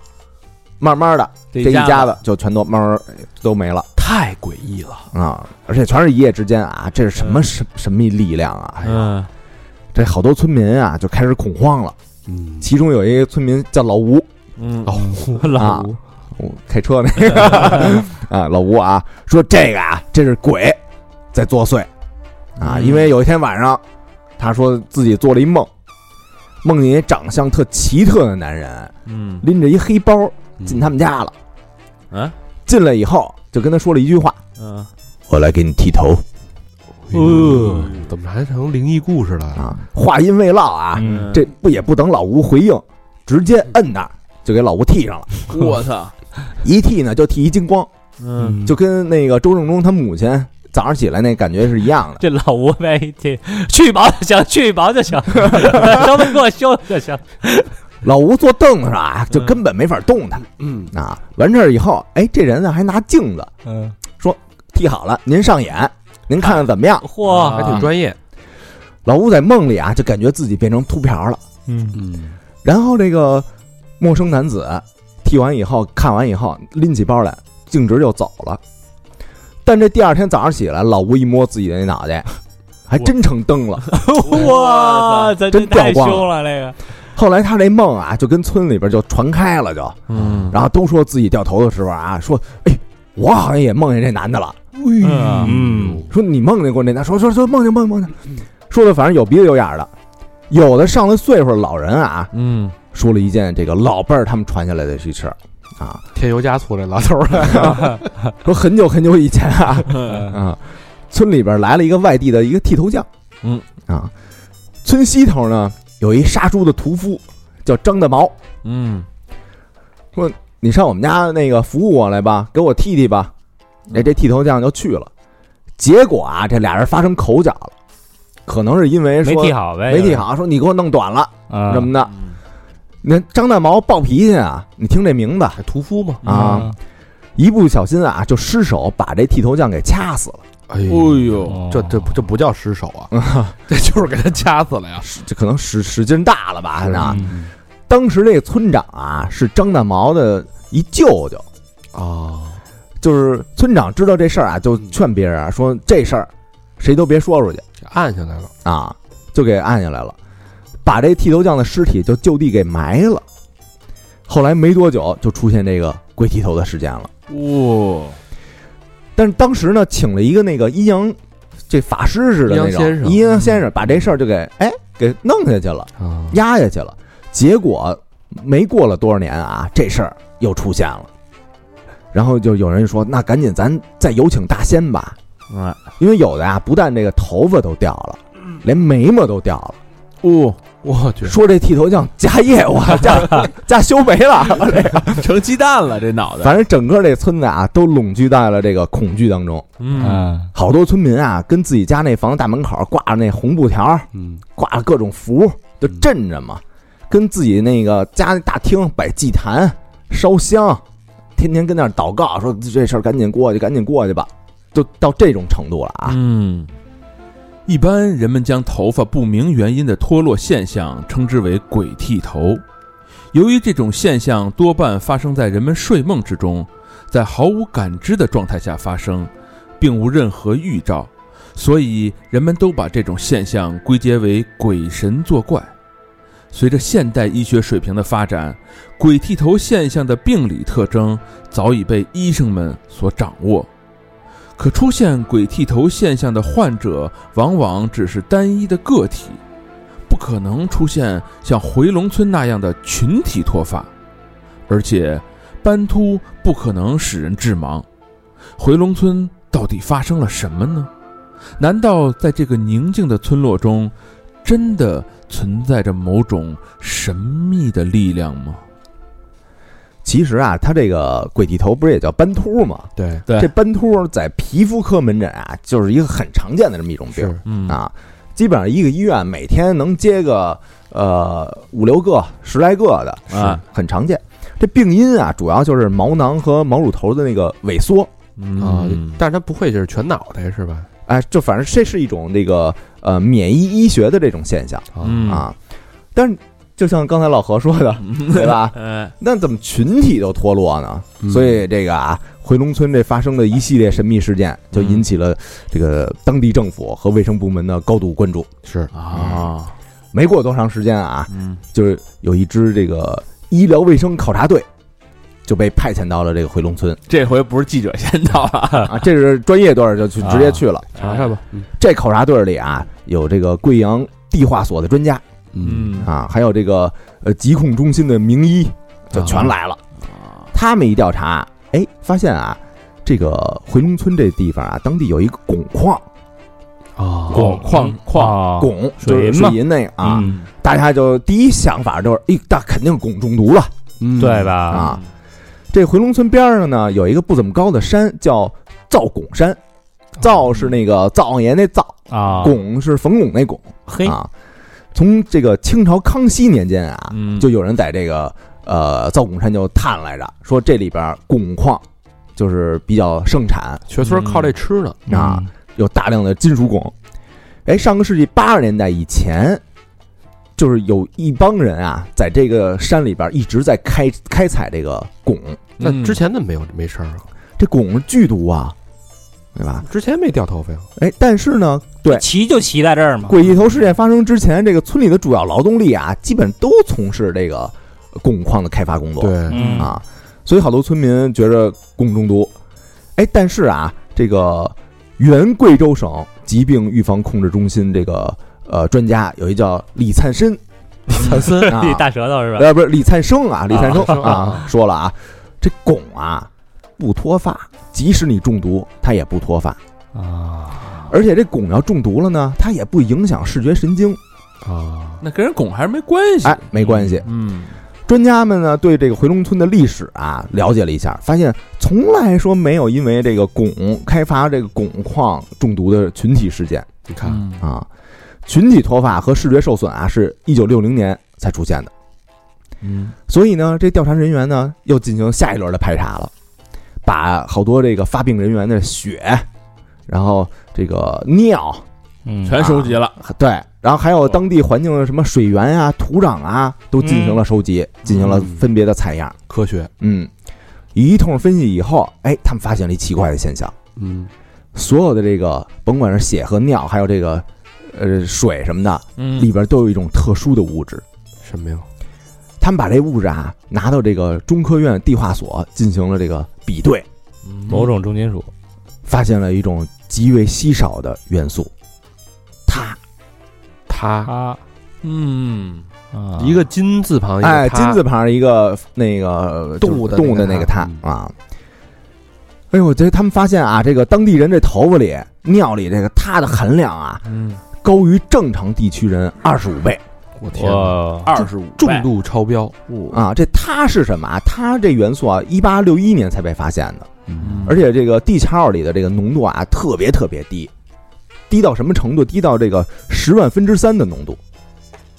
[SPEAKER 2] 慢慢的这一家子就全都慢慢都没了
[SPEAKER 3] 太诡异了。
[SPEAKER 2] 啊，而且全是一夜之间啊，这是什么神神秘力量啊？哎呀，
[SPEAKER 7] 嗯
[SPEAKER 2] 这好多村民啊就开始恐慌了，
[SPEAKER 3] 嗯，
[SPEAKER 2] 其中有一个村民叫老吴，
[SPEAKER 6] 嗯，
[SPEAKER 2] 老吴、我开车那 个啊，老吴啊，说这个啊，这是鬼在作祟啊，因为有一天晚上，他说自己做了一梦，梦见一长相特奇特的男人
[SPEAKER 6] 嗯
[SPEAKER 2] 拎着一黑包
[SPEAKER 3] 嗯
[SPEAKER 2] 进他们家了，嗯
[SPEAKER 6] 啊，
[SPEAKER 2] 进来以后就跟他说了一句话
[SPEAKER 6] 嗯，：“
[SPEAKER 2] 我来给你剃头
[SPEAKER 3] 呃，怎么还成灵异故事了？
[SPEAKER 2] 啊。”话音未落啊，
[SPEAKER 6] 嗯
[SPEAKER 2] 这不也不等老吴回应，直接摁那儿就给老吴剃上了，
[SPEAKER 6] 我操，
[SPEAKER 2] 一剃呢就剃一精光，
[SPEAKER 6] 嗯，
[SPEAKER 2] 就跟那个周正中他母亲早上起来那感觉是一样的。
[SPEAKER 5] 这老吴呗，这去毛就行，去毛就行， 稍微给我修就行。
[SPEAKER 2] 老吴坐凳子上啊，就根本没法动弹。嗯啊，完事儿以后，哎，这人呢还拿镜子
[SPEAKER 5] 嗯，
[SPEAKER 2] 剃好了，您上眼，您看看怎么样？
[SPEAKER 5] 嚯，
[SPEAKER 2] 哎
[SPEAKER 3] 还挺专业，
[SPEAKER 2] 老吴在梦里啊，就感觉自己变成秃瓢了。
[SPEAKER 5] 嗯，
[SPEAKER 4] 嗯
[SPEAKER 2] 然后这个陌生男子剃完以后，看完以后，拎起包来，径直就走了。但这第二天早上起来，老吴一摸自己的那脑袋，还真成灯了。
[SPEAKER 5] 哇，咱这
[SPEAKER 2] 真掉
[SPEAKER 5] 太
[SPEAKER 2] 光
[SPEAKER 5] 凶了，这个
[SPEAKER 2] 后来他这梦啊，就跟村里边就传开了，就
[SPEAKER 3] 嗯，
[SPEAKER 2] 然后都说自己掉头的时候啊，说哎，我好像也梦见这男的了。
[SPEAKER 3] 哎
[SPEAKER 4] 嗯
[SPEAKER 2] 说你梦见过那男？说说说梦见梦见梦见，说的反正有鼻子有眼儿的。有的上了岁数的老人啊，
[SPEAKER 3] 嗯，
[SPEAKER 2] 说了一件这个老辈儿他们传下来的虚事儿啊，
[SPEAKER 3] 添油加醋这老头儿，
[SPEAKER 2] 说很久很久以前啊，啊，村里边来了一个外地的一个剃头匠，
[SPEAKER 3] 嗯
[SPEAKER 2] 啊，村西头呢有一杀猪的屠夫叫张大毛，
[SPEAKER 3] 嗯，
[SPEAKER 2] 你上我们家那个服务我来吧，给我剃剃吧。
[SPEAKER 5] 嗯
[SPEAKER 2] 哎，这剃头匠就去了，结果啊，这俩人发生口角了，可能是因为
[SPEAKER 5] 没
[SPEAKER 2] 说
[SPEAKER 5] 剃好呗，
[SPEAKER 2] 没剃好，说你给我弄短了
[SPEAKER 5] 啊，
[SPEAKER 2] 什么的。那张大毛暴脾气啊，你听这名字
[SPEAKER 3] 还屠夫嘛，
[SPEAKER 2] 啊，一不小心啊就失手把这剃头匠给掐死了。
[SPEAKER 3] 哎
[SPEAKER 6] 哎
[SPEAKER 3] 呦，
[SPEAKER 6] 呦，
[SPEAKER 5] 哦
[SPEAKER 3] 这这不这不叫失手啊， 这就是给他掐死了呀，
[SPEAKER 2] 使这可能使使劲大了吧？那
[SPEAKER 4] 嗯
[SPEAKER 2] 当时那个村长啊是张大毛的一舅舅，
[SPEAKER 3] 啊，
[SPEAKER 2] 就是村长知道这事儿啊，就劝别人啊说这事儿谁都别说出去
[SPEAKER 3] 这按下来了，
[SPEAKER 2] 啊，就给按下来了，把这剃头匠的尸体就就地给埋了。后来没多久就出现这个鬼剃头的事件了，
[SPEAKER 6] 哇，
[SPEAKER 2] 但是当时呢，请了一个那个阴阳这法师似的那
[SPEAKER 3] 阴阳先
[SPEAKER 2] 种
[SPEAKER 3] 生嗯
[SPEAKER 2] 阴阳先生，把这事儿就给哎给弄下去了。
[SPEAKER 3] 啊，
[SPEAKER 2] 压下去了。结果没过了多少年啊，这事儿又出现了。然后就有人说：“那赶紧咱再有请大仙吧，
[SPEAKER 6] 哎，
[SPEAKER 2] 因为有的啊，不但这个头发都掉了，连眉毛都掉了。
[SPEAKER 6] 哦，
[SPEAKER 3] 我去，
[SPEAKER 2] 说这剃头匠加业务 啊加加修眉 了，这个
[SPEAKER 6] 成鸡蛋了，这脑袋，
[SPEAKER 2] 反正整个这村子啊都笼聚在了这个恐惧当中。
[SPEAKER 6] 嗯，
[SPEAKER 5] 嗯，
[SPEAKER 2] 好多村民啊，跟自己家那房大门口挂着那红布条，
[SPEAKER 4] 嗯
[SPEAKER 2] 挂着各种符，就镇着嘛，跟自己那个家大厅摆祭坛、烧香，天天跟那儿祷告，说这事儿赶紧过去，赶紧过去吧，就到这种程度了啊！
[SPEAKER 6] 嗯，
[SPEAKER 4] 一般人们将头发不明原因的脱落现象称之为“鬼剃头”。由于这种现象多半发生在人们睡梦之中，在毫无感知的状态下发生，并无任何预兆，所以人们都把这种现象归结为鬼神作怪。随着现代医学水平的发展，鬼剃头现象的病理特征早已被医生们所掌握。可出现鬼剃头现象的患者，往往只是单一的个体，不可能出现像回龙村那样的群体脱发，而且斑秃不可能使人致盲。回龙村到底发生了什么呢？难道在这个宁静的村落中，真的存在着某种神秘的力量吗？
[SPEAKER 2] 其实啊，他这个鬼剃头不是也叫斑秃吗？
[SPEAKER 3] 对，
[SPEAKER 6] 对
[SPEAKER 2] 这斑秃在皮肤科门诊啊，就是一个很常见的这么一种病
[SPEAKER 3] 是，
[SPEAKER 6] 嗯，
[SPEAKER 2] 啊。基本上一个医院每天能接个呃五六个、十来个的，
[SPEAKER 6] 啊，
[SPEAKER 2] 很常见。这病因啊，主要就是毛囊和毛乳头的那个萎缩，
[SPEAKER 3] 啊
[SPEAKER 6] 嗯，，
[SPEAKER 3] 但是他不会就是全脑袋是吧？
[SPEAKER 2] 哎，就反正这是一种那个呃免疫医学的这种现象
[SPEAKER 3] 啊，
[SPEAKER 6] 嗯，
[SPEAKER 2] 啊。但是就像刚才老何 说的，对吧？
[SPEAKER 6] 哎，
[SPEAKER 2] 那怎么群体都脱落呢？
[SPEAKER 6] 嗯
[SPEAKER 3] 嗯
[SPEAKER 2] 所以这个啊，回龙村这发生的一系列神秘事件，
[SPEAKER 6] 嗯
[SPEAKER 2] 就引起了这个当地政府和卫生部门的高度关注。
[SPEAKER 4] 嗯
[SPEAKER 3] 是
[SPEAKER 6] 啊，
[SPEAKER 2] 没过多长时间啊，
[SPEAKER 6] 嗯，
[SPEAKER 2] 就是有一支这个医疗卫生考察队就被派遣到了这个回龙村
[SPEAKER 6] 这回不是记者先到了，
[SPEAKER 2] 啊，这是专业队儿就去直接去
[SPEAKER 5] 啊
[SPEAKER 2] 了。
[SPEAKER 3] 查查吧，嗯
[SPEAKER 2] 这考察队里啊，有这个贵阳地化所的专家
[SPEAKER 6] 嗯
[SPEAKER 2] 啊，还有这个呃疾控中心的名医，就全来
[SPEAKER 5] 啊
[SPEAKER 2] 了。他们一调查，哎，发现啊，这个回龙村这地方啊，当地有一个汞矿，
[SPEAKER 3] 啊
[SPEAKER 4] 广矿矿
[SPEAKER 5] 矿
[SPEAKER 2] 汞
[SPEAKER 5] 啊水
[SPEAKER 2] 就是
[SPEAKER 5] 银嘛
[SPEAKER 2] 水银那个啊，
[SPEAKER 5] 嗯
[SPEAKER 2] 大家就第一想法就是，哎，那肯定汞中毒了。
[SPEAKER 3] 嗯
[SPEAKER 5] 对吧？
[SPEAKER 2] 啊，这回龙村边上呢有一个不怎么高的山，叫灶拱山。灶是那个灶王爷那灶，
[SPEAKER 5] 啊，
[SPEAKER 2] 拱是冯巩那拱
[SPEAKER 5] 嘿，
[SPEAKER 2] 啊。从这个清朝康熙年间啊，
[SPEAKER 6] 嗯
[SPEAKER 2] 就有人在这个呃灶拱山就探来着，说这里边汞矿就是比较盛产，
[SPEAKER 3] 全村靠这吃呢，
[SPEAKER 2] 啊有大量的金属汞。哎，上个世纪八十年代以前，就是有一帮人啊，在这个山里边一直在开开采这个汞，
[SPEAKER 3] 那
[SPEAKER 6] 嗯
[SPEAKER 4] 嗯
[SPEAKER 3] 之前怎么没有没事儿啊？
[SPEAKER 2] 这汞是剧毒啊，对吧？
[SPEAKER 3] 之前没掉头发呀？
[SPEAKER 2] 哎，但是呢，对
[SPEAKER 5] 骑就骑在这儿嘛，
[SPEAKER 2] 诡异头事件发生之前，这个村里的主要劳动力啊，基本都从事这个汞矿的开发工作。
[SPEAKER 3] 对，
[SPEAKER 5] 嗯，
[SPEAKER 2] 啊，所以好多村民觉着汞中毒。哎，但是啊，这个原贵州省疾病预防控制中心这个呃专家有一叫李灿深，李灿森啊，
[SPEAKER 5] 大舌头是吧？
[SPEAKER 2] 呃不是李灿生啊，李灿生
[SPEAKER 3] 啊
[SPEAKER 2] 啊，说了啊，这汞啊不脱发，即使你中毒，它也不脱发。
[SPEAKER 5] 啊，
[SPEAKER 2] 而且这汞要中毒了呢，它也不影响视觉神经，
[SPEAKER 3] 啊，
[SPEAKER 6] 那跟人拱还是没关系。
[SPEAKER 2] 哎，没关系。
[SPEAKER 6] 嗯，
[SPEAKER 2] 专家们呢对这个回龙村的历史啊了解了一下，发现从来说没有因为这个汞开发这个汞矿中毒的群体事件
[SPEAKER 3] 你看
[SPEAKER 6] 嗯
[SPEAKER 2] 啊，群体脱发和视觉受损啊是一九六零年才出现的。
[SPEAKER 6] 嗯
[SPEAKER 2] 所以呢，这调查人员呢又进行下一轮的排查了，把好多这个发病人员的血，然后这个尿，
[SPEAKER 5] 嗯，
[SPEAKER 6] 全收集了，
[SPEAKER 2] 对，然后还有当地环境的什么水源啊、土壤啊，都进行了收集，进行了分别的采样。
[SPEAKER 3] 科学，
[SPEAKER 2] 嗯，一通分析以后，哎，他们发现了一奇怪的现象：
[SPEAKER 3] 嗯，
[SPEAKER 2] 所有的这个，甭管是血和尿，还有这个呃水什么的，
[SPEAKER 6] 嗯
[SPEAKER 2] 里边都有一种特殊的物质。
[SPEAKER 3] 什么呀？
[SPEAKER 2] 他们把这物质啊拿到这个中科院地化所进行了这个比对，
[SPEAKER 6] 嗯
[SPEAKER 4] 嗯
[SPEAKER 5] 某种重金属，
[SPEAKER 2] 发现了一种极为稀少的元素，它
[SPEAKER 3] 他
[SPEAKER 5] 啊
[SPEAKER 6] 嗯
[SPEAKER 5] 啊，
[SPEAKER 3] 一个金字旁，一个
[SPEAKER 2] 哎，
[SPEAKER 3] 他
[SPEAKER 2] 金字旁一个那个
[SPEAKER 3] 动物的
[SPEAKER 2] 动物的
[SPEAKER 3] 那个嗯
[SPEAKER 2] 那个
[SPEAKER 3] 它
[SPEAKER 2] 它啊。哎呦，这他们发现啊，这个当地人这头发里、尿里这个它的含量啊，
[SPEAKER 6] 嗯，
[SPEAKER 2] 高于正常地区人二十五倍
[SPEAKER 3] 我天哪，
[SPEAKER 5] 哇，
[SPEAKER 6] 二十五
[SPEAKER 3] 重度超标，
[SPEAKER 2] 啊！这它是什么啊？它这元素啊，一八六一年才被发现的，
[SPEAKER 6] 嗯
[SPEAKER 2] 而且这个地壳里的这个浓度啊，特别特别低，低到什么程度？低到这个十万分之三的浓度。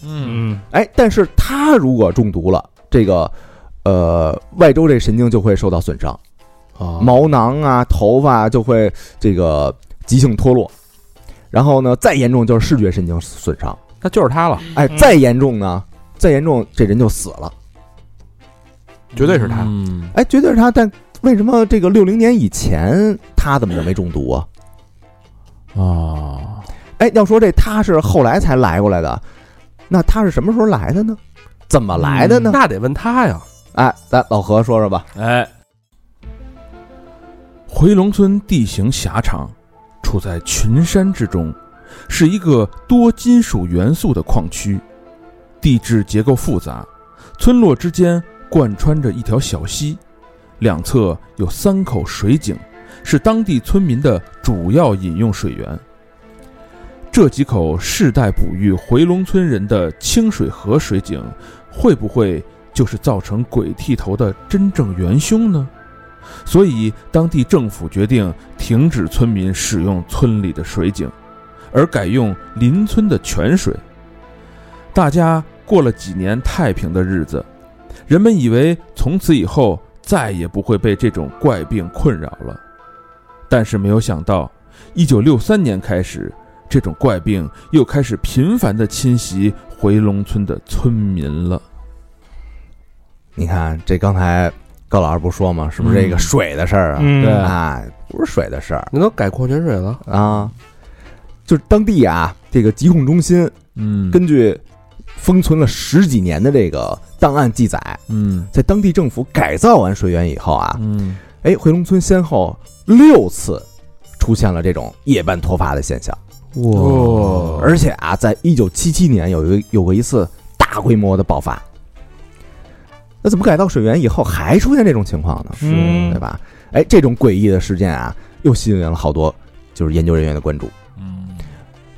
[SPEAKER 6] 嗯
[SPEAKER 5] 嗯，
[SPEAKER 2] 哎，但是它如果中毒了，这个呃外周这神经就会受到损伤，
[SPEAKER 3] 啊，
[SPEAKER 2] 毛囊啊、头发就会这个急性脱落，然后呢，再严重就是视觉神经损伤。
[SPEAKER 6] 那就是他了，
[SPEAKER 2] 哎，
[SPEAKER 5] 嗯
[SPEAKER 2] 再严重呢，再严重这人就死了。
[SPEAKER 3] 绝对是他，
[SPEAKER 6] 嗯
[SPEAKER 2] 哎，绝对是他，但为什么这个六零年以前他怎么就没中毒啊？
[SPEAKER 6] 啊，
[SPEAKER 2] 哎，要说这他是后来才来过来的，那他是什么时候来的呢？怎么来的呢？
[SPEAKER 3] 那得问他呀，
[SPEAKER 2] 哎，咱老何说说吧。
[SPEAKER 6] 哎，
[SPEAKER 4] 回龙村地形狭长，处在群山之中，是一个多金属元素的矿区，地质结构复杂，村落之间贯穿着一条小溪，两侧有三口水井，是当地村民的主要饮用水源。这几口世代哺育回龙村人的清水河水井，会不会就是造成鬼剃头的真正元凶呢？所以当地政府决定停止村民使用村里的水井，而改用邻村的泉水。大家过了几年太平的日子，人们以为从此以后再也不会被这种怪病困扰了，但是没有想到，一九六三年开始，这种怪病又开始频繁地侵袭回龙村的村民了。
[SPEAKER 2] 你看这刚才高老师不说吗？是不是这个水的事儿啊？
[SPEAKER 5] 嗯
[SPEAKER 2] 哎，不是水的事儿
[SPEAKER 3] 你都改矿泉水了，
[SPEAKER 2] 啊，就是当地啊，这个疾控中心
[SPEAKER 6] 嗯，
[SPEAKER 2] 根据封存了十几年的这个档案记载，
[SPEAKER 6] 嗯
[SPEAKER 2] 在当地政府改造完水源以后啊，
[SPEAKER 6] 嗯，
[SPEAKER 2] 哎，回龙村先后六次出现了这种夜班脱发的现象，
[SPEAKER 6] 哇
[SPEAKER 3] 哦
[SPEAKER 2] 而且啊，在一九七七年有一个有过一次大规模的爆发。那怎么改造水源以后还出现这种情况呢？
[SPEAKER 5] 嗯
[SPEAKER 2] 对吧？哎，这种诡异的事件啊，又吸引了好多就是研究人员的关注。
[SPEAKER 6] 嗯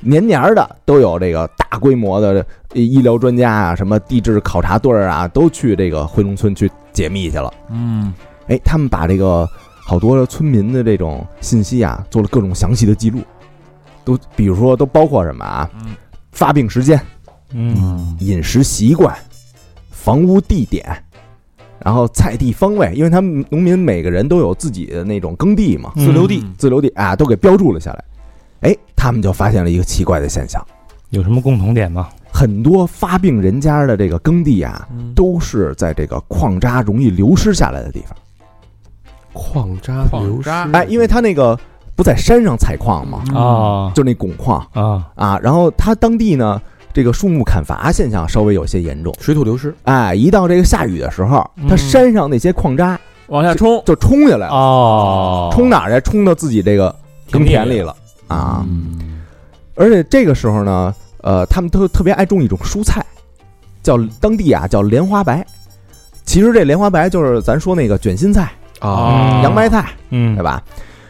[SPEAKER 2] 年年儿的都有这个大规模的呃医疗专家啊，什么地质考察队儿啊，都去这个回龙村去解密去了。
[SPEAKER 6] 嗯
[SPEAKER 2] 哎，他们把这个好多村民的这种信息啊，做了各种详细的记录，都比如说都包括什么啊，
[SPEAKER 6] 嗯
[SPEAKER 2] 发病时间、
[SPEAKER 5] 嗯
[SPEAKER 4] 嗯
[SPEAKER 2] 饮食习惯、房屋地点，然后菜地方位，因为他们农民每个人都有自己的那种耕地嘛，
[SPEAKER 5] 自留地
[SPEAKER 2] 自留地啊，都给标注了下来。哎，他们就发现了一个奇怪的现象。
[SPEAKER 5] 有什么共同点吗？
[SPEAKER 2] 很多发病人家的这个耕地啊，
[SPEAKER 6] 嗯
[SPEAKER 2] 都是在这个矿渣容易流失下来的地方。
[SPEAKER 3] 矿渣
[SPEAKER 4] 矿
[SPEAKER 3] 流失，
[SPEAKER 4] 渣
[SPEAKER 2] 哎，因为它那个不在山上采矿嘛，
[SPEAKER 3] 嗯
[SPEAKER 5] 啊
[SPEAKER 2] 就那汞矿
[SPEAKER 5] 啊，
[SPEAKER 2] 啊，然后它当地呢，这个树木砍伐现象稍微有些严重。
[SPEAKER 3] 水土流失，
[SPEAKER 2] 哎，一到这个下雨的时候
[SPEAKER 5] 嗯，
[SPEAKER 2] 它山上那些矿渣
[SPEAKER 6] 往下冲，
[SPEAKER 2] 就冲下来了，
[SPEAKER 5] 哦，
[SPEAKER 2] 冲哪儿去？冲到自己这个耕田里了啊！
[SPEAKER 4] 嗯
[SPEAKER 2] 而且这个时候呢，呃，他们都特别爱种一种蔬菜，叫当地啊叫莲花白。其实这莲花白就是咱说那个卷心菜、
[SPEAKER 5] 啊
[SPEAKER 2] 洋白菜，
[SPEAKER 5] 嗯
[SPEAKER 2] 对，吧？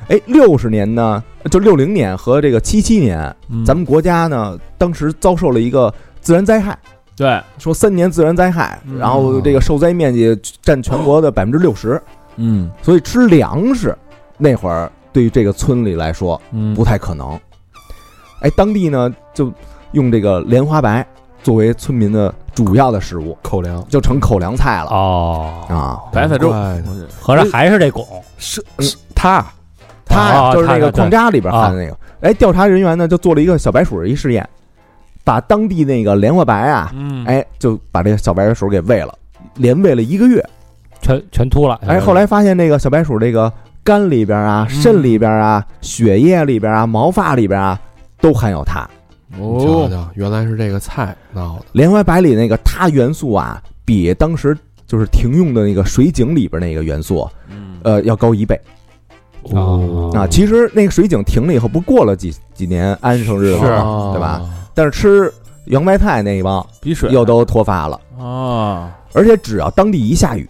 [SPEAKER 2] 哎，六十年呢，就六零年和这个七七年，
[SPEAKER 5] 嗯
[SPEAKER 4] 嗯
[SPEAKER 2] 咱们国家呢当时遭受了一个自然灾害，
[SPEAKER 6] 对，
[SPEAKER 2] 说三年自然灾害，
[SPEAKER 5] 嗯
[SPEAKER 2] 然后这个受灾面积占全国的百分之六十，
[SPEAKER 6] 嗯
[SPEAKER 2] 所以吃粮食那会儿对于这个村里来说
[SPEAKER 6] 嗯
[SPEAKER 2] 不太可能。哎，当地呢就用这个莲花白作为村民的主要的食物，
[SPEAKER 3] 口粮，
[SPEAKER 2] 就成口粮菜了
[SPEAKER 5] 哦，
[SPEAKER 2] 啊。
[SPEAKER 6] 白菜粥，
[SPEAKER 3] 怪的
[SPEAKER 5] 合着还是这汞，
[SPEAKER 3] 是是他
[SPEAKER 2] 它呀
[SPEAKER 5] 哦
[SPEAKER 2] 就是那
[SPEAKER 5] 它
[SPEAKER 2] 个
[SPEAKER 5] 它
[SPEAKER 2] 矿渣里边含的那个。哎，调查人员呢就做了一个小白鼠儿一实验，把当地那个莲花白啊，
[SPEAKER 6] 嗯
[SPEAKER 2] 哎，就把这个小白鼠给喂了，连喂了一个月。
[SPEAKER 5] 全全秃了。
[SPEAKER 2] 哎，后来发现那个小白鼠这个肝里边啊、
[SPEAKER 6] 嗯
[SPEAKER 2] 肾里边啊、血液里边啊、毛发里边啊，都含有它。
[SPEAKER 3] 瞧
[SPEAKER 6] 哦，
[SPEAKER 3] 瞧，原来是这个菜闹的，
[SPEAKER 2] 莲花白里那个它元素啊，比当时就是停用的那个水井里边那个元素，
[SPEAKER 6] 嗯
[SPEAKER 2] 呃，要高一倍
[SPEAKER 5] 哦
[SPEAKER 2] 啊。其实那个水井停了以后，不过了几几年安生日子
[SPEAKER 6] 是
[SPEAKER 2] 吗？
[SPEAKER 3] 哦
[SPEAKER 2] 对吧？但是吃洋白菜那一帮
[SPEAKER 6] 比水
[SPEAKER 2] 又都脱发了，
[SPEAKER 6] 啊，
[SPEAKER 2] 而且只要当地一下雨，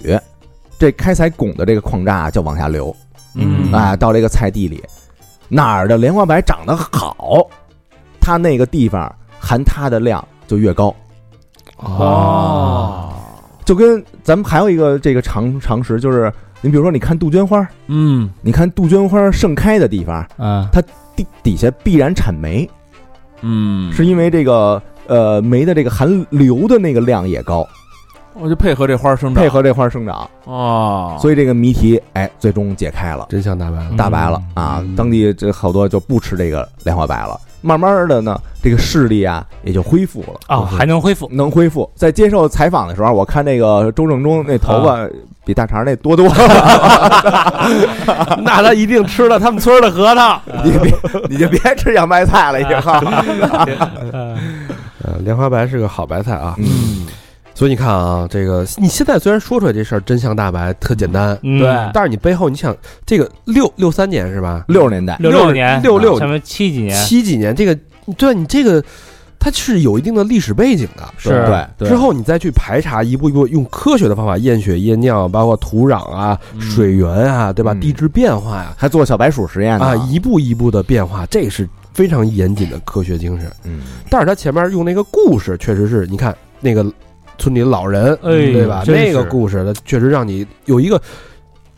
[SPEAKER 2] 这开采汞的这个矿渣啊就往下流
[SPEAKER 6] 嗯
[SPEAKER 2] 啊、哎到这个菜地里，哪儿的莲花白长得好，它那个地方含它的量就越高，
[SPEAKER 3] 哦，
[SPEAKER 2] 就跟咱们还有一个这个常常识就是，你比如说你看杜鹃花，
[SPEAKER 6] 嗯
[SPEAKER 2] 你看杜鹃花盛开的地方，
[SPEAKER 5] 嗯
[SPEAKER 2] 地底下必然产煤，
[SPEAKER 6] 嗯，
[SPEAKER 2] 是因为这个呃煤的这个含硫的那个量也高，
[SPEAKER 6] 我哦就配合这花儿生
[SPEAKER 4] 嗯
[SPEAKER 6] 长，
[SPEAKER 2] 配合这花生长。
[SPEAKER 4] 啊
[SPEAKER 6] 哦，
[SPEAKER 2] 所以这个谜题，哎，最终解开了，
[SPEAKER 3] 真相大白了，
[SPEAKER 2] 大白了啊
[SPEAKER 4] 嗯！
[SPEAKER 2] 当地这好多就不吃这个莲花白了，慢慢的呢，这个视力啊也就恢复了，
[SPEAKER 5] 哦，还能恢复
[SPEAKER 2] 能恢复。在接受采访的时候，我看那个周正中那头发比大肠那多多了，
[SPEAKER 3] 那他一定吃了他们村的 核桃。
[SPEAKER 2] 你别你就别吃洋白菜了，以后。
[SPEAKER 3] 呃，莲花白是个好白菜啊，
[SPEAKER 2] 嗯，
[SPEAKER 3] 所以你看啊，这个你现在虽然说出来这事儿真相大白，特简单，
[SPEAKER 5] 嗯
[SPEAKER 6] 对
[SPEAKER 3] 但是你背后你想，这个六六三年是吧？
[SPEAKER 2] 六十年代，
[SPEAKER 5] 六
[SPEAKER 3] 六
[SPEAKER 5] 六年
[SPEAKER 3] 六六
[SPEAKER 5] 什么七几年
[SPEAKER 3] 七几年，这个对你这个它是有一定的历史背景的。
[SPEAKER 5] 是
[SPEAKER 2] 对对
[SPEAKER 3] 之后你再去排查，一步一步用科学的方法验血、验尿，包括土壤啊、
[SPEAKER 6] 嗯
[SPEAKER 3] 水源啊，对吧？
[SPEAKER 2] 嗯
[SPEAKER 3] 地质变化呀、
[SPEAKER 2] 还做小白鼠实验呢
[SPEAKER 3] 啊，
[SPEAKER 5] 嗯
[SPEAKER 3] 一步一步的变化，这是非常严谨的科学精神。
[SPEAKER 2] 嗯，
[SPEAKER 3] 但是他前面用那个故事，确实是你看那个村里的老人，
[SPEAKER 5] 哎
[SPEAKER 3] 对吧？
[SPEAKER 5] 真是
[SPEAKER 3] 那个故事，它确实让你有一个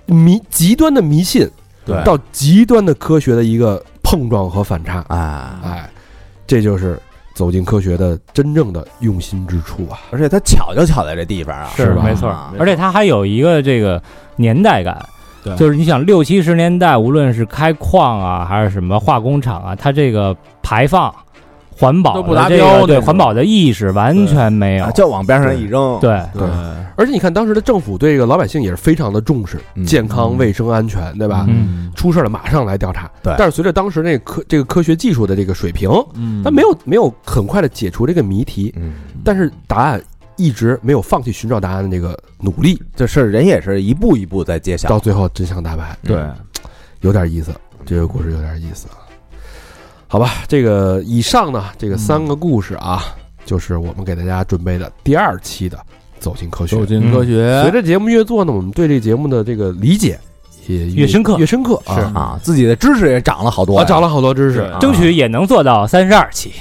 [SPEAKER 3] 迷极端的迷信，
[SPEAKER 2] 对
[SPEAKER 3] 到极端的科学的一个碰撞和反差。
[SPEAKER 2] 啊，
[SPEAKER 3] 哎，这就是走进科学的真正的用心之处啊！
[SPEAKER 2] 而且它巧就巧在这地方啊，
[SPEAKER 5] 是
[SPEAKER 3] 吧
[SPEAKER 5] 没错
[SPEAKER 2] 啊，
[SPEAKER 5] 而且它还有一个这个年代感
[SPEAKER 6] 对，
[SPEAKER 5] 就是你想六七十年代，无论是开矿啊，还是什么化工厂啊，它这个排放、环保
[SPEAKER 6] 都不
[SPEAKER 5] 的
[SPEAKER 6] 达
[SPEAKER 5] 这个
[SPEAKER 6] 标那
[SPEAKER 5] 对
[SPEAKER 6] 种
[SPEAKER 5] 环保的意识完全没有
[SPEAKER 2] 啊，就往边上一扔，
[SPEAKER 5] 对，
[SPEAKER 6] 嗯
[SPEAKER 3] 对而且你看，当时的政府对这个老百姓也是非常的重视，
[SPEAKER 2] 嗯
[SPEAKER 3] 健康、卫生、安全，对吧？
[SPEAKER 5] 嗯
[SPEAKER 3] 出事儿了马上来调查。
[SPEAKER 2] 对
[SPEAKER 3] 但是随着当时那个科这个科学技术的这个水平，
[SPEAKER 6] 嗯，
[SPEAKER 3] 它没有没有很快的解除这个谜题，
[SPEAKER 2] 嗯，
[SPEAKER 3] 但是答案一直没有放弃寻找答案的这个努力，
[SPEAKER 2] 这事儿人也是一步一步在揭
[SPEAKER 3] 到
[SPEAKER 2] 晓。
[SPEAKER 3] 最后真相大白。
[SPEAKER 2] 对
[SPEAKER 3] 嗯，有点意思，这个故事有点意思啊。好吧，这个以上呢，这个三个故事啊，就是我们给大家准备的第二期的《走进科学》。
[SPEAKER 4] 走进科
[SPEAKER 3] 随
[SPEAKER 2] 嗯
[SPEAKER 4] 学，
[SPEAKER 3] 着节目越做呢，我们对这节目的这个理解也
[SPEAKER 5] 越深刻
[SPEAKER 3] 越深刻啊。
[SPEAKER 2] 啊，自己的知识也长了好多
[SPEAKER 3] 我
[SPEAKER 2] 呀，
[SPEAKER 3] 啊
[SPEAKER 2] 啊
[SPEAKER 3] 长了好多知识
[SPEAKER 6] 对，
[SPEAKER 5] 争取也能做到三十二期。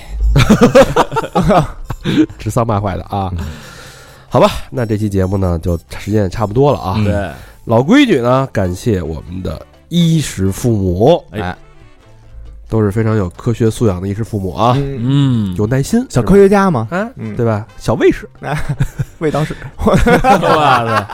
[SPEAKER 3] 指桑骂槐的啊。好吧，那这期节目呢，就时间也差不多了啊。
[SPEAKER 5] 嗯
[SPEAKER 6] 对，
[SPEAKER 3] 老规矩呢，感谢我们的衣食父母，
[SPEAKER 2] 哎，
[SPEAKER 3] 都是非常有科学素养的衣食父母啊，
[SPEAKER 2] 嗯
[SPEAKER 6] 嗯，
[SPEAKER 3] 有耐心，
[SPEAKER 2] 小
[SPEAKER 3] 是吧
[SPEAKER 2] 科学家嘛，
[SPEAKER 3] 啊，
[SPEAKER 2] 嗯
[SPEAKER 3] 对吧？小卫士，
[SPEAKER 2] 味道是
[SPEAKER 6] 哇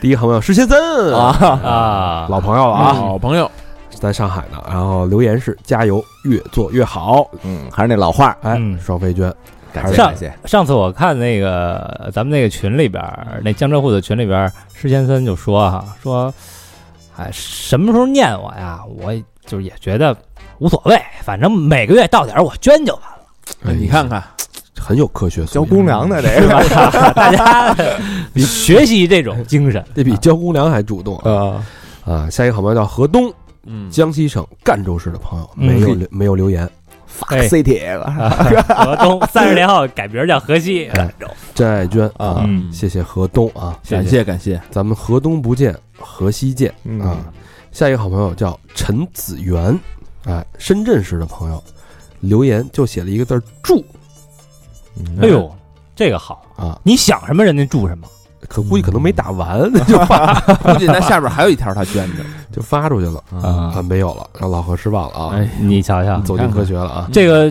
[SPEAKER 3] 第一好朋友是先森，
[SPEAKER 2] 啊，
[SPEAKER 5] 啊，
[SPEAKER 3] 老朋友了啊，
[SPEAKER 4] 嗯
[SPEAKER 6] 好朋友，
[SPEAKER 3] 在上海呢。然后留言是加油，越做越好。
[SPEAKER 2] 嗯，还是那老话儿，
[SPEAKER 3] 哎，
[SPEAKER 5] 嗯
[SPEAKER 3] 双飞娟，
[SPEAKER 2] 感谢
[SPEAKER 5] 上
[SPEAKER 2] 感谢，
[SPEAKER 5] 上次我看那个咱们那个群里边儿，那江浙沪的群里边儿，施先生就说哈、说，哎，什么时候念我呀？我就是也觉得无所谓，反正每个月到点儿我捐就完了。
[SPEAKER 2] 哎
[SPEAKER 4] 哎
[SPEAKER 6] 你看看，
[SPEAKER 3] 很有科学素
[SPEAKER 2] 交
[SPEAKER 3] 养，
[SPEAKER 2] 公粮的这 个
[SPEAKER 5] 大家学习这种精神，
[SPEAKER 3] 嗯这比交公粮还主动啊！
[SPEAKER 2] 啊，
[SPEAKER 3] 啊下一个好朋友叫河东，
[SPEAKER 6] 嗯，
[SPEAKER 3] 江西省赣州市的朋友，
[SPEAKER 5] 嗯
[SPEAKER 3] 没有留没有留言，
[SPEAKER 2] 发 CT 了，
[SPEAKER 5] 河 东啊三十年后改名叫河西，
[SPEAKER 3] 真爱娟啊，
[SPEAKER 5] 嗯
[SPEAKER 3] 谢谢河东啊，
[SPEAKER 6] 感谢感 谢，
[SPEAKER 3] 咱们河东不见，河西见啊。下一个好朋友叫陈子源，哎，深圳市的朋友，留言就写了一个字儿“住嗯
[SPEAKER 5] 哎呦，这个好，”
[SPEAKER 3] 啊，
[SPEAKER 5] 你想什么人家住什么，
[SPEAKER 3] 可估计可能没打完 就
[SPEAKER 6] 估计那下边还有一条他捐的，
[SPEAKER 3] 就发出去了
[SPEAKER 2] 嗯
[SPEAKER 6] 啊
[SPEAKER 3] 啊，没有了，让老何失望了啊，
[SPEAKER 6] 哎，
[SPEAKER 5] 你嗯瞧瞧，
[SPEAKER 3] 走进科学了啊，
[SPEAKER 5] 这个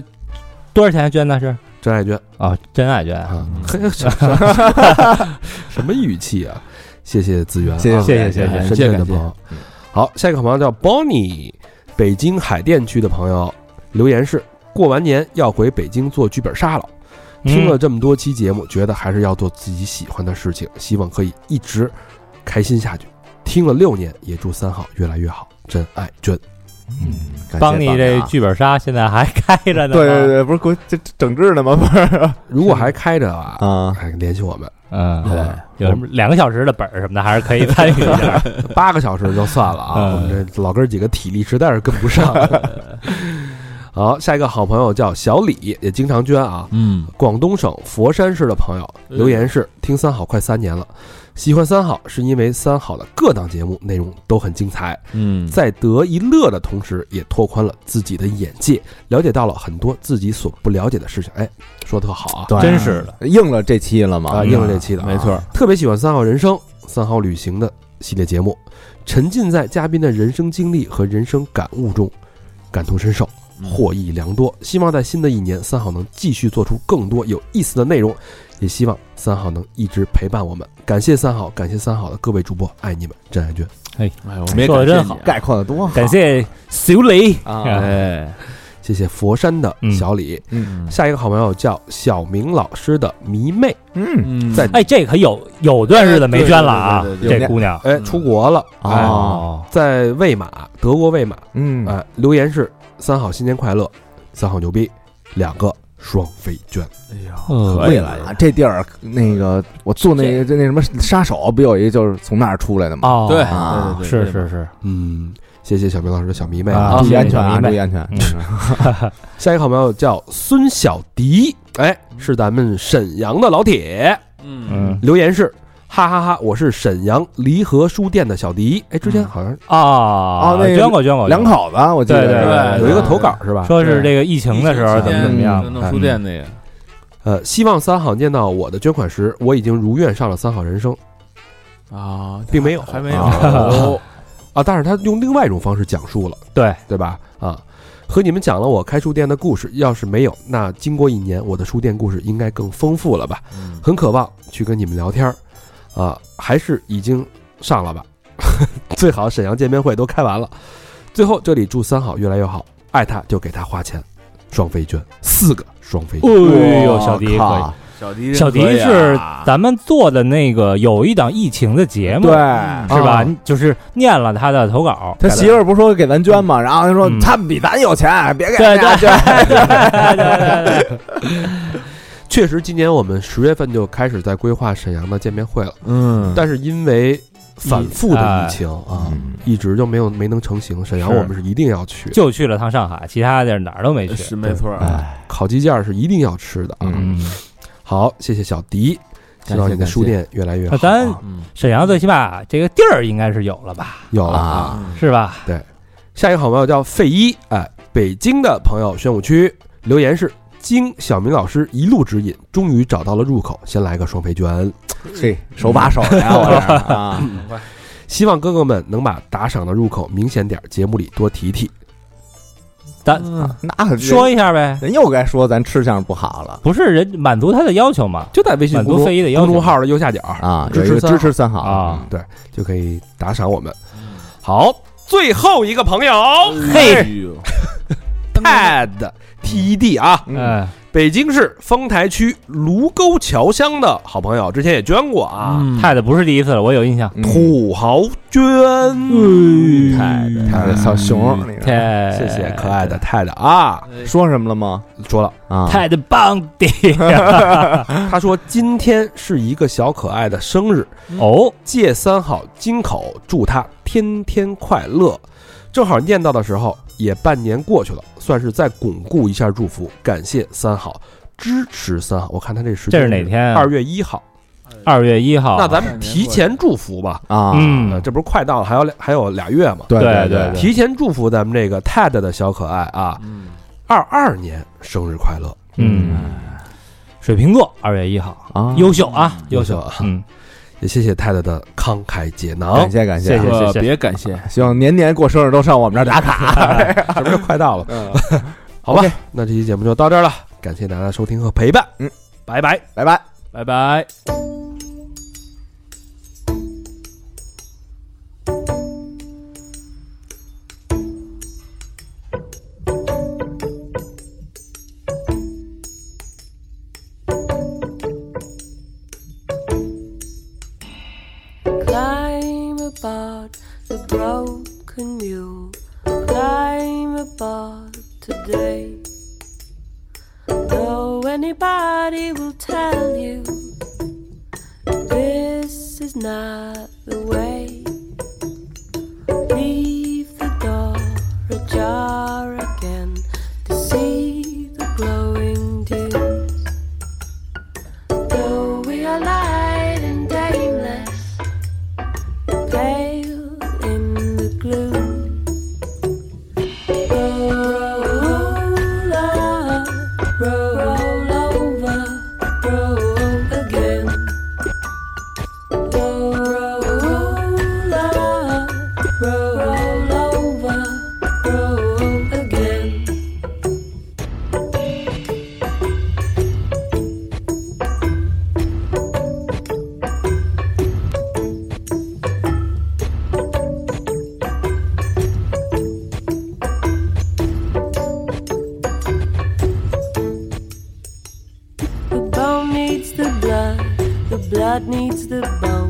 [SPEAKER 5] 多少钱捐的是？
[SPEAKER 3] 真爱娟
[SPEAKER 5] 啊，真爱捐，
[SPEAKER 3] 啊，嘿，什么什么 语气啊？谢谢子源啊，
[SPEAKER 2] 谢谢
[SPEAKER 5] 谢谢谢谢
[SPEAKER 3] 哎
[SPEAKER 6] 感
[SPEAKER 3] 深
[SPEAKER 6] 谢
[SPEAKER 3] 圳的
[SPEAKER 6] 感谢
[SPEAKER 3] 朋友。好，下一个好朋友叫 Bonnie，北京海淀区的朋友留言是：过完年要回北京做剧本杀了。啊
[SPEAKER 5] 嗯
[SPEAKER 3] 听了这么多期节目，觉得还是要做自己喜欢的事情，希望可以一直开心下去。听了六年，也祝三好越来越好。真爱娟，
[SPEAKER 2] 感谢
[SPEAKER 5] 帮你这
[SPEAKER 2] 啊
[SPEAKER 5] 剧本杀现在还开着呢。
[SPEAKER 2] 对对，对，不是国这这整治呢吗？不是
[SPEAKER 3] 如果还开着
[SPEAKER 6] 嗯
[SPEAKER 3] 啊，
[SPEAKER 2] 啊，
[SPEAKER 3] 还联系我们，啊
[SPEAKER 5] 嗯，
[SPEAKER 3] 好吧？
[SPEAKER 5] 有 什么两个小时的本儿什么的，还是可以参与一下。
[SPEAKER 3] 八个小时就算了
[SPEAKER 6] 嗯
[SPEAKER 3] 啊，我们这老哥几个体力实在是跟 不上。好，下一个好朋友叫小李，也经常捐啊。
[SPEAKER 6] 嗯，
[SPEAKER 3] 广东省佛山市的朋友留言是：听三好快三年了，喜欢三好是因为三好的各档节目内容都很精彩，
[SPEAKER 6] 嗯，
[SPEAKER 3] 在得一乐的同时，也拓宽了自己的眼界，了解到了很多自己所不了解的事情。哎，说得特好啊！
[SPEAKER 2] 对
[SPEAKER 5] 真是的，
[SPEAKER 2] 应了这期了嘛
[SPEAKER 3] 啊，，应了这期的、
[SPEAKER 6] 嗯没错，
[SPEAKER 3] 特别喜欢《三好人生》《三好旅行》的系列节目，沉浸在嘉宾的人生经历和人生感悟中，感同身受，
[SPEAKER 6] 嗯
[SPEAKER 3] 获益良多。希望在新的一年，三好能继续做出更多有意思的内容，也希望三好能一直陪伴我们。感谢三好，感谢三好的各位主播，爱你们，真爱娟。
[SPEAKER 6] 哎，我们也
[SPEAKER 5] 说得
[SPEAKER 6] 感谢
[SPEAKER 5] 真
[SPEAKER 6] 你
[SPEAKER 5] 好
[SPEAKER 6] 啊
[SPEAKER 2] 概括的多好，
[SPEAKER 5] 感谢小雷
[SPEAKER 2] 啊，
[SPEAKER 6] 哎，
[SPEAKER 3] 谢谢佛山的小李，
[SPEAKER 2] 嗯
[SPEAKER 3] 下一个好朋友叫小明老师的迷妹，
[SPEAKER 2] 嗯，
[SPEAKER 6] 嗯
[SPEAKER 3] 在
[SPEAKER 5] 哎，这可有有段日子没捐了啊
[SPEAKER 6] 对对，对
[SPEAKER 2] 对对
[SPEAKER 5] 这姑娘
[SPEAKER 3] 哎，出国了，
[SPEAKER 4] 啊
[SPEAKER 3] 哎，
[SPEAKER 2] 哦，
[SPEAKER 3] 在魏玛，德国魏玛，
[SPEAKER 2] 嗯，
[SPEAKER 3] 哎，留言是三好新年快乐，三好牛逼，两个双飞娟，
[SPEAKER 6] 哎呦，
[SPEAKER 5] 嗯
[SPEAKER 6] 可以
[SPEAKER 2] 未来啊，这地儿那个我做那个这那什么杀手，不有一个就是从那儿出来的吗？
[SPEAKER 5] 哦，
[SPEAKER 6] 对对
[SPEAKER 2] 啊
[SPEAKER 6] 对对
[SPEAKER 5] 是
[SPEAKER 6] 对
[SPEAKER 5] 是是，
[SPEAKER 3] 嗯，谢谢小明老师的小迷妹
[SPEAKER 2] 啊，
[SPEAKER 3] 啊
[SPEAKER 2] 注。意安全
[SPEAKER 5] 明
[SPEAKER 2] 啊，
[SPEAKER 5] 白
[SPEAKER 2] 注意安全。
[SPEAKER 3] 下一个好朋友叫孙小迪，哎，是咱们沈阳的老铁，
[SPEAKER 6] 嗯
[SPEAKER 5] 嗯
[SPEAKER 3] 留言是哈哈哈我是沈阳离合书店的小迪，哎，之前好像
[SPEAKER 5] 啊
[SPEAKER 2] 那个
[SPEAKER 5] 捐过捐过，
[SPEAKER 2] 两
[SPEAKER 5] 口
[SPEAKER 2] 口子，我记得
[SPEAKER 5] 对对
[SPEAKER 2] 是
[SPEAKER 3] 有一个投稿是吧？
[SPEAKER 5] 说是这个疫情的时候
[SPEAKER 6] 疫
[SPEAKER 5] 怎
[SPEAKER 6] 情
[SPEAKER 5] 么
[SPEAKER 6] 期
[SPEAKER 5] 怎么
[SPEAKER 6] 间
[SPEAKER 5] 样，
[SPEAKER 6] 弄书店那个，
[SPEAKER 3] 呃，希望三好念到我的捐款时，我已经如愿上了三好人生
[SPEAKER 5] 嗯
[SPEAKER 6] 啊，
[SPEAKER 3] 并没有
[SPEAKER 6] 还没有
[SPEAKER 3] 啊， 啊，但是他用另外一种方式讲述了，
[SPEAKER 5] 对
[SPEAKER 3] 对吧？啊，和你们讲了我开书店的故事，要是没有，那经过一年，我的书店故事应该更丰富了吧？
[SPEAKER 6] 嗯
[SPEAKER 3] 很渴望去跟你们聊天儿，啊，还是已经上了吧？ 最好沈阳见面会都开完了。最后这里祝三好越来越好，爱他就给他花钱，双飞捐四个双飞捐，
[SPEAKER 5] 哎呦，小迪可以。
[SPEAKER 2] 靠
[SPEAKER 6] 小迪啊
[SPEAKER 5] 小迪是咱们做的那个有一档疫情的节目，
[SPEAKER 2] 对，
[SPEAKER 5] 是吧
[SPEAKER 3] 啊？
[SPEAKER 5] 就是念了他的投稿，
[SPEAKER 2] 他媳妇儿不是说给咱捐吗？然后他说
[SPEAKER 5] 嗯
[SPEAKER 2] 他们比咱有钱，别给
[SPEAKER 5] 对
[SPEAKER 2] 人家捐。
[SPEAKER 5] 对对对对，
[SPEAKER 3] 确实，今年我们十月份就开始在规划沈阳的见面会了，
[SPEAKER 6] 嗯，
[SPEAKER 3] 但是因为反复的
[SPEAKER 5] 哎
[SPEAKER 3] 疫情啊，一直就没有没能成型。沈阳
[SPEAKER 6] 是
[SPEAKER 3] 我们是一定要 去，
[SPEAKER 5] 就去了趟上海，其他地儿哪儿都没去。
[SPEAKER 6] 是没错儿，啊
[SPEAKER 3] 烤鸡架是一定要吃的啊。
[SPEAKER 5] 嗯，
[SPEAKER 3] 好，谢谢小迪，希
[SPEAKER 5] 感谢
[SPEAKER 3] 望你的
[SPEAKER 5] 感谢
[SPEAKER 3] 书店越来越好
[SPEAKER 5] 那
[SPEAKER 3] 啊。
[SPEAKER 5] 咱
[SPEAKER 6] 嗯，
[SPEAKER 5] 沈阳最起码这个地儿应该是有了吧？
[SPEAKER 3] 有了啊。
[SPEAKER 2] 啊，
[SPEAKER 5] 是吧？
[SPEAKER 3] 下一个好朋友叫费一，哎，北京的朋友，宣武区留言是：经小明老师一路指引，终于找到了入口，先来个双飞卷。
[SPEAKER 2] 嘿，手把手的呀，我这儿啊，
[SPEAKER 3] 希望哥哥们能把打赏的入口明显点儿，节目里多提提。
[SPEAKER 5] 咱
[SPEAKER 3] 嗯
[SPEAKER 6] 嗯
[SPEAKER 2] 那
[SPEAKER 5] 说一下呗，
[SPEAKER 2] 人又该说咱吃相不好了
[SPEAKER 5] 不是人满足他的要求嘛？
[SPEAKER 3] 就在微信
[SPEAKER 5] 满
[SPEAKER 3] 公
[SPEAKER 5] 足
[SPEAKER 3] 众
[SPEAKER 5] 费一的要
[SPEAKER 3] 公
[SPEAKER 5] 求
[SPEAKER 3] 众号的右下角
[SPEAKER 2] 啊，
[SPEAKER 3] 支
[SPEAKER 2] 有一
[SPEAKER 3] 持
[SPEAKER 2] 个
[SPEAKER 3] 三
[SPEAKER 2] 支持三好
[SPEAKER 5] 啊，
[SPEAKER 3] 对，就可以打赏我们。好，最后一个朋友
[SPEAKER 6] 哎呦，
[SPEAKER 3] ，Ted T E D 啊，
[SPEAKER 2] 嗯
[SPEAKER 5] 嗯，
[SPEAKER 3] 北京市丰台区卢沟桥乡的好朋友，之前也捐过啊，
[SPEAKER 6] 嗯
[SPEAKER 5] 太太不是第一次了，我有印象。
[SPEAKER 2] 嗯
[SPEAKER 3] 土豪捐。
[SPEAKER 5] 嗯
[SPEAKER 2] 太太嗯太哎小熊，你看
[SPEAKER 5] 太
[SPEAKER 3] 嗯谢谢可爱的泰的啊，
[SPEAKER 5] 哎
[SPEAKER 2] 说什么了吗？
[SPEAKER 3] 说了，
[SPEAKER 2] 啊，
[SPEAKER 5] 太的棒 的
[SPEAKER 3] 他说今天是一个小可爱的生日，
[SPEAKER 5] 哦，
[SPEAKER 3] 借三好金口祝他天天快乐。正好念叨的时候，也半年过去了，算是再巩固一下祝福，感谢三好支持三好。我看他这时间，
[SPEAKER 5] 这是哪？天啊？
[SPEAKER 3] 二月一号。
[SPEAKER 5] 二月一号。
[SPEAKER 3] 那咱们提前祝福吧，
[SPEAKER 2] 啊，
[SPEAKER 3] 呃
[SPEAKER 5] 嗯，
[SPEAKER 3] 这不是快到了，还有俩还有俩月嘛。
[SPEAKER 2] 对
[SPEAKER 5] 对
[SPEAKER 2] 对
[SPEAKER 5] 对
[SPEAKER 3] 提前祝福咱们这个 TED 的小可爱啊，
[SPEAKER 6] 嗯
[SPEAKER 3] 二二年生日快乐，
[SPEAKER 5] 嗯，水瓶座二月一号，
[SPEAKER 3] 嗯
[SPEAKER 2] 啊，
[SPEAKER 5] 优秀啊，优秀。
[SPEAKER 3] 秀啊！
[SPEAKER 5] 嗯，
[SPEAKER 3] 也谢谢泰太的慷慨解囊
[SPEAKER 2] 感，谢感
[SPEAKER 5] 谢
[SPEAKER 2] 谢，啊
[SPEAKER 5] 谢
[SPEAKER 6] 特
[SPEAKER 5] 谢
[SPEAKER 6] 别感谢，
[SPEAKER 2] 希望年年过生日都上我们这儿打卡。
[SPEAKER 3] 这不是快到了？
[SPEAKER 2] 嗯，
[SPEAKER 3] 好吧
[SPEAKER 2] OK
[SPEAKER 3] 那这期节目就到这儿了，感谢大家的收听和陪伴，
[SPEAKER 2] 嗯，
[SPEAKER 3] 拜拜。
[SPEAKER 2] 拜拜。
[SPEAKER 5] 拜拜。
[SPEAKER 8] Climb aboard the broken mule. Climb aboard today. No anybody will tell you this is not the way. Leave the door ajar again to see the glowing dews. Though we are light and nameless pale in the gloom. Roll up, roll over, roll again. Roll up, roll over, roll again. The bone needs the blood, the blood needs the bone.